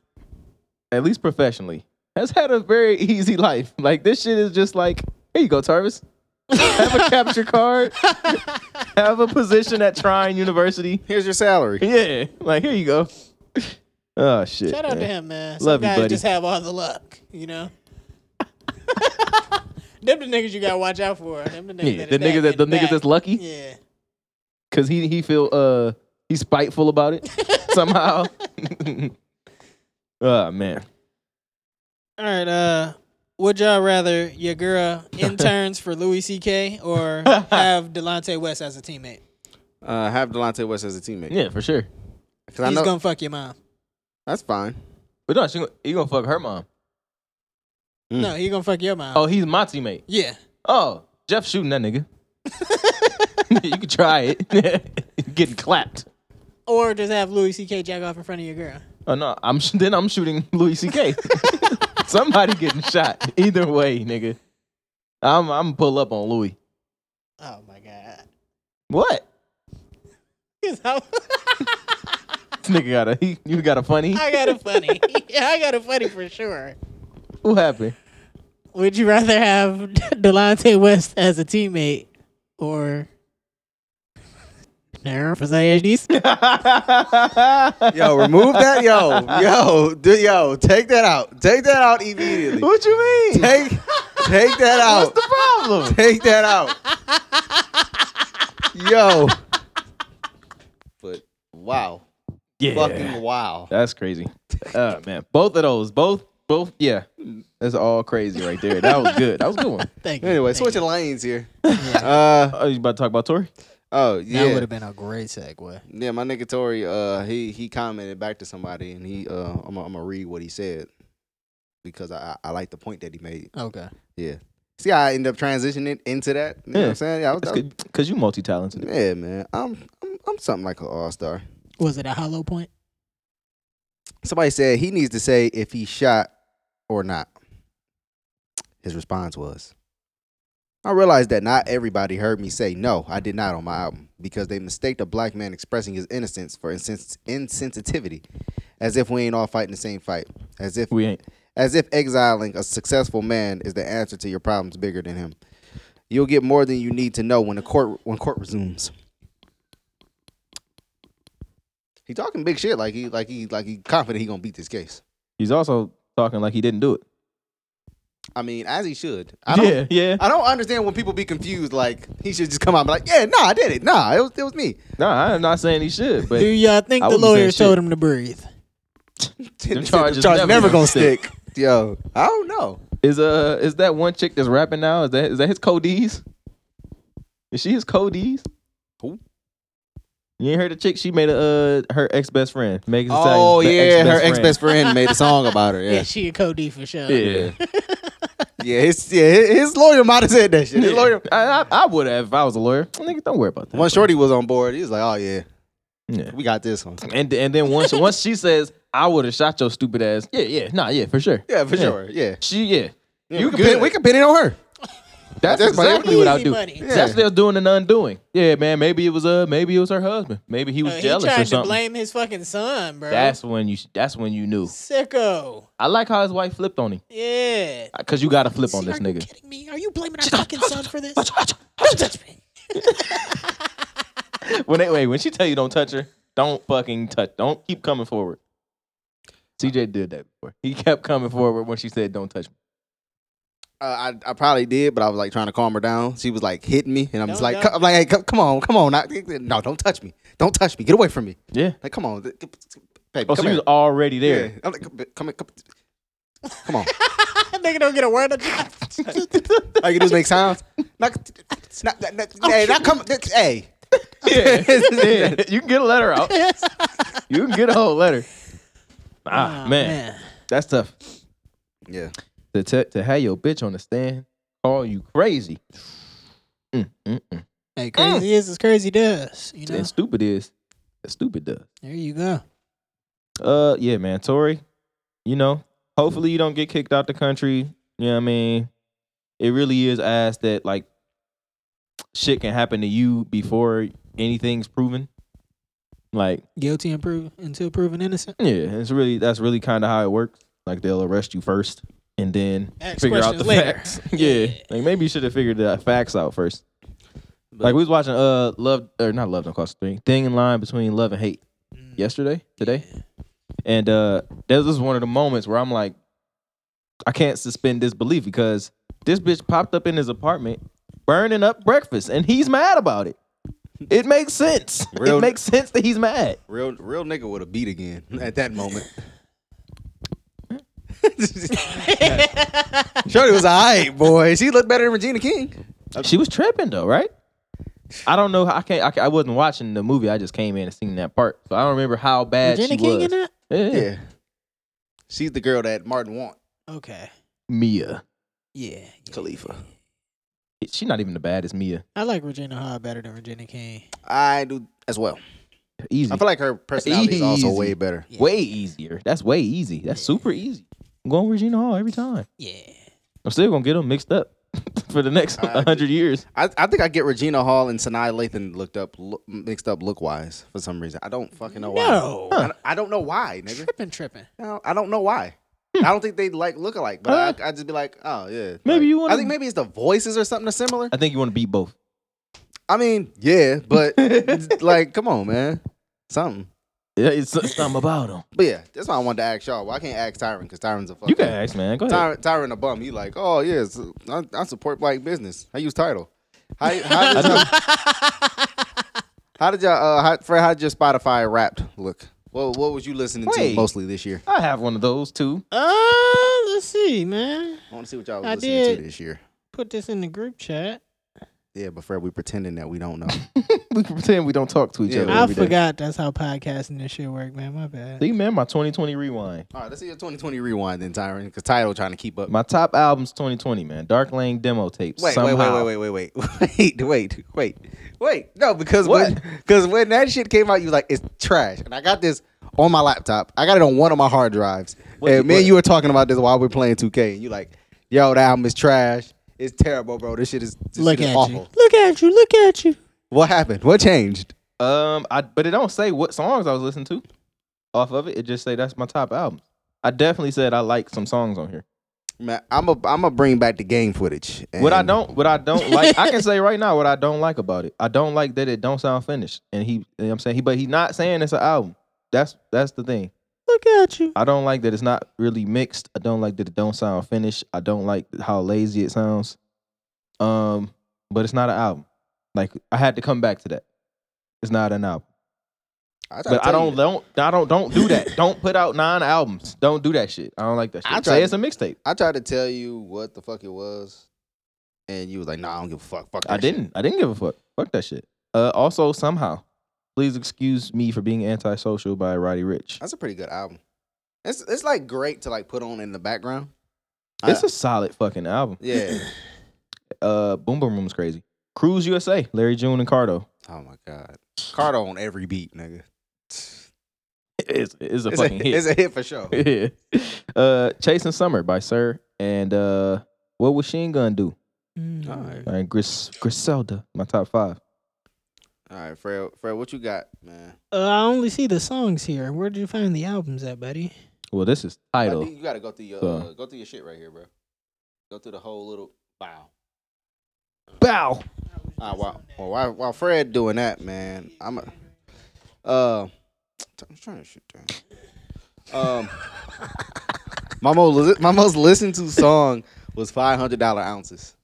[SPEAKER 1] at least professionally, has had a very easy life. Like this shit is just like, here you go, Tarvis. Have a capture card. Have a position at Trine University.
[SPEAKER 2] Here's your salary.
[SPEAKER 1] Yeah, like here you go. Oh shit.
[SPEAKER 3] Shout out to
[SPEAKER 1] man.
[SPEAKER 3] him, man. Some
[SPEAKER 1] Love you,
[SPEAKER 3] guys
[SPEAKER 1] buddy.
[SPEAKER 3] just have all the luck, you know. Them the niggas you gotta watch out for. Them the niggas.
[SPEAKER 1] Yeah,
[SPEAKER 3] that
[SPEAKER 1] the
[SPEAKER 3] are back,
[SPEAKER 1] niggas that the
[SPEAKER 3] back.
[SPEAKER 1] niggas that's lucky.
[SPEAKER 3] Yeah.
[SPEAKER 1] because he he feel uh he's spiteful about it somehow. oh man,
[SPEAKER 3] All right. Uh, would y'all rather your girl interns for Louis C.K. or have Delonte West as a teammate?
[SPEAKER 2] Uh, have Delonte West as a teammate.
[SPEAKER 1] yeah, for sure.
[SPEAKER 2] 'Cause I
[SPEAKER 3] He's
[SPEAKER 2] know
[SPEAKER 3] gonna fuck your mom.
[SPEAKER 2] that's fine.
[SPEAKER 1] But no, she, gon- you gonna fuck her mom?
[SPEAKER 2] Mm.
[SPEAKER 3] No, he gonna fuck your mom.
[SPEAKER 1] Hmm. Oh, he's my teammate.
[SPEAKER 3] yeah.
[SPEAKER 1] Oh, Jeff shooting that nigga. you can try it. Getting clapped.
[SPEAKER 3] Or just have Louis C.K. jack off in front of your girl.
[SPEAKER 1] Oh no, I'm sh- then I'm shooting Louis C.K. Somebody getting shot. Either way, nigga. I'm I'm pull up on Louis.
[SPEAKER 3] Oh my god.
[SPEAKER 1] What? This nigga got a he, you got a funny.
[SPEAKER 3] I got a funny. yeah, I got a funny for sure.
[SPEAKER 1] What happened?
[SPEAKER 3] Would you rather have Delonte West as a teammate or Nerf for ASDs?
[SPEAKER 2] Yo, remove that. Yo, yo, do, yo, take that out. Take that out immediately.
[SPEAKER 1] What you mean?
[SPEAKER 2] Take, take that
[SPEAKER 1] What's
[SPEAKER 2] out.
[SPEAKER 1] the problem?
[SPEAKER 2] Take that out. Yo. But wow.
[SPEAKER 1] Yeah.
[SPEAKER 2] Fucking wow.
[SPEAKER 1] That's crazy. Oh man. Both of those. Both both yeah. That's all crazy right there. That was good. That was a good one.
[SPEAKER 3] Thank you.
[SPEAKER 2] Anyway,
[SPEAKER 3] Thank
[SPEAKER 2] switching
[SPEAKER 3] you.
[SPEAKER 2] lanes here. Uh
[SPEAKER 1] Oh, you about to talk about Tori?
[SPEAKER 2] oh
[SPEAKER 3] That would
[SPEAKER 2] yeah.
[SPEAKER 3] have been a great segue.
[SPEAKER 2] Yeah, my nigga Tori, uh he he commented back to somebody and he uh I'm gonna I'm gonna read what he said because I I I like the point that he made.
[SPEAKER 3] Okay.
[SPEAKER 2] Yeah. See how I end up transitioning into that? You know what
[SPEAKER 1] Yeah.
[SPEAKER 2] I'm saying? Yeah, I was,
[SPEAKER 1] That's
[SPEAKER 2] I
[SPEAKER 1] good. Cause you multi talented.
[SPEAKER 2] was- yeah man. I'm, I'm I'm something like an all star.
[SPEAKER 3] Was it a hollow point?
[SPEAKER 2] Somebody said he needs to say if he shot or not. His response was, I realized that not everybody heard me say no, I did not on my album because they mistaked a black man expressing his innocence for insens- insensitivity, as if we ain't all fighting the same fight, as if
[SPEAKER 1] We ain't.
[SPEAKER 2] as if exiling a successful man is the answer to your problems bigger than him. You'll get more than you need to know when the court when court resumes. He talking big shit like he like he like he confident he gonna beat this case.
[SPEAKER 1] He's also talking like he didn't do it.
[SPEAKER 2] I mean, as he should. I don't,
[SPEAKER 1] yeah, yeah.
[SPEAKER 2] I don't understand when people be confused. Like he should just come out and be like, "Yeah, nah, I did it. Nah, it was it was me."
[SPEAKER 1] nah, I'm not saying he should,
[SPEAKER 3] Do
[SPEAKER 1] but
[SPEAKER 3] y'all think
[SPEAKER 1] I
[SPEAKER 3] the
[SPEAKER 1] wouldn't say
[SPEAKER 3] lawyers told
[SPEAKER 1] shit.
[SPEAKER 3] him to breathe?
[SPEAKER 2] The
[SPEAKER 1] charges never
[SPEAKER 2] never
[SPEAKER 1] gonna
[SPEAKER 2] gonna
[SPEAKER 1] stick.
[SPEAKER 2] stick. Yo, I don't know.
[SPEAKER 1] is uh is that one chick that's rapping now? Is that is that his codees? Is she his codees?
[SPEAKER 2] Who?
[SPEAKER 1] You ain't heard the chick? She made a uh, her ex best friend. Megan Thee Stallion's
[SPEAKER 2] Oh
[SPEAKER 1] be-
[SPEAKER 2] yeah, her
[SPEAKER 1] ex-best
[SPEAKER 2] ex
[SPEAKER 1] friend.
[SPEAKER 2] best friend made a song about her.
[SPEAKER 3] Yeah, she a Cody for sure.
[SPEAKER 1] Yeah.
[SPEAKER 2] Yeah, his, yeah, his his lawyer might have said that shit. His lawyer,
[SPEAKER 1] I, I, I would have if I was a lawyer. Nigga, don't worry about that.
[SPEAKER 2] one shorty was on board. He was like, "Oh yeah,
[SPEAKER 1] Yeah.
[SPEAKER 2] we got this one."
[SPEAKER 1] And and then once once she says, I would have shot your stupid ass. Yeah, yeah, nah, yeah, for sure.
[SPEAKER 2] Yeah, for sure. Yeah,
[SPEAKER 1] She yeah.
[SPEAKER 2] you
[SPEAKER 1] You
[SPEAKER 2] can
[SPEAKER 1] good.
[SPEAKER 2] pin, we can pin it on her.
[SPEAKER 1] That's
[SPEAKER 2] That's my-
[SPEAKER 1] exactly what I
[SPEAKER 3] Easy
[SPEAKER 1] do.
[SPEAKER 3] money. Yeah.
[SPEAKER 1] That's still doing and undoing. Yeah, man. Maybe it was uh maybe it was her husband. Maybe he was
[SPEAKER 3] Uh, he
[SPEAKER 1] jealous or
[SPEAKER 3] tried to
[SPEAKER 1] something.
[SPEAKER 3] blame his fucking son, bro.
[SPEAKER 1] that's when you that's when you knew.
[SPEAKER 3] sicko.
[SPEAKER 1] I like how his wife flipped on him.
[SPEAKER 3] Yeah.
[SPEAKER 1] Cause you gotta flip on
[SPEAKER 3] See,
[SPEAKER 1] this
[SPEAKER 3] are you
[SPEAKER 1] nigga.
[SPEAKER 3] kidding me? Are you blaming our fucking son for this? Don't touch me.
[SPEAKER 1] When they wait, when she tell you don't touch her, don't fucking touch. Don't keep coming forward. CJ did that before. He kept coming forward when she said don't touch me.
[SPEAKER 2] Uh, I I probably did, but I was like trying to calm her down. She was like hitting me, and I'm just
[SPEAKER 3] Don't-
[SPEAKER 2] like,
[SPEAKER 3] don't.
[SPEAKER 2] "Co- I'm like, hey, co- come on, come on, I, no, don't touch me, don't touch me, get away from me.
[SPEAKER 1] Yeah.
[SPEAKER 2] Like, come on, th- g- g- baby,
[SPEAKER 1] Oh,
[SPEAKER 2] come
[SPEAKER 1] so you
[SPEAKER 2] here.
[SPEAKER 1] was already there.
[SPEAKER 2] Yeah. I'm like, come, come, come, come on.
[SPEAKER 3] That nigga don't get a word of
[SPEAKER 2] All you do is make sounds. Not, not, not, not,
[SPEAKER 1] Oh,
[SPEAKER 2] hey, not come. Hey,
[SPEAKER 1] Yeah. yeah. You can get a letter out. Ah, You can get a whole letter. Ah, man. That's tough.
[SPEAKER 2] yeah.
[SPEAKER 1] to te- to have your bitch on the stand call you crazy Mm, mm, mm.
[SPEAKER 3] Hey, crazy is as crazy does. You know.
[SPEAKER 1] and stupid is that stupid does.
[SPEAKER 3] There you go.
[SPEAKER 1] Uh, yeah, man, Tori. You know, hopefully you don't get kicked out the country. You know what I mean? It really is ass that like shit can happen to you before anything's proven. Like,
[SPEAKER 3] Guilty and prove, until proven innocent.
[SPEAKER 1] yeah, it's really that's really kind of how it works. Like they'll arrest you first and then
[SPEAKER 3] Ask
[SPEAKER 1] figure out
[SPEAKER 3] questions
[SPEAKER 1] the
[SPEAKER 3] later.
[SPEAKER 1] facts. yeah, like maybe you should have figured the facts out first. like we was watching uh love or not love don't cost three thing in line between love and hate
[SPEAKER 3] Mm.
[SPEAKER 1] yesterday today, and uh that was one of the moments where I'm like, I can't suspend disbelief because this bitch popped up in his apartment burning up breakfast and he's mad about it. It makes sense.
[SPEAKER 2] Real-
[SPEAKER 1] It makes sense that he's mad.
[SPEAKER 2] Real real nigga would have beat again at that moment. Shorty was alright, boy. She looked better than Regina King.
[SPEAKER 1] She was tripping though, right? I don't know. how- I can't. I, can't- I wasn't watching the movie. I just came in and seen that part, so I don't remember how bad she
[SPEAKER 3] Virginia King
[SPEAKER 1] was.
[SPEAKER 3] in that?
[SPEAKER 1] Yeah.
[SPEAKER 2] Yeah. She's the girl that Martin want.
[SPEAKER 3] Okay.
[SPEAKER 1] Mia.
[SPEAKER 3] Yeah. yeah,
[SPEAKER 2] Khalifa.
[SPEAKER 3] yeah.
[SPEAKER 1] She's not even the baddest Mia.
[SPEAKER 3] I like Regina Hall better than Regina King.
[SPEAKER 2] I do as well.
[SPEAKER 1] Easy.
[SPEAKER 2] I feel like her personality is also
[SPEAKER 1] Easy.
[SPEAKER 2] way better.
[SPEAKER 3] Yeah.
[SPEAKER 1] way easier. That's way easy. That's super easy. I'm going Regina Hall every time.
[SPEAKER 3] Yeah.
[SPEAKER 1] I'm still gonna get them mixed up for the next
[SPEAKER 2] I agree.
[SPEAKER 1] hundred years.
[SPEAKER 2] I, I think I get Regina Hall and Sanaa Lathan looked up look, mixed up look wise for some reason. I don't fucking know why.
[SPEAKER 3] No.
[SPEAKER 2] I, don't- I don't know why, nigga.
[SPEAKER 3] Tripping, tripping.
[SPEAKER 2] No, I don't know why. I don't think they like look alike, but I, I just be like, oh yeah.
[SPEAKER 1] Hmm. Maybe
[SPEAKER 2] Like,
[SPEAKER 1] you wanna-
[SPEAKER 2] I think maybe it's the voices or something that's similar.
[SPEAKER 1] I think you want to beat both.
[SPEAKER 2] I mean, yeah, but like, come on, man, something.
[SPEAKER 1] Yeah, it's something about them.
[SPEAKER 2] But yeah, that's why I wanted to ask y'all. Well, I can't ask Tyron because Tyron's a fucking.
[SPEAKER 1] You can ask, man. Go ahead.
[SPEAKER 2] Tyron, Tyron a bum. He like, oh yeah, it's- I, I support black business. I use title. How, how did y'all, how did y'all uh, how, Fred? How did your Spotify Wrapped look? What what was you listening to
[SPEAKER 1] Wait.
[SPEAKER 2] mostly this year?
[SPEAKER 1] I have one of those too.
[SPEAKER 3] Uh, let's see, man.
[SPEAKER 2] I want to see what y'all was
[SPEAKER 3] I
[SPEAKER 2] listening to
[SPEAKER 3] did.
[SPEAKER 2] this year.
[SPEAKER 3] Put this in the group chat.
[SPEAKER 2] Yeah, but Fred, we pretending that we don't know.
[SPEAKER 1] We can pretend we don't talk to each
[SPEAKER 2] Yeah,
[SPEAKER 1] other.
[SPEAKER 2] I
[SPEAKER 3] I
[SPEAKER 1] every day.
[SPEAKER 3] forgot that's how podcasting and shit work, man. My bad.
[SPEAKER 1] See, man, my 2020 rewind.
[SPEAKER 2] All right, let's see your 2020 rewind then, Tyron, because title trying to keep up.
[SPEAKER 1] My top albums 2020, man. Dark Lane demo tapes.
[SPEAKER 2] Wait, wait,
[SPEAKER 1] somehow.
[SPEAKER 2] wait, wait, wait, wait, wait, wait, wait, wait. No, because
[SPEAKER 1] What?
[SPEAKER 2] when because when that shit came out, you was like it's trash, and I got this on my laptop. I got it on one of my hard drives,
[SPEAKER 1] What-
[SPEAKER 2] and me
[SPEAKER 1] what-
[SPEAKER 2] and you were talking about this while we are playing 2K, and you like, yo, the album is trash. It's terrible, bro. This shit is this
[SPEAKER 3] Look
[SPEAKER 2] shit is
[SPEAKER 3] at
[SPEAKER 2] awful.
[SPEAKER 3] you. Look at you. Look at you.
[SPEAKER 2] What happened? What changed?
[SPEAKER 1] Um, I but it don't say what songs I was listening to off of it. It just say that's my top albums. I definitely said I like some songs on here.
[SPEAKER 2] Man, I'm a I'm gonna bring back the game footage.
[SPEAKER 1] What I
[SPEAKER 2] and-
[SPEAKER 1] don't, what I don't like, I can say right now what I don't like about it. I don't like that it don't sound finished. And he, you know what I'm saying he, but he's not saying it's an album. That's that's the thing.
[SPEAKER 3] Look at you.
[SPEAKER 1] I don't like that it's not really mixed. I don't like that it don't sound finished. I don't like how lazy it sounds. Um, but it's not an album. Like I had to come back to that. It's not an album.
[SPEAKER 2] I tried to
[SPEAKER 1] But I
[SPEAKER 2] tell you
[SPEAKER 1] don't don't I don't don't do that. don't put out nine albums. Don't do that shit. I don't like that
[SPEAKER 2] I
[SPEAKER 1] shit.
[SPEAKER 2] tried
[SPEAKER 1] Say
[SPEAKER 2] to-
[SPEAKER 1] it's a mixtape.
[SPEAKER 2] that. I tried to tell you what the fuck it was, and you was like, Nah, I don't give a fuck. Fuck.
[SPEAKER 1] I
[SPEAKER 2] that shit."
[SPEAKER 1] didn't. I didn't give a fuck. Fuck that shit. Uh, also, somehow, please excuse me for being antisocial by Roddy Rich.
[SPEAKER 2] That's a pretty good album. It's it's like great to like put on in the background.
[SPEAKER 1] It's a solid fucking album.
[SPEAKER 2] Yeah.
[SPEAKER 1] Uh, Boom Boom Room is crazy. Cruise USA, Larry June and Cardo.
[SPEAKER 2] oh my god. Cardo on every beat, nigga. It's
[SPEAKER 1] It's, it's a
[SPEAKER 2] a,
[SPEAKER 1] fucking
[SPEAKER 2] it's a hit for sure.
[SPEAKER 1] hit. yeah. Uh, Chasing Summer by Sir and uh, What Would Sheen Gun Do?
[SPEAKER 3] Mm.
[SPEAKER 2] All right,
[SPEAKER 1] By Gris- Griselda. My top five.
[SPEAKER 2] all right, Fred. Fred, what you got, man?
[SPEAKER 3] Uh, I only see the songs here. Where did you find the albums at, buddy?
[SPEAKER 1] Well, this is
[SPEAKER 2] I
[SPEAKER 1] title.
[SPEAKER 2] think you gotta go through your uh,
[SPEAKER 1] So-
[SPEAKER 2] go through your shit right here, bro. Go through the whole little wow.
[SPEAKER 1] Bow.
[SPEAKER 2] Ah, wow. Well, while, while Fred doing that, man, I'm a, uh, I'm trying to shoot down. Um, my most my most listened to song was five hundred dollar ounces.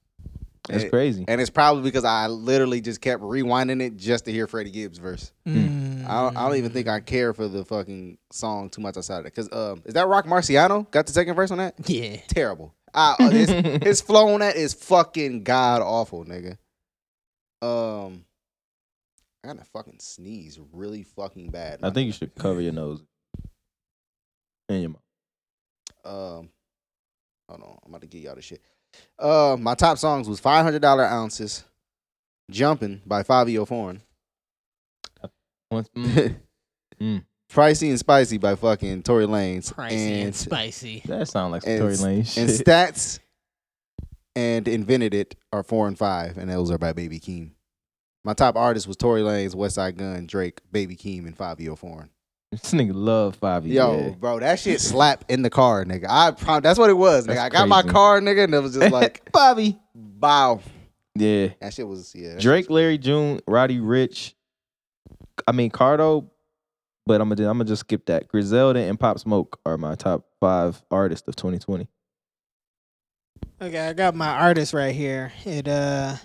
[SPEAKER 1] That's
[SPEAKER 2] Eh,
[SPEAKER 1] crazy.
[SPEAKER 2] And it's probably because I literally just kept rewinding it just to hear Freddie Gibbs verse.
[SPEAKER 3] Mm.
[SPEAKER 2] Hmm. I, don't, I don't even think I care for the fucking song too much outside of that. Cause um, is that Rock Marciano got the second verse on that?
[SPEAKER 3] Mm. Yeah.
[SPEAKER 2] Terrible. I, uh, his, his flow on that is fucking god awful, nigga. Um, I gotta fucking sneeze really fucking bad.
[SPEAKER 1] I think you should cover your nose and your mouth.
[SPEAKER 2] Um, Hold on, I'm about to give y'all the shit. Uh, my top songs was five hundred dollar ounces, jumping by Fabio Foreign,
[SPEAKER 1] Once- mm,
[SPEAKER 2] pricey
[SPEAKER 1] Mm.
[SPEAKER 2] and spicy by fucking Tory Lanez,
[SPEAKER 3] Pricey and,
[SPEAKER 2] and
[SPEAKER 3] spicy.
[SPEAKER 1] that sounds like some
[SPEAKER 2] and
[SPEAKER 1] Tory
[SPEAKER 2] s-
[SPEAKER 1] Lane shit.
[SPEAKER 2] and stats and invented it are four and five, and those are by Baby Keem. My top artist was Tory Lanez, West Side Gun, Drake, Baby Keem, and Fabio Foreign.
[SPEAKER 1] this nigga love Five
[SPEAKER 2] Yo,
[SPEAKER 1] Yo,
[SPEAKER 2] bro, that shit slap in the car, nigga. I pro- that's what it was, nigga.
[SPEAKER 1] That's
[SPEAKER 2] I got my
[SPEAKER 1] crazy.
[SPEAKER 2] car, nigga, and it was just like
[SPEAKER 1] Bobby.
[SPEAKER 2] bow.
[SPEAKER 1] Yeah.
[SPEAKER 2] That shit was yeah.
[SPEAKER 1] Drake, Larry June, Roddy Rich. I mean Cardo, but I'm gonna I'm gonna just skip that. Griselda and Pop Smoke are my top five artists of 2020.
[SPEAKER 3] Okay, I got my artist right here. It uh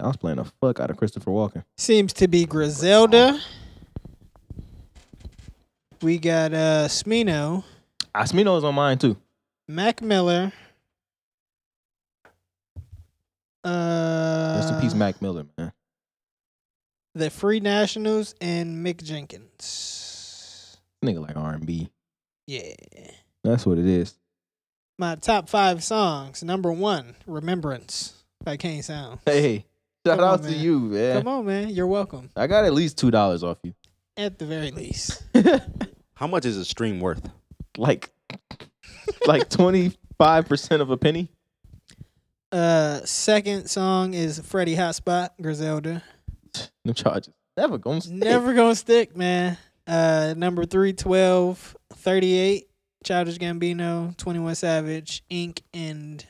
[SPEAKER 1] I was playing the fuck out of Christopher Walken.
[SPEAKER 3] seems to be Griselda. We got uh Smino,
[SPEAKER 1] Asmino is on mine too.
[SPEAKER 3] Mac Miller. Uh
[SPEAKER 1] Rest in peace, Mac Miller, man.
[SPEAKER 3] The Free Nationals and Mick Jenkins.
[SPEAKER 1] Nigga like R&B.
[SPEAKER 3] Yeah.
[SPEAKER 1] That's what it is.
[SPEAKER 3] My top five songs. Number one, Remembrance by Kane Sound.
[SPEAKER 1] Hey, shout
[SPEAKER 3] Come on,
[SPEAKER 1] out to
[SPEAKER 3] man.
[SPEAKER 1] you, man.
[SPEAKER 3] Come on, man. You're welcome.
[SPEAKER 1] I got at least two dollars off you.
[SPEAKER 3] At the very least.
[SPEAKER 2] How much is a stream worth?
[SPEAKER 1] Like, like twenty five percent of a penny.
[SPEAKER 3] Uh second song is Freddie Hotspot, Griselda.
[SPEAKER 1] No charges. Never gonna stick.
[SPEAKER 3] Never gonna stick, man. Uh number three, 12, 38, Childish Gambino, 21 Savage, Inc. and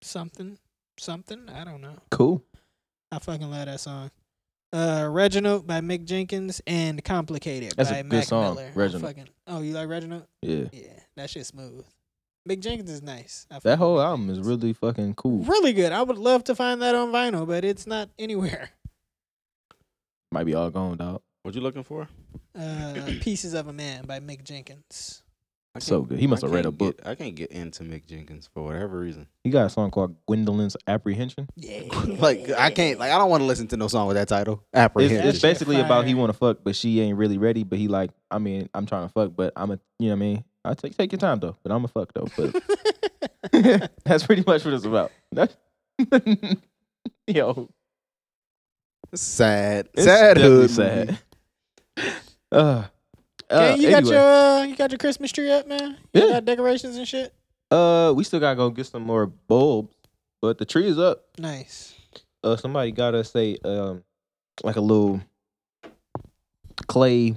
[SPEAKER 3] something. Something. I don't know.
[SPEAKER 1] Cool.
[SPEAKER 3] I fucking love that song. Uh, Reginald by Mick Jenkins and Complicated
[SPEAKER 1] That's a
[SPEAKER 3] by
[SPEAKER 1] good
[SPEAKER 3] Mac
[SPEAKER 1] song,
[SPEAKER 3] Miller. I
[SPEAKER 1] Reginald.
[SPEAKER 3] fucking- oh, you like Reginald?
[SPEAKER 1] Yeah.
[SPEAKER 3] Yeah, that shit's smooth. Mick Jenkins is nice. I
[SPEAKER 1] That
[SPEAKER 3] fucking
[SPEAKER 1] whole
[SPEAKER 3] like
[SPEAKER 1] album is
[SPEAKER 3] Jenkins.
[SPEAKER 1] really fucking cool.
[SPEAKER 3] really good. I would love to find that on vinyl, but it's not anywhere.
[SPEAKER 1] Might be all gone, dog.
[SPEAKER 2] What you looking for?
[SPEAKER 3] Uh, Pieces of a Man by Mick Jenkins.
[SPEAKER 2] I
[SPEAKER 1] So
[SPEAKER 2] can't-
[SPEAKER 1] good. He must
[SPEAKER 2] I
[SPEAKER 1] have read
[SPEAKER 2] can't
[SPEAKER 1] a book.
[SPEAKER 2] get- I can't get into Mick Jenkins for whatever reason.
[SPEAKER 1] He got a song called Gwendolyn's Apprehension.
[SPEAKER 3] Yeah,
[SPEAKER 2] like I can't. Like I don't want to listen to no song with that title.
[SPEAKER 1] It's,
[SPEAKER 2] Apprehension.
[SPEAKER 1] it's
[SPEAKER 3] That shit
[SPEAKER 1] basically about he
[SPEAKER 3] fire.
[SPEAKER 1] want to fuck, but she ain't really ready. But he like, I mean, I'm trying to fuck, but I'm a, you know what I mean. I take take your time though, but I'm a fuck though. But that's pretty much what it's about. That's- Yo,
[SPEAKER 2] It's sad.
[SPEAKER 1] it's
[SPEAKER 2] sad.
[SPEAKER 1] definitely
[SPEAKER 2] Hood movie.
[SPEAKER 1] sad. Uh, uh,
[SPEAKER 3] Okay, you got
[SPEAKER 1] anyway,
[SPEAKER 3] your uh, you got your Christmas tree up, man. You
[SPEAKER 1] Yeah.
[SPEAKER 3] got decorations and shit.
[SPEAKER 1] uh, we still gotta go get some more bulbs, but the tree is up.
[SPEAKER 3] Nice.
[SPEAKER 1] uh, somebody got us a um, like a little clay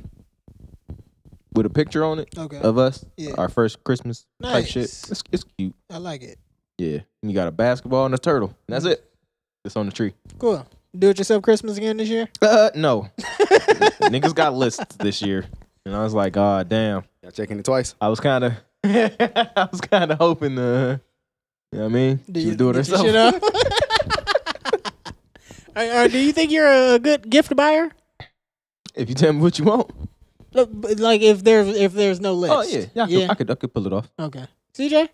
[SPEAKER 1] with a picture on it
[SPEAKER 3] Okay,
[SPEAKER 1] of us,
[SPEAKER 3] Yeah.
[SPEAKER 1] our first Christmas type shit.
[SPEAKER 3] Nice.
[SPEAKER 1] It's, it's cute.
[SPEAKER 3] I like it.
[SPEAKER 1] Yeah, and you got a basketball and a turtle. And
[SPEAKER 3] Mm-hmm.
[SPEAKER 1] that's it. It's on the tree.
[SPEAKER 3] Cool. Do it yourself Christmas again this year.
[SPEAKER 1] Uh, no, niggas got lists this year, and I was like, God damn.
[SPEAKER 2] Y'all checking it twice.
[SPEAKER 1] I was kind of, I was kind of hoping to. You know what I mean?
[SPEAKER 3] Do
[SPEAKER 1] She
[SPEAKER 3] you
[SPEAKER 1] would do it
[SPEAKER 3] get your
[SPEAKER 1] herself.
[SPEAKER 3] shit up? Uh, uh, do you think you're a good gift buyer?
[SPEAKER 1] If you tell me what you want.
[SPEAKER 3] Look, but, Like if there's if there's no list.
[SPEAKER 1] Oh yeah, yeah, I, Could, I could, I could pull it off.
[SPEAKER 3] Okay. CJ.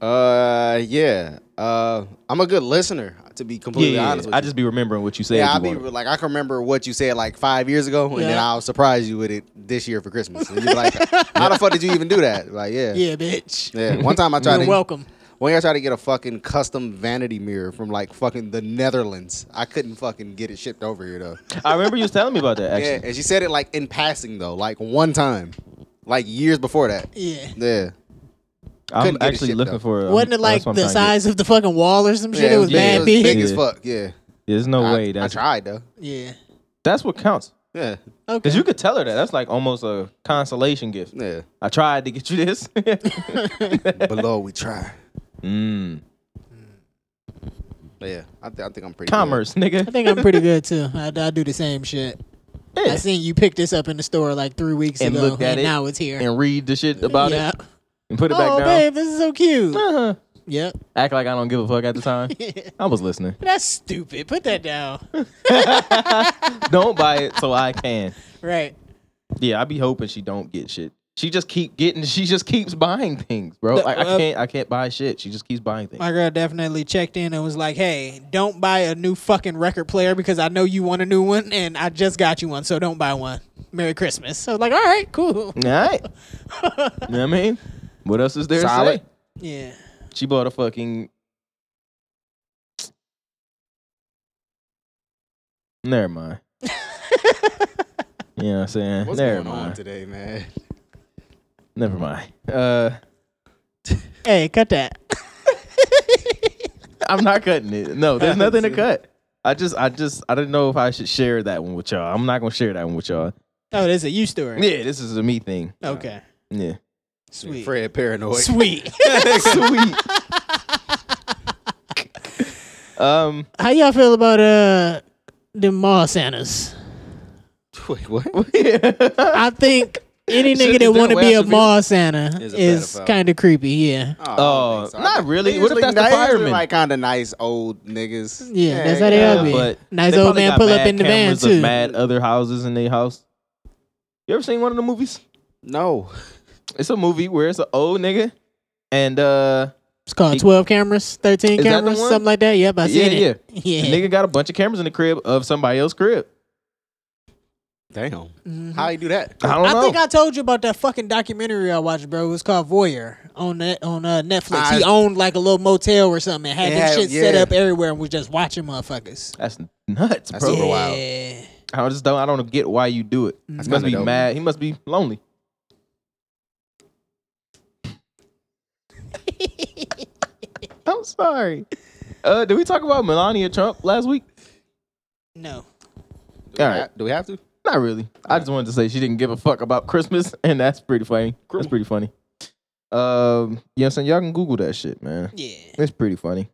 [SPEAKER 2] Uh, yeah. Uh, I'm a good listener. To be
[SPEAKER 1] Yeah,
[SPEAKER 2] completely
[SPEAKER 1] yeah,
[SPEAKER 2] honest, with
[SPEAKER 1] I
[SPEAKER 2] you.
[SPEAKER 1] just be remembering what you said.
[SPEAKER 2] Yeah,
[SPEAKER 1] you
[SPEAKER 2] I'll be
[SPEAKER 1] wanted.
[SPEAKER 2] like, I can remember what you said like five years ago, and then
[SPEAKER 3] Yeah.
[SPEAKER 2] I'll surprise you with it this year for Christmas. And you're like, how the fuck did you even do that? Like, yeah. yeah.
[SPEAKER 3] Yeah, bitch.
[SPEAKER 2] one time I tried
[SPEAKER 3] You're
[SPEAKER 2] to
[SPEAKER 3] welcome.
[SPEAKER 2] one year I tried to get a fucking custom vanity mirror from like fucking the Netherlands. I couldn't fucking get it shipped over here though.
[SPEAKER 1] I remember you was telling me about that
[SPEAKER 2] Yeah,
[SPEAKER 1] actually.
[SPEAKER 2] and she said it like in passing though, like one time, like years before that.
[SPEAKER 3] Yeah.
[SPEAKER 2] Yeah,
[SPEAKER 1] I'm
[SPEAKER 2] Couldn't get it
[SPEAKER 1] actually
[SPEAKER 2] shipped,
[SPEAKER 1] looking
[SPEAKER 2] though.
[SPEAKER 1] for. Um,
[SPEAKER 3] Wasn't it like
[SPEAKER 1] that's what I'm
[SPEAKER 3] the
[SPEAKER 1] trying to get.
[SPEAKER 3] size of the fucking wall or some shit?
[SPEAKER 2] yeah,
[SPEAKER 3] it was
[SPEAKER 2] big-
[SPEAKER 3] bad
[SPEAKER 1] was
[SPEAKER 3] big.
[SPEAKER 2] big as
[SPEAKER 1] Yeah.
[SPEAKER 2] fuck. Yeah,
[SPEAKER 1] There's no
[SPEAKER 2] I,
[SPEAKER 1] way.
[SPEAKER 2] I
[SPEAKER 1] That's
[SPEAKER 2] tried though.
[SPEAKER 3] Yeah.
[SPEAKER 1] that's what counts.
[SPEAKER 2] Yeah,
[SPEAKER 3] Okay.
[SPEAKER 1] Cause you could tell her that. That's like almost a consolation gift.
[SPEAKER 2] yeah.
[SPEAKER 1] I tried to get you this.
[SPEAKER 2] Below we try.
[SPEAKER 1] mm.
[SPEAKER 2] But yeah, I, th- I think I'm pretty good.
[SPEAKER 1] Commerce,
[SPEAKER 3] I
[SPEAKER 1] nigga.
[SPEAKER 3] think I'm pretty good too. I, I do the same shit.
[SPEAKER 1] Yeah.
[SPEAKER 3] I seen you pick this up in the store like three weeks
[SPEAKER 1] And
[SPEAKER 3] ago,
[SPEAKER 1] looked at
[SPEAKER 3] and
[SPEAKER 1] it
[SPEAKER 3] now it's here.
[SPEAKER 1] And read the shit about
[SPEAKER 3] yeah.
[SPEAKER 1] it and put it back
[SPEAKER 3] Oh,
[SPEAKER 1] down.
[SPEAKER 3] babe, this is so cute.
[SPEAKER 1] Uh-huh.
[SPEAKER 3] Yep.
[SPEAKER 1] Act like I don't give a fuck at the time. I was listening.
[SPEAKER 3] That's stupid. Put that down.
[SPEAKER 1] Don't buy it so I can.
[SPEAKER 3] Right.
[SPEAKER 1] Yeah, I be hoping she don't get shit. She just keep getting. She just keeps buying things, bro.
[SPEAKER 3] The-
[SPEAKER 1] Like I
[SPEAKER 3] uh,
[SPEAKER 1] can't. I can't buy shit. She just keeps buying things.
[SPEAKER 3] My girl definitely checked in and was like, "Hey, don't buy a new fucking record player because I know you want a new one, and I just got you one, so don't buy one. Merry Christmas." So I was like, "All right, cool."
[SPEAKER 1] All right. you know what I mean? What else is there
[SPEAKER 2] Solid.
[SPEAKER 1] to say?
[SPEAKER 3] Yeah.
[SPEAKER 1] She bought a fucking. Never mind. You know what I'm saying?
[SPEAKER 2] What's
[SPEAKER 1] Never
[SPEAKER 2] going on
[SPEAKER 1] mind.
[SPEAKER 2] today, man?
[SPEAKER 1] Never mind. Uh,
[SPEAKER 3] Hey, cut that.
[SPEAKER 1] I'm not cutting it. No, there's nothing to cut. I just, I just, I didn't know if I should share that one with y'all. I'm not gonna share that one with y'all.
[SPEAKER 3] Oh, that's a you story.
[SPEAKER 1] Yeah, this is a me thing.
[SPEAKER 3] Okay.
[SPEAKER 1] Yeah.
[SPEAKER 3] Sweet.
[SPEAKER 2] Fred paranoid.
[SPEAKER 3] Sweet.
[SPEAKER 1] Sweet. um,
[SPEAKER 3] How y'all feel about uh the mall Santas?
[SPEAKER 2] Wait, what?
[SPEAKER 3] I think any
[SPEAKER 1] Shouldn't
[SPEAKER 3] nigga
[SPEAKER 1] do
[SPEAKER 3] that want to
[SPEAKER 1] what
[SPEAKER 3] be a
[SPEAKER 1] should be-
[SPEAKER 3] mall Santa
[SPEAKER 2] Is
[SPEAKER 3] is,
[SPEAKER 2] a pedophile.
[SPEAKER 3] kind of creepy. Yeah.
[SPEAKER 1] Oh, not really. What if that's the fireman?
[SPEAKER 2] Like kind of nice old niggas.
[SPEAKER 3] Yeah, that's how they
[SPEAKER 1] yeah,
[SPEAKER 3] all be.
[SPEAKER 1] Uh, but
[SPEAKER 3] Nice
[SPEAKER 1] they
[SPEAKER 3] old
[SPEAKER 1] probably
[SPEAKER 3] man
[SPEAKER 1] got
[SPEAKER 3] pull up
[SPEAKER 1] mad
[SPEAKER 3] in the van,
[SPEAKER 1] cameras of
[SPEAKER 3] too.
[SPEAKER 1] Mad other houses in their house. You ever seen one of the movies?
[SPEAKER 2] No,
[SPEAKER 1] It's a movie where it's an old nigga, and uh,
[SPEAKER 3] It's called twelve cameras, thirteen
[SPEAKER 1] Is that the
[SPEAKER 3] cameras,
[SPEAKER 1] one?
[SPEAKER 3] something like that. Yep, I
[SPEAKER 1] yeah,
[SPEAKER 3] seen
[SPEAKER 1] yeah,
[SPEAKER 3] it. Yeah.
[SPEAKER 1] The nigga got a bunch of cameras in the crib of somebody else's crib.
[SPEAKER 2] damn.
[SPEAKER 1] Mm-hmm.
[SPEAKER 2] How you do that?
[SPEAKER 1] I don't
[SPEAKER 3] I
[SPEAKER 1] know.
[SPEAKER 3] think I told you about that fucking documentary I watched, bro. It was called Voyeur on that on uh, Netflix. he
[SPEAKER 2] I-
[SPEAKER 3] owned like a little motel or something and had
[SPEAKER 2] It
[SPEAKER 3] this
[SPEAKER 2] had-
[SPEAKER 3] shit set
[SPEAKER 2] yeah.
[SPEAKER 3] up everywhere and was just watching motherfuckers.
[SPEAKER 1] That's nuts,
[SPEAKER 2] That's
[SPEAKER 1] bro.
[SPEAKER 2] super wild.
[SPEAKER 3] Yeah.
[SPEAKER 1] I just don't. I don't get why you do it.
[SPEAKER 2] That's
[SPEAKER 1] He must
[SPEAKER 2] kinda
[SPEAKER 1] be
[SPEAKER 2] dope.
[SPEAKER 1] mad. He must be lonely. I'm sorry. Uh, did we talk about Melania Trump last week?
[SPEAKER 3] No.
[SPEAKER 2] Do we,
[SPEAKER 1] All right.
[SPEAKER 2] have, do we have to?
[SPEAKER 1] Not really. I just wanted to say she didn't give a fuck about Christmas, and that's pretty funny. That's pretty funny. Um, you know what I'm saying? Y'all can Google that shit, man.
[SPEAKER 3] Yeah.
[SPEAKER 1] It's pretty funny.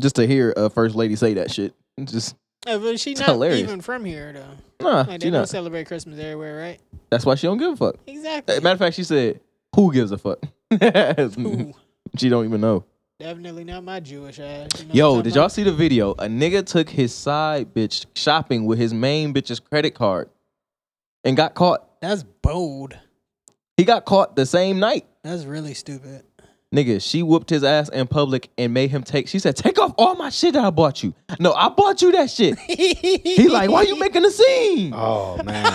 [SPEAKER 1] Just to hear a first lady say that shit. It's Just
[SPEAKER 3] Oh, but she
[SPEAKER 1] It's
[SPEAKER 3] not
[SPEAKER 1] hilarious.
[SPEAKER 3] even from here though.
[SPEAKER 1] nah,
[SPEAKER 3] Like they
[SPEAKER 1] she
[SPEAKER 3] don't
[SPEAKER 1] not.
[SPEAKER 3] celebrate Christmas everywhere, right?
[SPEAKER 1] That's why she don't give a fuck.
[SPEAKER 3] Exactly.
[SPEAKER 1] Uh, Matter of fact, she said, "Who gives a fuck?"
[SPEAKER 3] Ooh,
[SPEAKER 1] she don't even know.
[SPEAKER 3] definitely not my Jewish ass. You know what
[SPEAKER 1] Yo,
[SPEAKER 3] I'm
[SPEAKER 1] did
[SPEAKER 3] talking
[SPEAKER 1] y'all see the video? A nigga took his side bitch shopping with his main bitch's credit card, and got caught.
[SPEAKER 3] about? That's bold.
[SPEAKER 1] He got caught the same night.
[SPEAKER 3] That's really stupid.
[SPEAKER 1] Nigga, she whooped his ass in public and made him take. She said, "Take off all my shit that I bought you." No, I bought you that shit. he like, why you making a scene?
[SPEAKER 2] Oh man,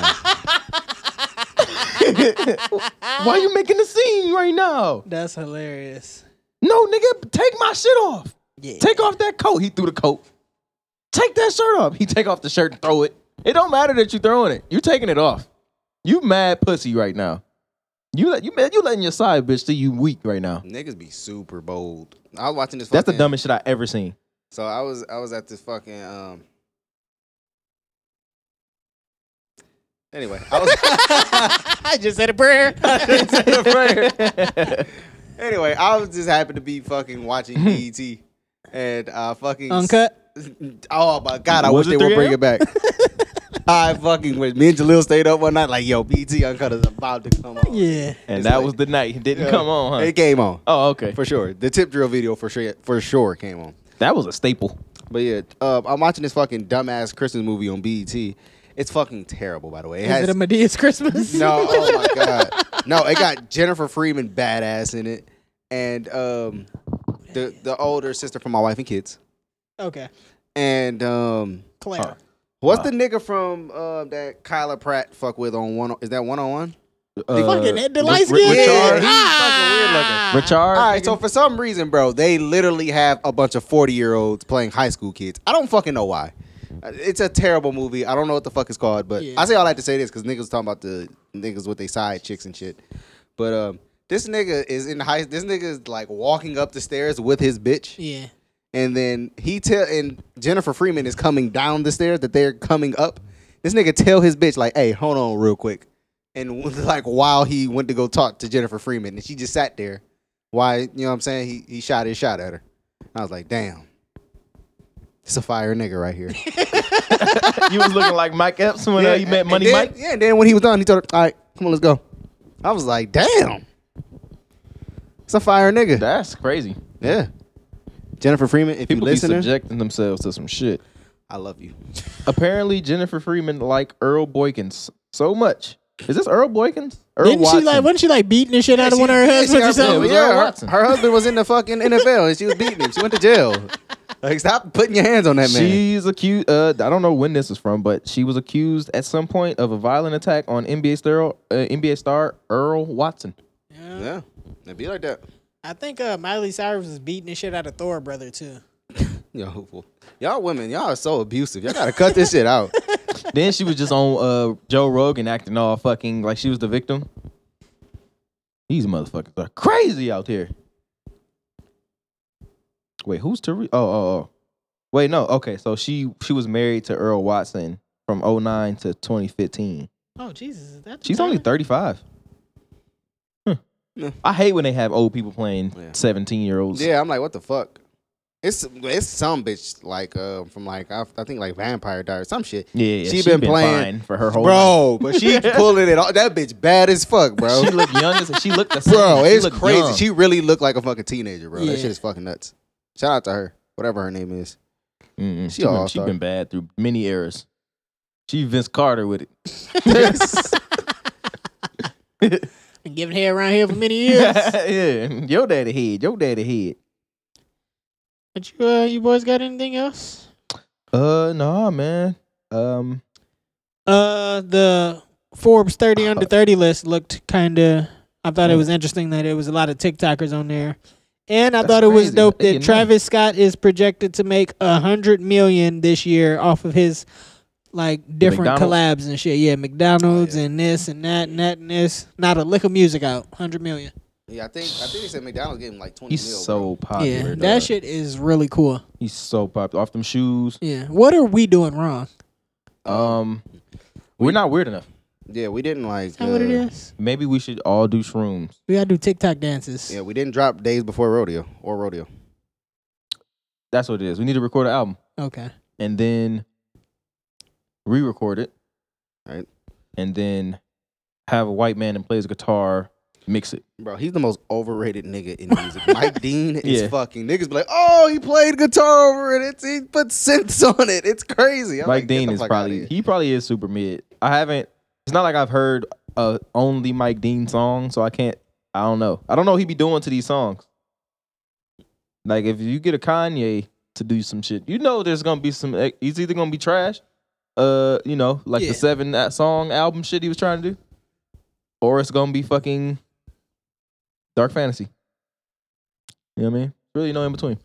[SPEAKER 1] Why you making a scene right now?
[SPEAKER 3] That's hilarious.
[SPEAKER 1] No, nigga, take my shit off.
[SPEAKER 3] Yeah.
[SPEAKER 1] Take off that coat. He threw the coat. Take that shirt off. He take off the shirt and throw it. It don't matter that you throwing it. You taking it off. You mad pussy right now. You let you man, you letting your side bitch see you weak right now.
[SPEAKER 2] niggas be super bold. I was watching this.
[SPEAKER 1] That's the
[SPEAKER 2] fucking-
[SPEAKER 1] dumbest shit I ever seen.
[SPEAKER 2] So I was I was at this fucking um. Anyway, I was.
[SPEAKER 3] I just said a prayer.
[SPEAKER 2] anyway, I was just happy to be fucking watching BET and uh fucking
[SPEAKER 3] Uncut.
[SPEAKER 2] Oh my god, I
[SPEAKER 1] Was
[SPEAKER 2] wish
[SPEAKER 1] it
[SPEAKER 2] they
[SPEAKER 1] 3
[SPEAKER 2] would bring
[SPEAKER 1] a.m.?
[SPEAKER 2] it back. I fucking wish me and Jalil stayed up one night like yo, BT Uncut is about to come on.
[SPEAKER 3] Yeah.
[SPEAKER 1] And
[SPEAKER 2] It's
[SPEAKER 1] that
[SPEAKER 2] like-
[SPEAKER 1] was the night. It didn't come on, huh?
[SPEAKER 2] It came on.
[SPEAKER 1] oh, okay.
[SPEAKER 2] For sure. The tip drill video for sure for sure came on.
[SPEAKER 1] That was a staple.
[SPEAKER 2] But yeah, uh, I'm watching this fucking dumbass Christmas movie on BET. It's fucking terrible, by the way. It
[SPEAKER 3] Is it a Medea's Christmas?
[SPEAKER 2] No, oh my god. No, it got Jennifer Freeman badass in it, and um, the the older sister from my wife and kids,
[SPEAKER 3] Okay.
[SPEAKER 2] and um,
[SPEAKER 3] Claire.
[SPEAKER 1] Uh,
[SPEAKER 2] what's the nigga from uh, that Kyla Pratt fuck with on one? Is that one on one?
[SPEAKER 1] Uh,
[SPEAKER 3] Fucking the, the
[SPEAKER 1] Ri-
[SPEAKER 3] light
[SPEAKER 1] Ri-
[SPEAKER 3] skin.
[SPEAKER 1] Richard.
[SPEAKER 2] Yeah.
[SPEAKER 3] Ah!
[SPEAKER 1] Richard.
[SPEAKER 2] All right, so for some reason, bro, they literally have a bunch of forty year olds playing high school kids. I don't fucking know why. Uh, It's a terrible movie. I don't know what the fuck it's called, but
[SPEAKER 3] Yeah.
[SPEAKER 2] I say all that to say this because niggas talking about the niggas with they side chicks and shit. But um, this nigga is in high. This nigga is like walking up the stairs with his bitch,
[SPEAKER 3] Yeah.
[SPEAKER 2] and then he tell and Jennifer Freeman is coming down the stairs that they're coming up. This nigga tell his bitch like, "Hey, hold on real quick," and like while he went to go talk to Jennifer Freeman, and she just sat there. Why? You know what I'm saying? He he shot his shot at her. I was like, "Damn, it's a fire nigga right here."
[SPEAKER 1] you was looking like Mike Epps when uh, you met
[SPEAKER 2] and
[SPEAKER 1] Money
[SPEAKER 2] then-
[SPEAKER 1] Mike.
[SPEAKER 2] Yeah, and then when he was done, he told her, "All right, come on, let's go." I was like, "Damn, it's a fire nigga."
[SPEAKER 1] That's crazy.
[SPEAKER 2] yeah, Jennifer Freeman, if
[SPEAKER 1] People
[SPEAKER 2] you
[SPEAKER 1] be
[SPEAKER 2] listening,
[SPEAKER 1] subjecting themselves to some shit.
[SPEAKER 2] I love you.
[SPEAKER 1] Apparently, Jennifer Freeman liked Earl Boykins so much. Is this Earl Boykins? Earl
[SPEAKER 3] Didn't
[SPEAKER 1] Watson.
[SPEAKER 3] she like? Wasn't she like beating the shit out of one of her
[SPEAKER 2] Yeah, she-
[SPEAKER 3] husbands or
[SPEAKER 2] her-
[SPEAKER 1] yeah,
[SPEAKER 3] something?
[SPEAKER 1] was
[SPEAKER 2] Yeah,
[SPEAKER 1] Earl
[SPEAKER 2] her,
[SPEAKER 1] Watson.
[SPEAKER 2] her husband was in the fucking NFL and she was beating him. She went to jail. Like, stop putting your hands on that man.
[SPEAKER 1] She's accused. Uh, I don't know when this is from, but she was accused at some point of a violent attack on NBA star, uh, NBA star Earl Watson.
[SPEAKER 2] yeah, it'd be like that.
[SPEAKER 3] I think uh, Miley Cyrus was beating the shit out of Thor brother too.
[SPEAKER 2] Yo, well, y'all women, y'all are so abusive. Y'all gotta cut this shit out.
[SPEAKER 1] Then she was just on uh, Joe Rogan acting all fucking like she was the victim. These motherfuckers are crazy out here. Wait, who's Teresa? Oh, oh, oh. Wait, no. Okay, so she she was married to Earl Watson from 09 to 2015.
[SPEAKER 3] Oh Jesus, is that the
[SPEAKER 1] She's only
[SPEAKER 3] timer?
[SPEAKER 1] 35. Huh.
[SPEAKER 2] No.
[SPEAKER 1] I hate when they have old people playing
[SPEAKER 2] Yeah.
[SPEAKER 1] 17 year olds.
[SPEAKER 2] Yeah, I'm like, what the fuck? It's it's some bitch like uh, from like I, I think like Vampire Diaries, some shit.
[SPEAKER 1] yeah, yeah,
[SPEAKER 2] She been playing-
[SPEAKER 1] fine for her whole life.
[SPEAKER 2] bro, but she pulling it off. That bitch bad as fuck, bro.
[SPEAKER 1] She looked young as she looked the same.
[SPEAKER 2] bro,
[SPEAKER 1] She
[SPEAKER 2] it's
[SPEAKER 1] looked
[SPEAKER 2] crazy.
[SPEAKER 1] young.
[SPEAKER 2] She really looked like a fucking teenager, bro.
[SPEAKER 3] Yeah.
[SPEAKER 2] That shit is fucking nuts. Shout out to her, whatever her name is.
[SPEAKER 1] Mm-mm.
[SPEAKER 2] She
[SPEAKER 1] She been,
[SPEAKER 2] all
[SPEAKER 1] she
[SPEAKER 2] star.
[SPEAKER 1] been bad through many eras. She Vince Carter with it.
[SPEAKER 3] Been giving hair around here for many years.
[SPEAKER 1] yeah, your daddy head, your daddy head.
[SPEAKER 3] but you, uh, you boys got anything else?
[SPEAKER 1] Uh, nah, man. Um,
[SPEAKER 3] Uh, the Forbes 30
[SPEAKER 1] Uh,
[SPEAKER 3] under 30 list looked kind of. I thought it was interesting that it was a lot of TikTokers on there. And I
[SPEAKER 1] That's
[SPEAKER 3] thought it was
[SPEAKER 1] crazy.
[SPEAKER 3] dope
[SPEAKER 1] They
[SPEAKER 3] that
[SPEAKER 1] getting
[SPEAKER 3] Travis Scott is projected to make a hundred million this year off of his like different
[SPEAKER 1] McDonald's?
[SPEAKER 3] collabs and shit. Yeah, McDonald's
[SPEAKER 2] Oh, yeah.
[SPEAKER 3] and this and that and that and this. Not a lick of music out. Hundred million.
[SPEAKER 2] Yeah, I think I think they said McDonald's gave him like twenty.
[SPEAKER 1] he's
[SPEAKER 2] mil,
[SPEAKER 1] so popular.
[SPEAKER 3] yeah, that
[SPEAKER 1] dog.
[SPEAKER 3] shit is really cool.
[SPEAKER 1] He's so popular. Off them shoes.
[SPEAKER 3] Yeah. What are we doing wrong?
[SPEAKER 1] Um, we're not weird enough.
[SPEAKER 2] bro. Yeah, we didn't like.
[SPEAKER 3] Is that what it
[SPEAKER 2] uh,
[SPEAKER 3] is?
[SPEAKER 1] Maybe we should all do shrooms.
[SPEAKER 3] We gotta do TikTok dances.
[SPEAKER 2] Yeah, we didn't drop days before rodeo or rodeo.
[SPEAKER 1] That's what it is. We need to record an album
[SPEAKER 3] Okay.
[SPEAKER 1] and then re-record it,
[SPEAKER 2] Right.
[SPEAKER 1] And then have a white man and play his guitar, mix it.
[SPEAKER 2] Bro, he's the most overrated nigga in music. Mike Dean is
[SPEAKER 1] Yeah.
[SPEAKER 2] fucking niggas be like, oh, he played guitar over it. It's, he put synths on it. It's crazy. I'm
[SPEAKER 1] Mike
[SPEAKER 2] like, get
[SPEAKER 1] Dean
[SPEAKER 2] the
[SPEAKER 1] is
[SPEAKER 2] fuck outta
[SPEAKER 1] probably
[SPEAKER 2] here.
[SPEAKER 1] he probably is super mid. I haven't. It's not like I've heard uh only Mike Dean song, so I can't. I don't know. I don't know what he be doing to these songs. Like if you get a Kanye to do some shit, you know there's gonna be some. eh, He's either gonna be trash, uh, you know, like
[SPEAKER 3] Yeah.
[SPEAKER 1] the seven uh, song album shit he was trying to do, or it's gonna be fucking dark fantasy. You know what I mean? Really no in between.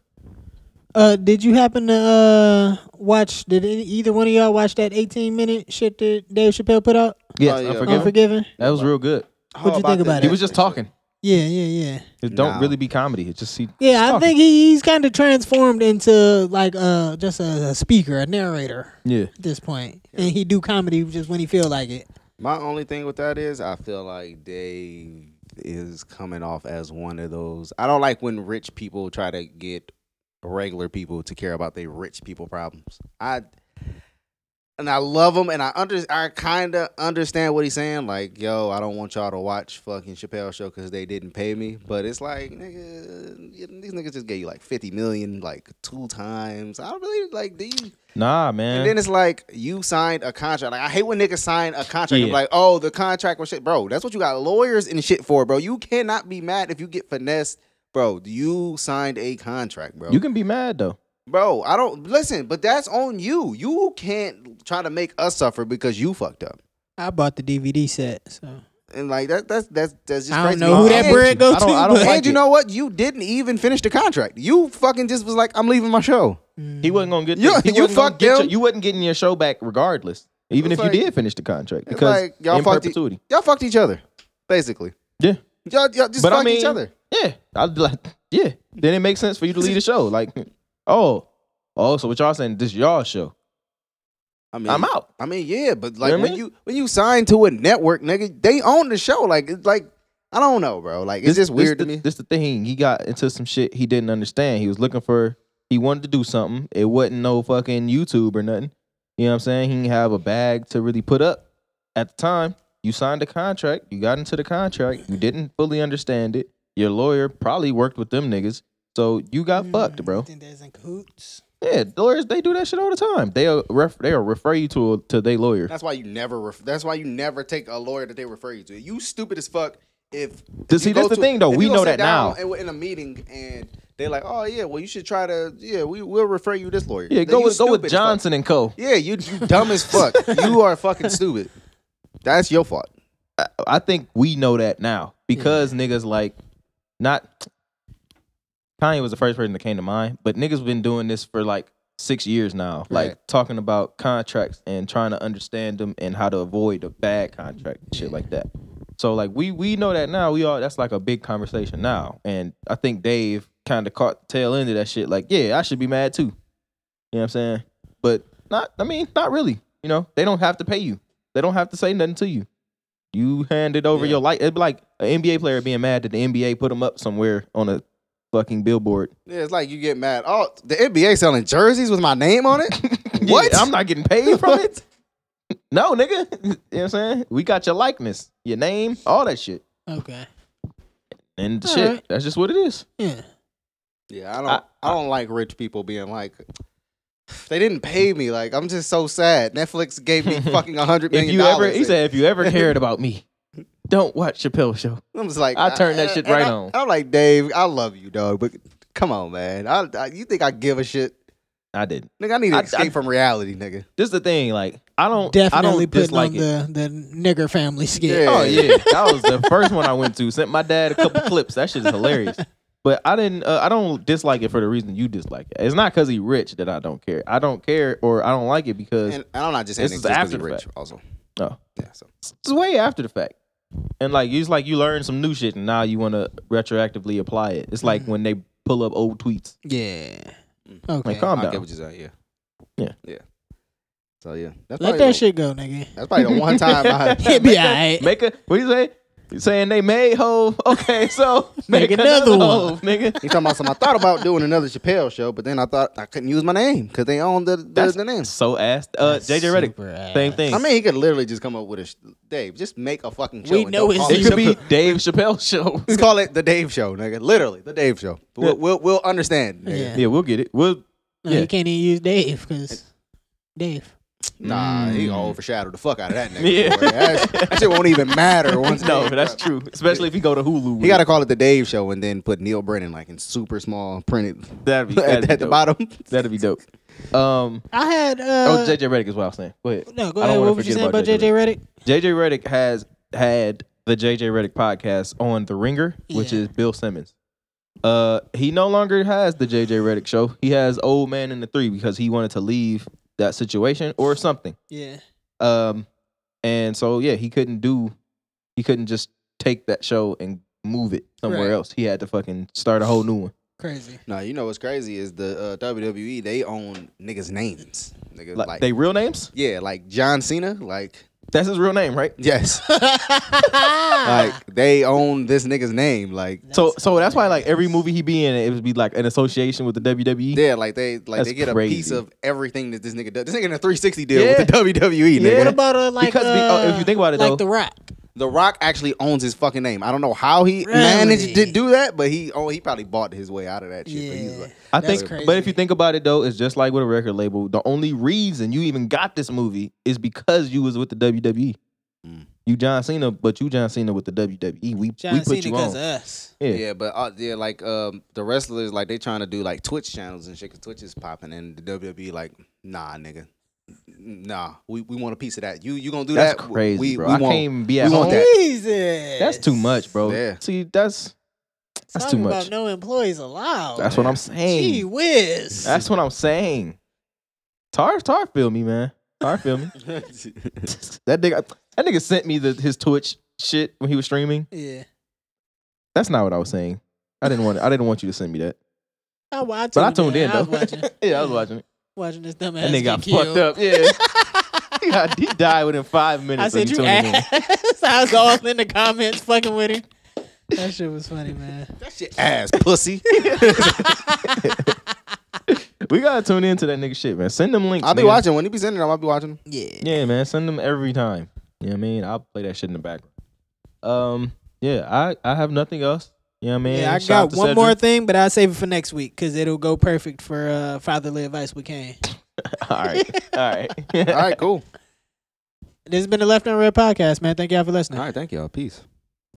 [SPEAKER 2] Oh,
[SPEAKER 3] Uh, did you happen to uh watch? Did any, either one of y'all watch that eighteen minute shit that Dave Chappelle put out?
[SPEAKER 1] Yes,
[SPEAKER 2] yeah.
[SPEAKER 1] Unforgiven.
[SPEAKER 3] Unforgiven.
[SPEAKER 1] That was real good.
[SPEAKER 3] What'd you think about
[SPEAKER 1] He
[SPEAKER 3] it?
[SPEAKER 1] was just talking.
[SPEAKER 3] Yeah, yeah, yeah.
[SPEAKER 1] It don't
[SPEAKER 2] No.
[SPEAKER 1] really be comedy. It just he.
[SPEAKER 3] Yeah, I
[SPEAKER 1] talking.
[SPEAKER 3] think he, he's kind of transformed into like uh just a, a speaker, a narrator
[SPEAKER 1] Yeah.
[SPEAKER 3] at this point, and he do comedy just when he feel like it.
[SPEAKER 2] My only thing with that is I feel like Dave is coming off as one of those. I don't like when rich people try to get regular people to care about their rich people problems. I and I love him and I under I kind of understand what he's saying like, yo, I don't want y'all to watch fucking Chappelle show cuz they didn't pay me, but it's like, nigga, these niggas just gave you like 50 million like two times. I don't really like these
[SPEAKER 1] Nah, man.
[SPEAKER 2] and then it's like you signed a contract. Like I hate when niggas sign a contract. and be
[SPEAKER 1] Yeah.
[SPEAKER 2] like, oh, the contract was shit, bro. That's what you got lawyers and shit for, bro. You cannot be mad if you get finessed, bro. You signed a contract, bro.
[SPEAKER 1] you can be mad though.
[SPEAKER 2] bro, I don't listen, but that's on you. You can't try to make us suffer because you fucked up.
[SPEAKER 3] I bought the DVD set, so
[SPEAKER 2] And like that, that's that's that's just
[SPEAKER 3] I don't
[SPEAKER 2] crazy.
[SPEAKER 3] know who that
[SPEAKER 2] And-
[SPEAKER 3] bread
[SPEAKER 1] I
[SPEAKER 3] go
[SPEAKER 1] don't-
[SPEAKER 3] to.
[SPEAKER 1] I don't
[SPEAKER 3] but-
[SPEAKER 2] And
[SPEAKER 1] like-
[SPEAKER 2] you
[SPEAKER 1] it.
[SPEAKER 2] know what? You didn't even finish the contract. You fucking just was like, I'm leaving my show.
[SPEAKER 1] He wasn't gonna get.
[SPEAKER 2] You-
[SPEAKER 1] that. He
[SPEAKER 2] you
[SPEAKER 1] wasn't gonna
[SPEAKER 2] fucked
[SPEAKER 1] get your-
[SPEAKER 2] them.
[SPEAKER 1] you wasn't getting your show back regardless, even if
[SPEAKER 2] It's
[SPEAKER 1] you
[SPEAKER 2] like-
[SPEAKER 1] did finish the contract
[SPEAKER 2] It's
[SPEAKER 1] because
[SPEAKER 2] like y'all
[SPEAKER 1] in
[SPEAKER 2] fucked e-
[SPEAKER 1] perpetuity.
[SPEAKER 2] y'all fucked each other, basically.
[SPEAKER 1] yeah,
[SPEAKER 2] Y'all, y'all just
[SPEAKER 1] but
[SPEAKER 2] fucked
[SPEAKER 1] I mean,
[SPEAKER 2] each other.
[SPEAKER 1] yeah, I'd be like, yeah. Then it makes sense for you to leave the show. Like, oh, oh, so what y'all saying? This y'all show?
[SPEAKER 2] I mean,
[SPEAKER 1] I'm out.
[SPEAKER 2] I mean, yeah, but like
[SPEAKER 1] know what I
[SPEAKER 2] when
[SPEAKER 1] mean?
[SPEAKER 2] you when you sign to a network, nigga, they own the show. Like, it's like I don't know, bro. Like, it's just weird
[SPEAKER 1] this,
[SPEAKER 2] to
[SPEAKER 1] the-
[SPEAKER 2] me.
[SPEAKER 1] This the thing. He got into some shit he didn't understand. He was looking for. He wanted to do something. It wasn't no fucking YouTube or nothing. You know what I'm saying? He didn't have a bag to really put up at the time. You signed a contract. You got into the contract. You didn't fully understand it. Your lawyer probably worked with them niggas. So you
[SPEAKER 2] Mm.
[SPEAKER 1] got fucked, bro.
[SPEAKER 3] Think that's in cahoots.
[SPEAKER 1] Yeah, lawyers they do that shit all the time. They'll ref, they'll refer you to a, to their lawyer.
[SPEAKER 2] That's why you never. Ref- that's why you never take a lawyer that they refer you to. You stupid as fuck. If, if
[SPEAKER 1] see,
[SPEAKER 2] you
[SPEAKER 1] that's
[SPEAKER 2] go
[SPEAKER 1] the thing, though.
[SPEAKER 2] if
[SPEAKER 1] We
[SPEAKER 2] you go
[SPEAKER 1] know
[SPEAKER 2] sit
[SPEAKER 1] that now.
[SPEAKER 2] down and we're in a meeting and they're like, oh yeah, well you should try to yeah we will refer you this lawyer.
[SPEAKER 1] Yeah,
[SPEAKER 2] Then
[SPEAKER 1] go
[SPEAKER 2] you
[SPEAKER 1] with go
[SPEAKER 2] stupid
[SPEAKER 1] with
[SPEAKER 2] as fuck.
[SPEAKER 1] Johnson and Co.
[SPEAKER 2] Yeah, you you dumb as fuck. you are fucking stupid. That's your fault.
[SPEAKER 1] I think we know that now because niggas like not Kanye was the first person that came to mind, but niggas been doing this for like six years now,
[SPEAKER 2] Right.
[SPEAKER 1] like talking about contracts and trying to understand them and how to avoid a bad contract and shit like that. So like we we know that now. We all that's like a big conversation now, and I think Dave kind of caught the tail end of that shit. Like, yeah, I should be mad too. You know what I'm saying? But not. I mean, not really. You know, they don't have to pay you. They don't have to say nothing to you. You handed over
[SPEAKER 2] Yeah.
[SPEAKER 1] your life. It'd be like an NBA player being mad that the NBA put him up somewhere on a fucking billboard.
[SPEAKER 2] Yeah, it's like you get mad. Oh, the NBA selling jerseys with my name on it.
[SPEAKER 1] Yeah,
[SPEAKER 2] what?
[SPEAKER 1] I'm not getting paid from it. No, nigga. You know what I'm saying? We got your likeness, your name, all that shit.
[SPEAKER 3] Okay.
[SPEAKER 1] And the
[SPEAKER 3] All
[SPEAKER 1] shit.
[SPEAKER 3] right.
[SPEAKER 1] That's just what it is.
[SPEAKER 3] Yeah.
[SPEAKER 2] Yeah, I don't. I,
[SPEAKER 1] I-
[SPEAKER 2] don't like rich people being like. They didn't pay me. Like I'm just so sad. Netflix gave me fucking a hundred
[SPEAKER 1] If
[SPEAKER 2] million
[SPEAKER 1] you ever
[SPEAKER 2] dollars.
[SPEAKER 1] he said if you ever cared about me, don't watch Chappelle show.
[SPEAKER 2] I'm just like,
[SPEAKER 1] I turned that
[SPEAKER 2] uh,
[SPEAKER 1] shit
[SPEAKER 2] and
[SPEAKER 1] right
[SPEAKER 2] I-
[SPEAKER 1] on.
[SPEAKER 2] I'm like, Dave, I love you, dog, but come on, man. I, I you think I give a shit,
[SPEAKER 1] I didn't.
[SPEAKER 2] nigga? I need to
[SPEAKER 1] I-
[SPEAKER 2] escape
[SPEAKER 1] I-
[SPEAKER 2] from reality, nigga.
[SPEAKER 1] This is the thing, like I don't I
[SPEAKER 3] Definitely
[SPEAKER 1] don't
[SPEAKER 3] putting
[SPEAKER 1] dislike
[SPEAKER 3] on
[SPEAKER 1] it.
[SPEAKER 3] the the nigger family skit.
[SPEAKER 2] Yeah.
[SPEAKER 1] Oh yeah, that was the first one I went to. Sent my dad a couple clips. That shit is hilarious. But I didn't. Uh, I don't dislike it for the reason you dislike it. It's not because he rich that I don't care. I don't care or I don't like it because
[SPEAKER 2] And, and I'm not just saying
[SPEAKER 1] This is
[SPEAKER 2] this just 'cause
[SPEAKER 1] after
[SPEAKER 2] he
[SPEAKER 1] the
[SPEAKER 2] rich,
[SPEAKER 1] fact.
[SPEAKER 2] also.
[SPEAKER 1] oh,
[SPEAKER 2] Yeah, so
[SPEAKER 1] it's way after the fact. And like it's like you learn some new shit and now you want to retroactively apply it. It's
[SPEAKER 2] Mm.
[SPEAKER 1] like when they pull up old tweets.
[SPEAKER 3] Yeah. Okay.
[SPEAKER 1] Like calm
[SPEAKER 2] I get
[SPEAKER 1] down.
[SPEAKER 2] what you're saying. Yeah,
[SPEAKER 1] Yeah.
[SPEAKER 2] yeah. So yeah, that's probably
[SPEAKER 3] Let that
[SPEAKER 2] the-
[SPEAKER 3] shit go, nigga.
[SPEAKER 2] That's probably the one time I.
[SPEAKER 3] It'd be
[SPEAKER 1] Make a-
[SPEAKER 3] alright.
[SPEAKER 1] Make a what do you say? You saying they made hove? Okay, so
[SPEAKER 3] Make another one.
[SPEAKER 1] hove, nigga.
[SPEAKER 2] He talking about something. I thought about doing another Chappelle show, but then I thought I couldn't use my name because they own the the,
[SPEAKER 1] That's
[SPEAKER 2] the name.
[SPEAKER 1] so ass. Uh,
[SPEAKER 3] That's
[SPEAKER 1] JJ Reddick,
[SPEAKER 3] super ass.
[SPEAKER 1] same thing.
[SPEAKER 2] I mean, he could literally just come up with a sh- Dave. Just make a fucking show.
[SPEAKER 3] We
[SPEAKER 2] and
[SPEAKER 3] know
[SPEAKER 2] don't
[SPEAKER 3] it's
[SPEAKER 2] call
[SPEAKER 1] it
[SPEAKER 3] you.
[SPEAKER 1] could be Dave Chappelle show.
[SPEAKER 2] Just call it the Dave Show, nigga. Literally, the Dave Show. We'll we'll, we'll understand. Nigga.
[SPEAKER 3] Yeah.
[SPEAKER 1] Yeah, we'll get it. We'll
[SPEAKER 3] No,
[SPEAKER 1] Yeah.
[SPEAKER 3] You can't even use Dave because Dave.
[SPEAKER 2] Nah, he gonna
[SPEAKER 1] Mm.
[SPEAKER 2] overshadow the fuck out of that nigga.
[SPEAKER 1] Yeah.
[SPEAKER 2] boy. That, sh- that shit won't even matter once.
[SPEAKER 1] no,
[SPEAKER 2] Dave-
[SPEAKER 1] that's true. Especially if you go to Hulu.
[SPEAKER 2] He gotta call it the Dave Show and then put Neil Brennan like in super small printed
[SPEAKER 1] That'd be that'd
[SPEAKER 2] at,
[SPEAKER 1] be
[SPEAKER 2] at the
[SPEAKER 1] dope.
[SPEAKER 2] bottom.
[SPEAKER 1] That'd be dope. Um,
[SPEAKER 3] I had. Uh,
[SPEAKER 1] oh, JJ Reddick is what I was saying. Go ahead.
[SPEAKER 3] No, go
[SPEAKER 1] I don't
[SPEAKER 3] ahead.
[SPEAKER 1] wanna
[SPEAKER 3] What was you
[SPEAKER 1] forget
[SPEAKER 3] saying about
[SPEAKER 1] about JJ
[SPEAKER 3] JJ Reddick?
[SPEAKER 1] JJ Reddick has had the JJ Reddick podcast on The Ringer, which
[SPEAKER 3] Yeah.
[SPEAKER 1] is Bill Simmons. Uh, he no longer has the JJ Reddick show. He has Old Man in the Three because he wanted to leave that situation or something.
[SPEAKER 3] Yeah.
[SPEAKER 1] Um, and so yeah, he couldn't do, he couldn't just take that show and move it somewhere
[SPEAKER 3] Right.
[SPEAKER 1] else. He had to fucking start a whole new one.
[SPEAKER 3] Crazy.
[SPEAKER 2] No, you know what's crazy is the uh, WWE. They own niggas' names. Nigga,
[SPEAKER 1] Like, they real names?
[SPEAKER 2] Yeah, like John Cena, like
[SPEAKER 1] That's his real name, right?
[SPEAKER 2] yes,
[SPEAKER 3] like,
[SPEAKER 2] like they own this nigga's name, like
[SPEAKER 1] so so that's why like every movie he be in, it would be like an association with the E. WWE.
[SPEAKER 2] yeah, like they like
[SPEAKER 1] That's
[SPEAKER 2] they get a piece
[SPEAKER 1] crazy.
[SPEAKER 2] of everything that this nigga does. This nigga in a 360 deal
[SPEAKER 1] Yeah.
[SPEAKER 2] with the WWE, nigga.
[SPEAKER 1] Yeah.
[SPEAKER 3] what about uh, like?
[SPEAKER 1] Because be- oh, if you
[SPEAKER 3] uh,
[SPEAKER 1] think about it,
[SPEAKER 3] like
[SPEAKER 1] though-
[SPEAKER 3] The Rock.
[SPEAKER 2] The Rock actually owns his fucking name. I don't know how he
[SPEAKER 3] Really?
[SPEAKER 2] managed to do that, but he oh he probably bought his way out of that shit. But he's
[SPEAKER 3] Yeah.
[SPEAKER 2] like,
[SPEAKER 1] I
[SPEAKER 3] That's
[SPEAKER 1] think,
[SPEAKER 3] crazy.
[SPEAKER 1] but if you think about it though, it's just like with a record label. The only reason you even got this movie is because you was with the WWE.
[SPEAKER 2] Mm.
[SPEAKER 1] You John Cena, but you John Cena with the WWE. We
[SPEAKER 3] John
[SPEAKER 1] we put
[SPEAKER 3] Cena
[SPEAKER 1] you
[SPEAKER 3] because
[SPEAKER 1] on.
[SPEAKER 3] of us.
[SPEAKER 1] yeah.
[SPEAKER 2] yeah. but uh, yeah, like um, the wrestlers like they trying to do like Twitch channels and shit because Twitch is popping, and the WWE like nah, nigga. Nah, we, we want a piece of that. You you gonna do
[SPEAKER 1] that's
[SPEAKER 2] that?
[SPEAKER 1] crazy,
[SPEAKER 2] we,
[SPEAKER 1] bro.
[SPEAKER 2] We
[SPEAKER 1] I
[SPEAKER 2] won't.
[SPEAKER 1] can't even be at
[SPEAKER 2] we want
[SPEAKER 1] home.
[SPEAKER 2] that.
[SPEAKER 3] Jesus.
[SPEAKER 1] That's too much, bro.
[SPEAKER 2] Yeah.
[SPEAKER 1] See, that's that's
[SPEAKER 3] Talking
[SPEAKER 1] too
[SPEAKER 3] About
[SPEAKER 1] much.
[SPEAKER 3] no employees allowed.
[SPEAKER 1] That's what I'm saying.
[SPEAKER 3] Gee whiz.
[SPEAKER 1] That's what I'm saying. Tar Tar feel me, man. Tar feel me. that nigga that nigga sent me the his Twitch shit when he was streaming.
[SPEAKER 3] yeah.
[SPEAKER 1] That's not what I was saying. I didn't want I didn't want you to send me that.
[SPEAKER 3] I, well, I tuned,
[SPEAKER 1] But I tuned in
[SPEAKER 3] I was
[SPEAKER 1] though.
[SPEAKER 3] watching.
[SPEAKER 1] yeah, I was watching it.
[SPEAKER 3] Watching this dumbass.
[SPEAKER 1] That nigga
[SPEAKER 3] get
[SPEAKER 1] got
[SPEAKER 3] killed.
[SPEAKER 1] fucked up. Yeah. he, got, he died within five minutes.
[SPEAKER 3] I
[SPEAKER 1] of
[SPEAKER 3] said
[SPEAKER 1] you
[SPEAKER 3] you
[SPEAKER 1] tuning in.
[SPEAKER 3] ass. I was all in the comments fucking with him. That shit was funny, man.
[SPEAKER 2] that shit ass pussy.
[SPEAKER 1] We gotta tune into that nigga shit, man. Send them links.
[SPEAKER 2] I'll be
[SPEAKER 1] nigga.
[SPEAKER 2] watching when he be sending them. I'll be watching them.
[SPEAKER 3] Yeah.
[SPEAKER 1] Yeah, man. Send them every time. You know what I mean? I'll play that shit in the background. Um, yeah, I, I have nothing else. You know what I mean?
[SPEAKER 3] Yeah, I
[SPEAKER 1] Shout out
[SPEAKER 3] got
[SPEAKER 1] to
[SPEAKER 3] one
[SPEAKER 1] Cedric.
[SPEAKER 3] more thing, but I'll save it for next week because it'll go perfect for uh, fatherly advice with Kane.
[SPEAKER 1] All right. All right.
[SPEAKER 2] All right, cool.
[SPEAKER 3] This has been the Left and Red Podcast, man. Thank y'all for listening.
[SPEAKER 2] All right, thank y'all. Peace.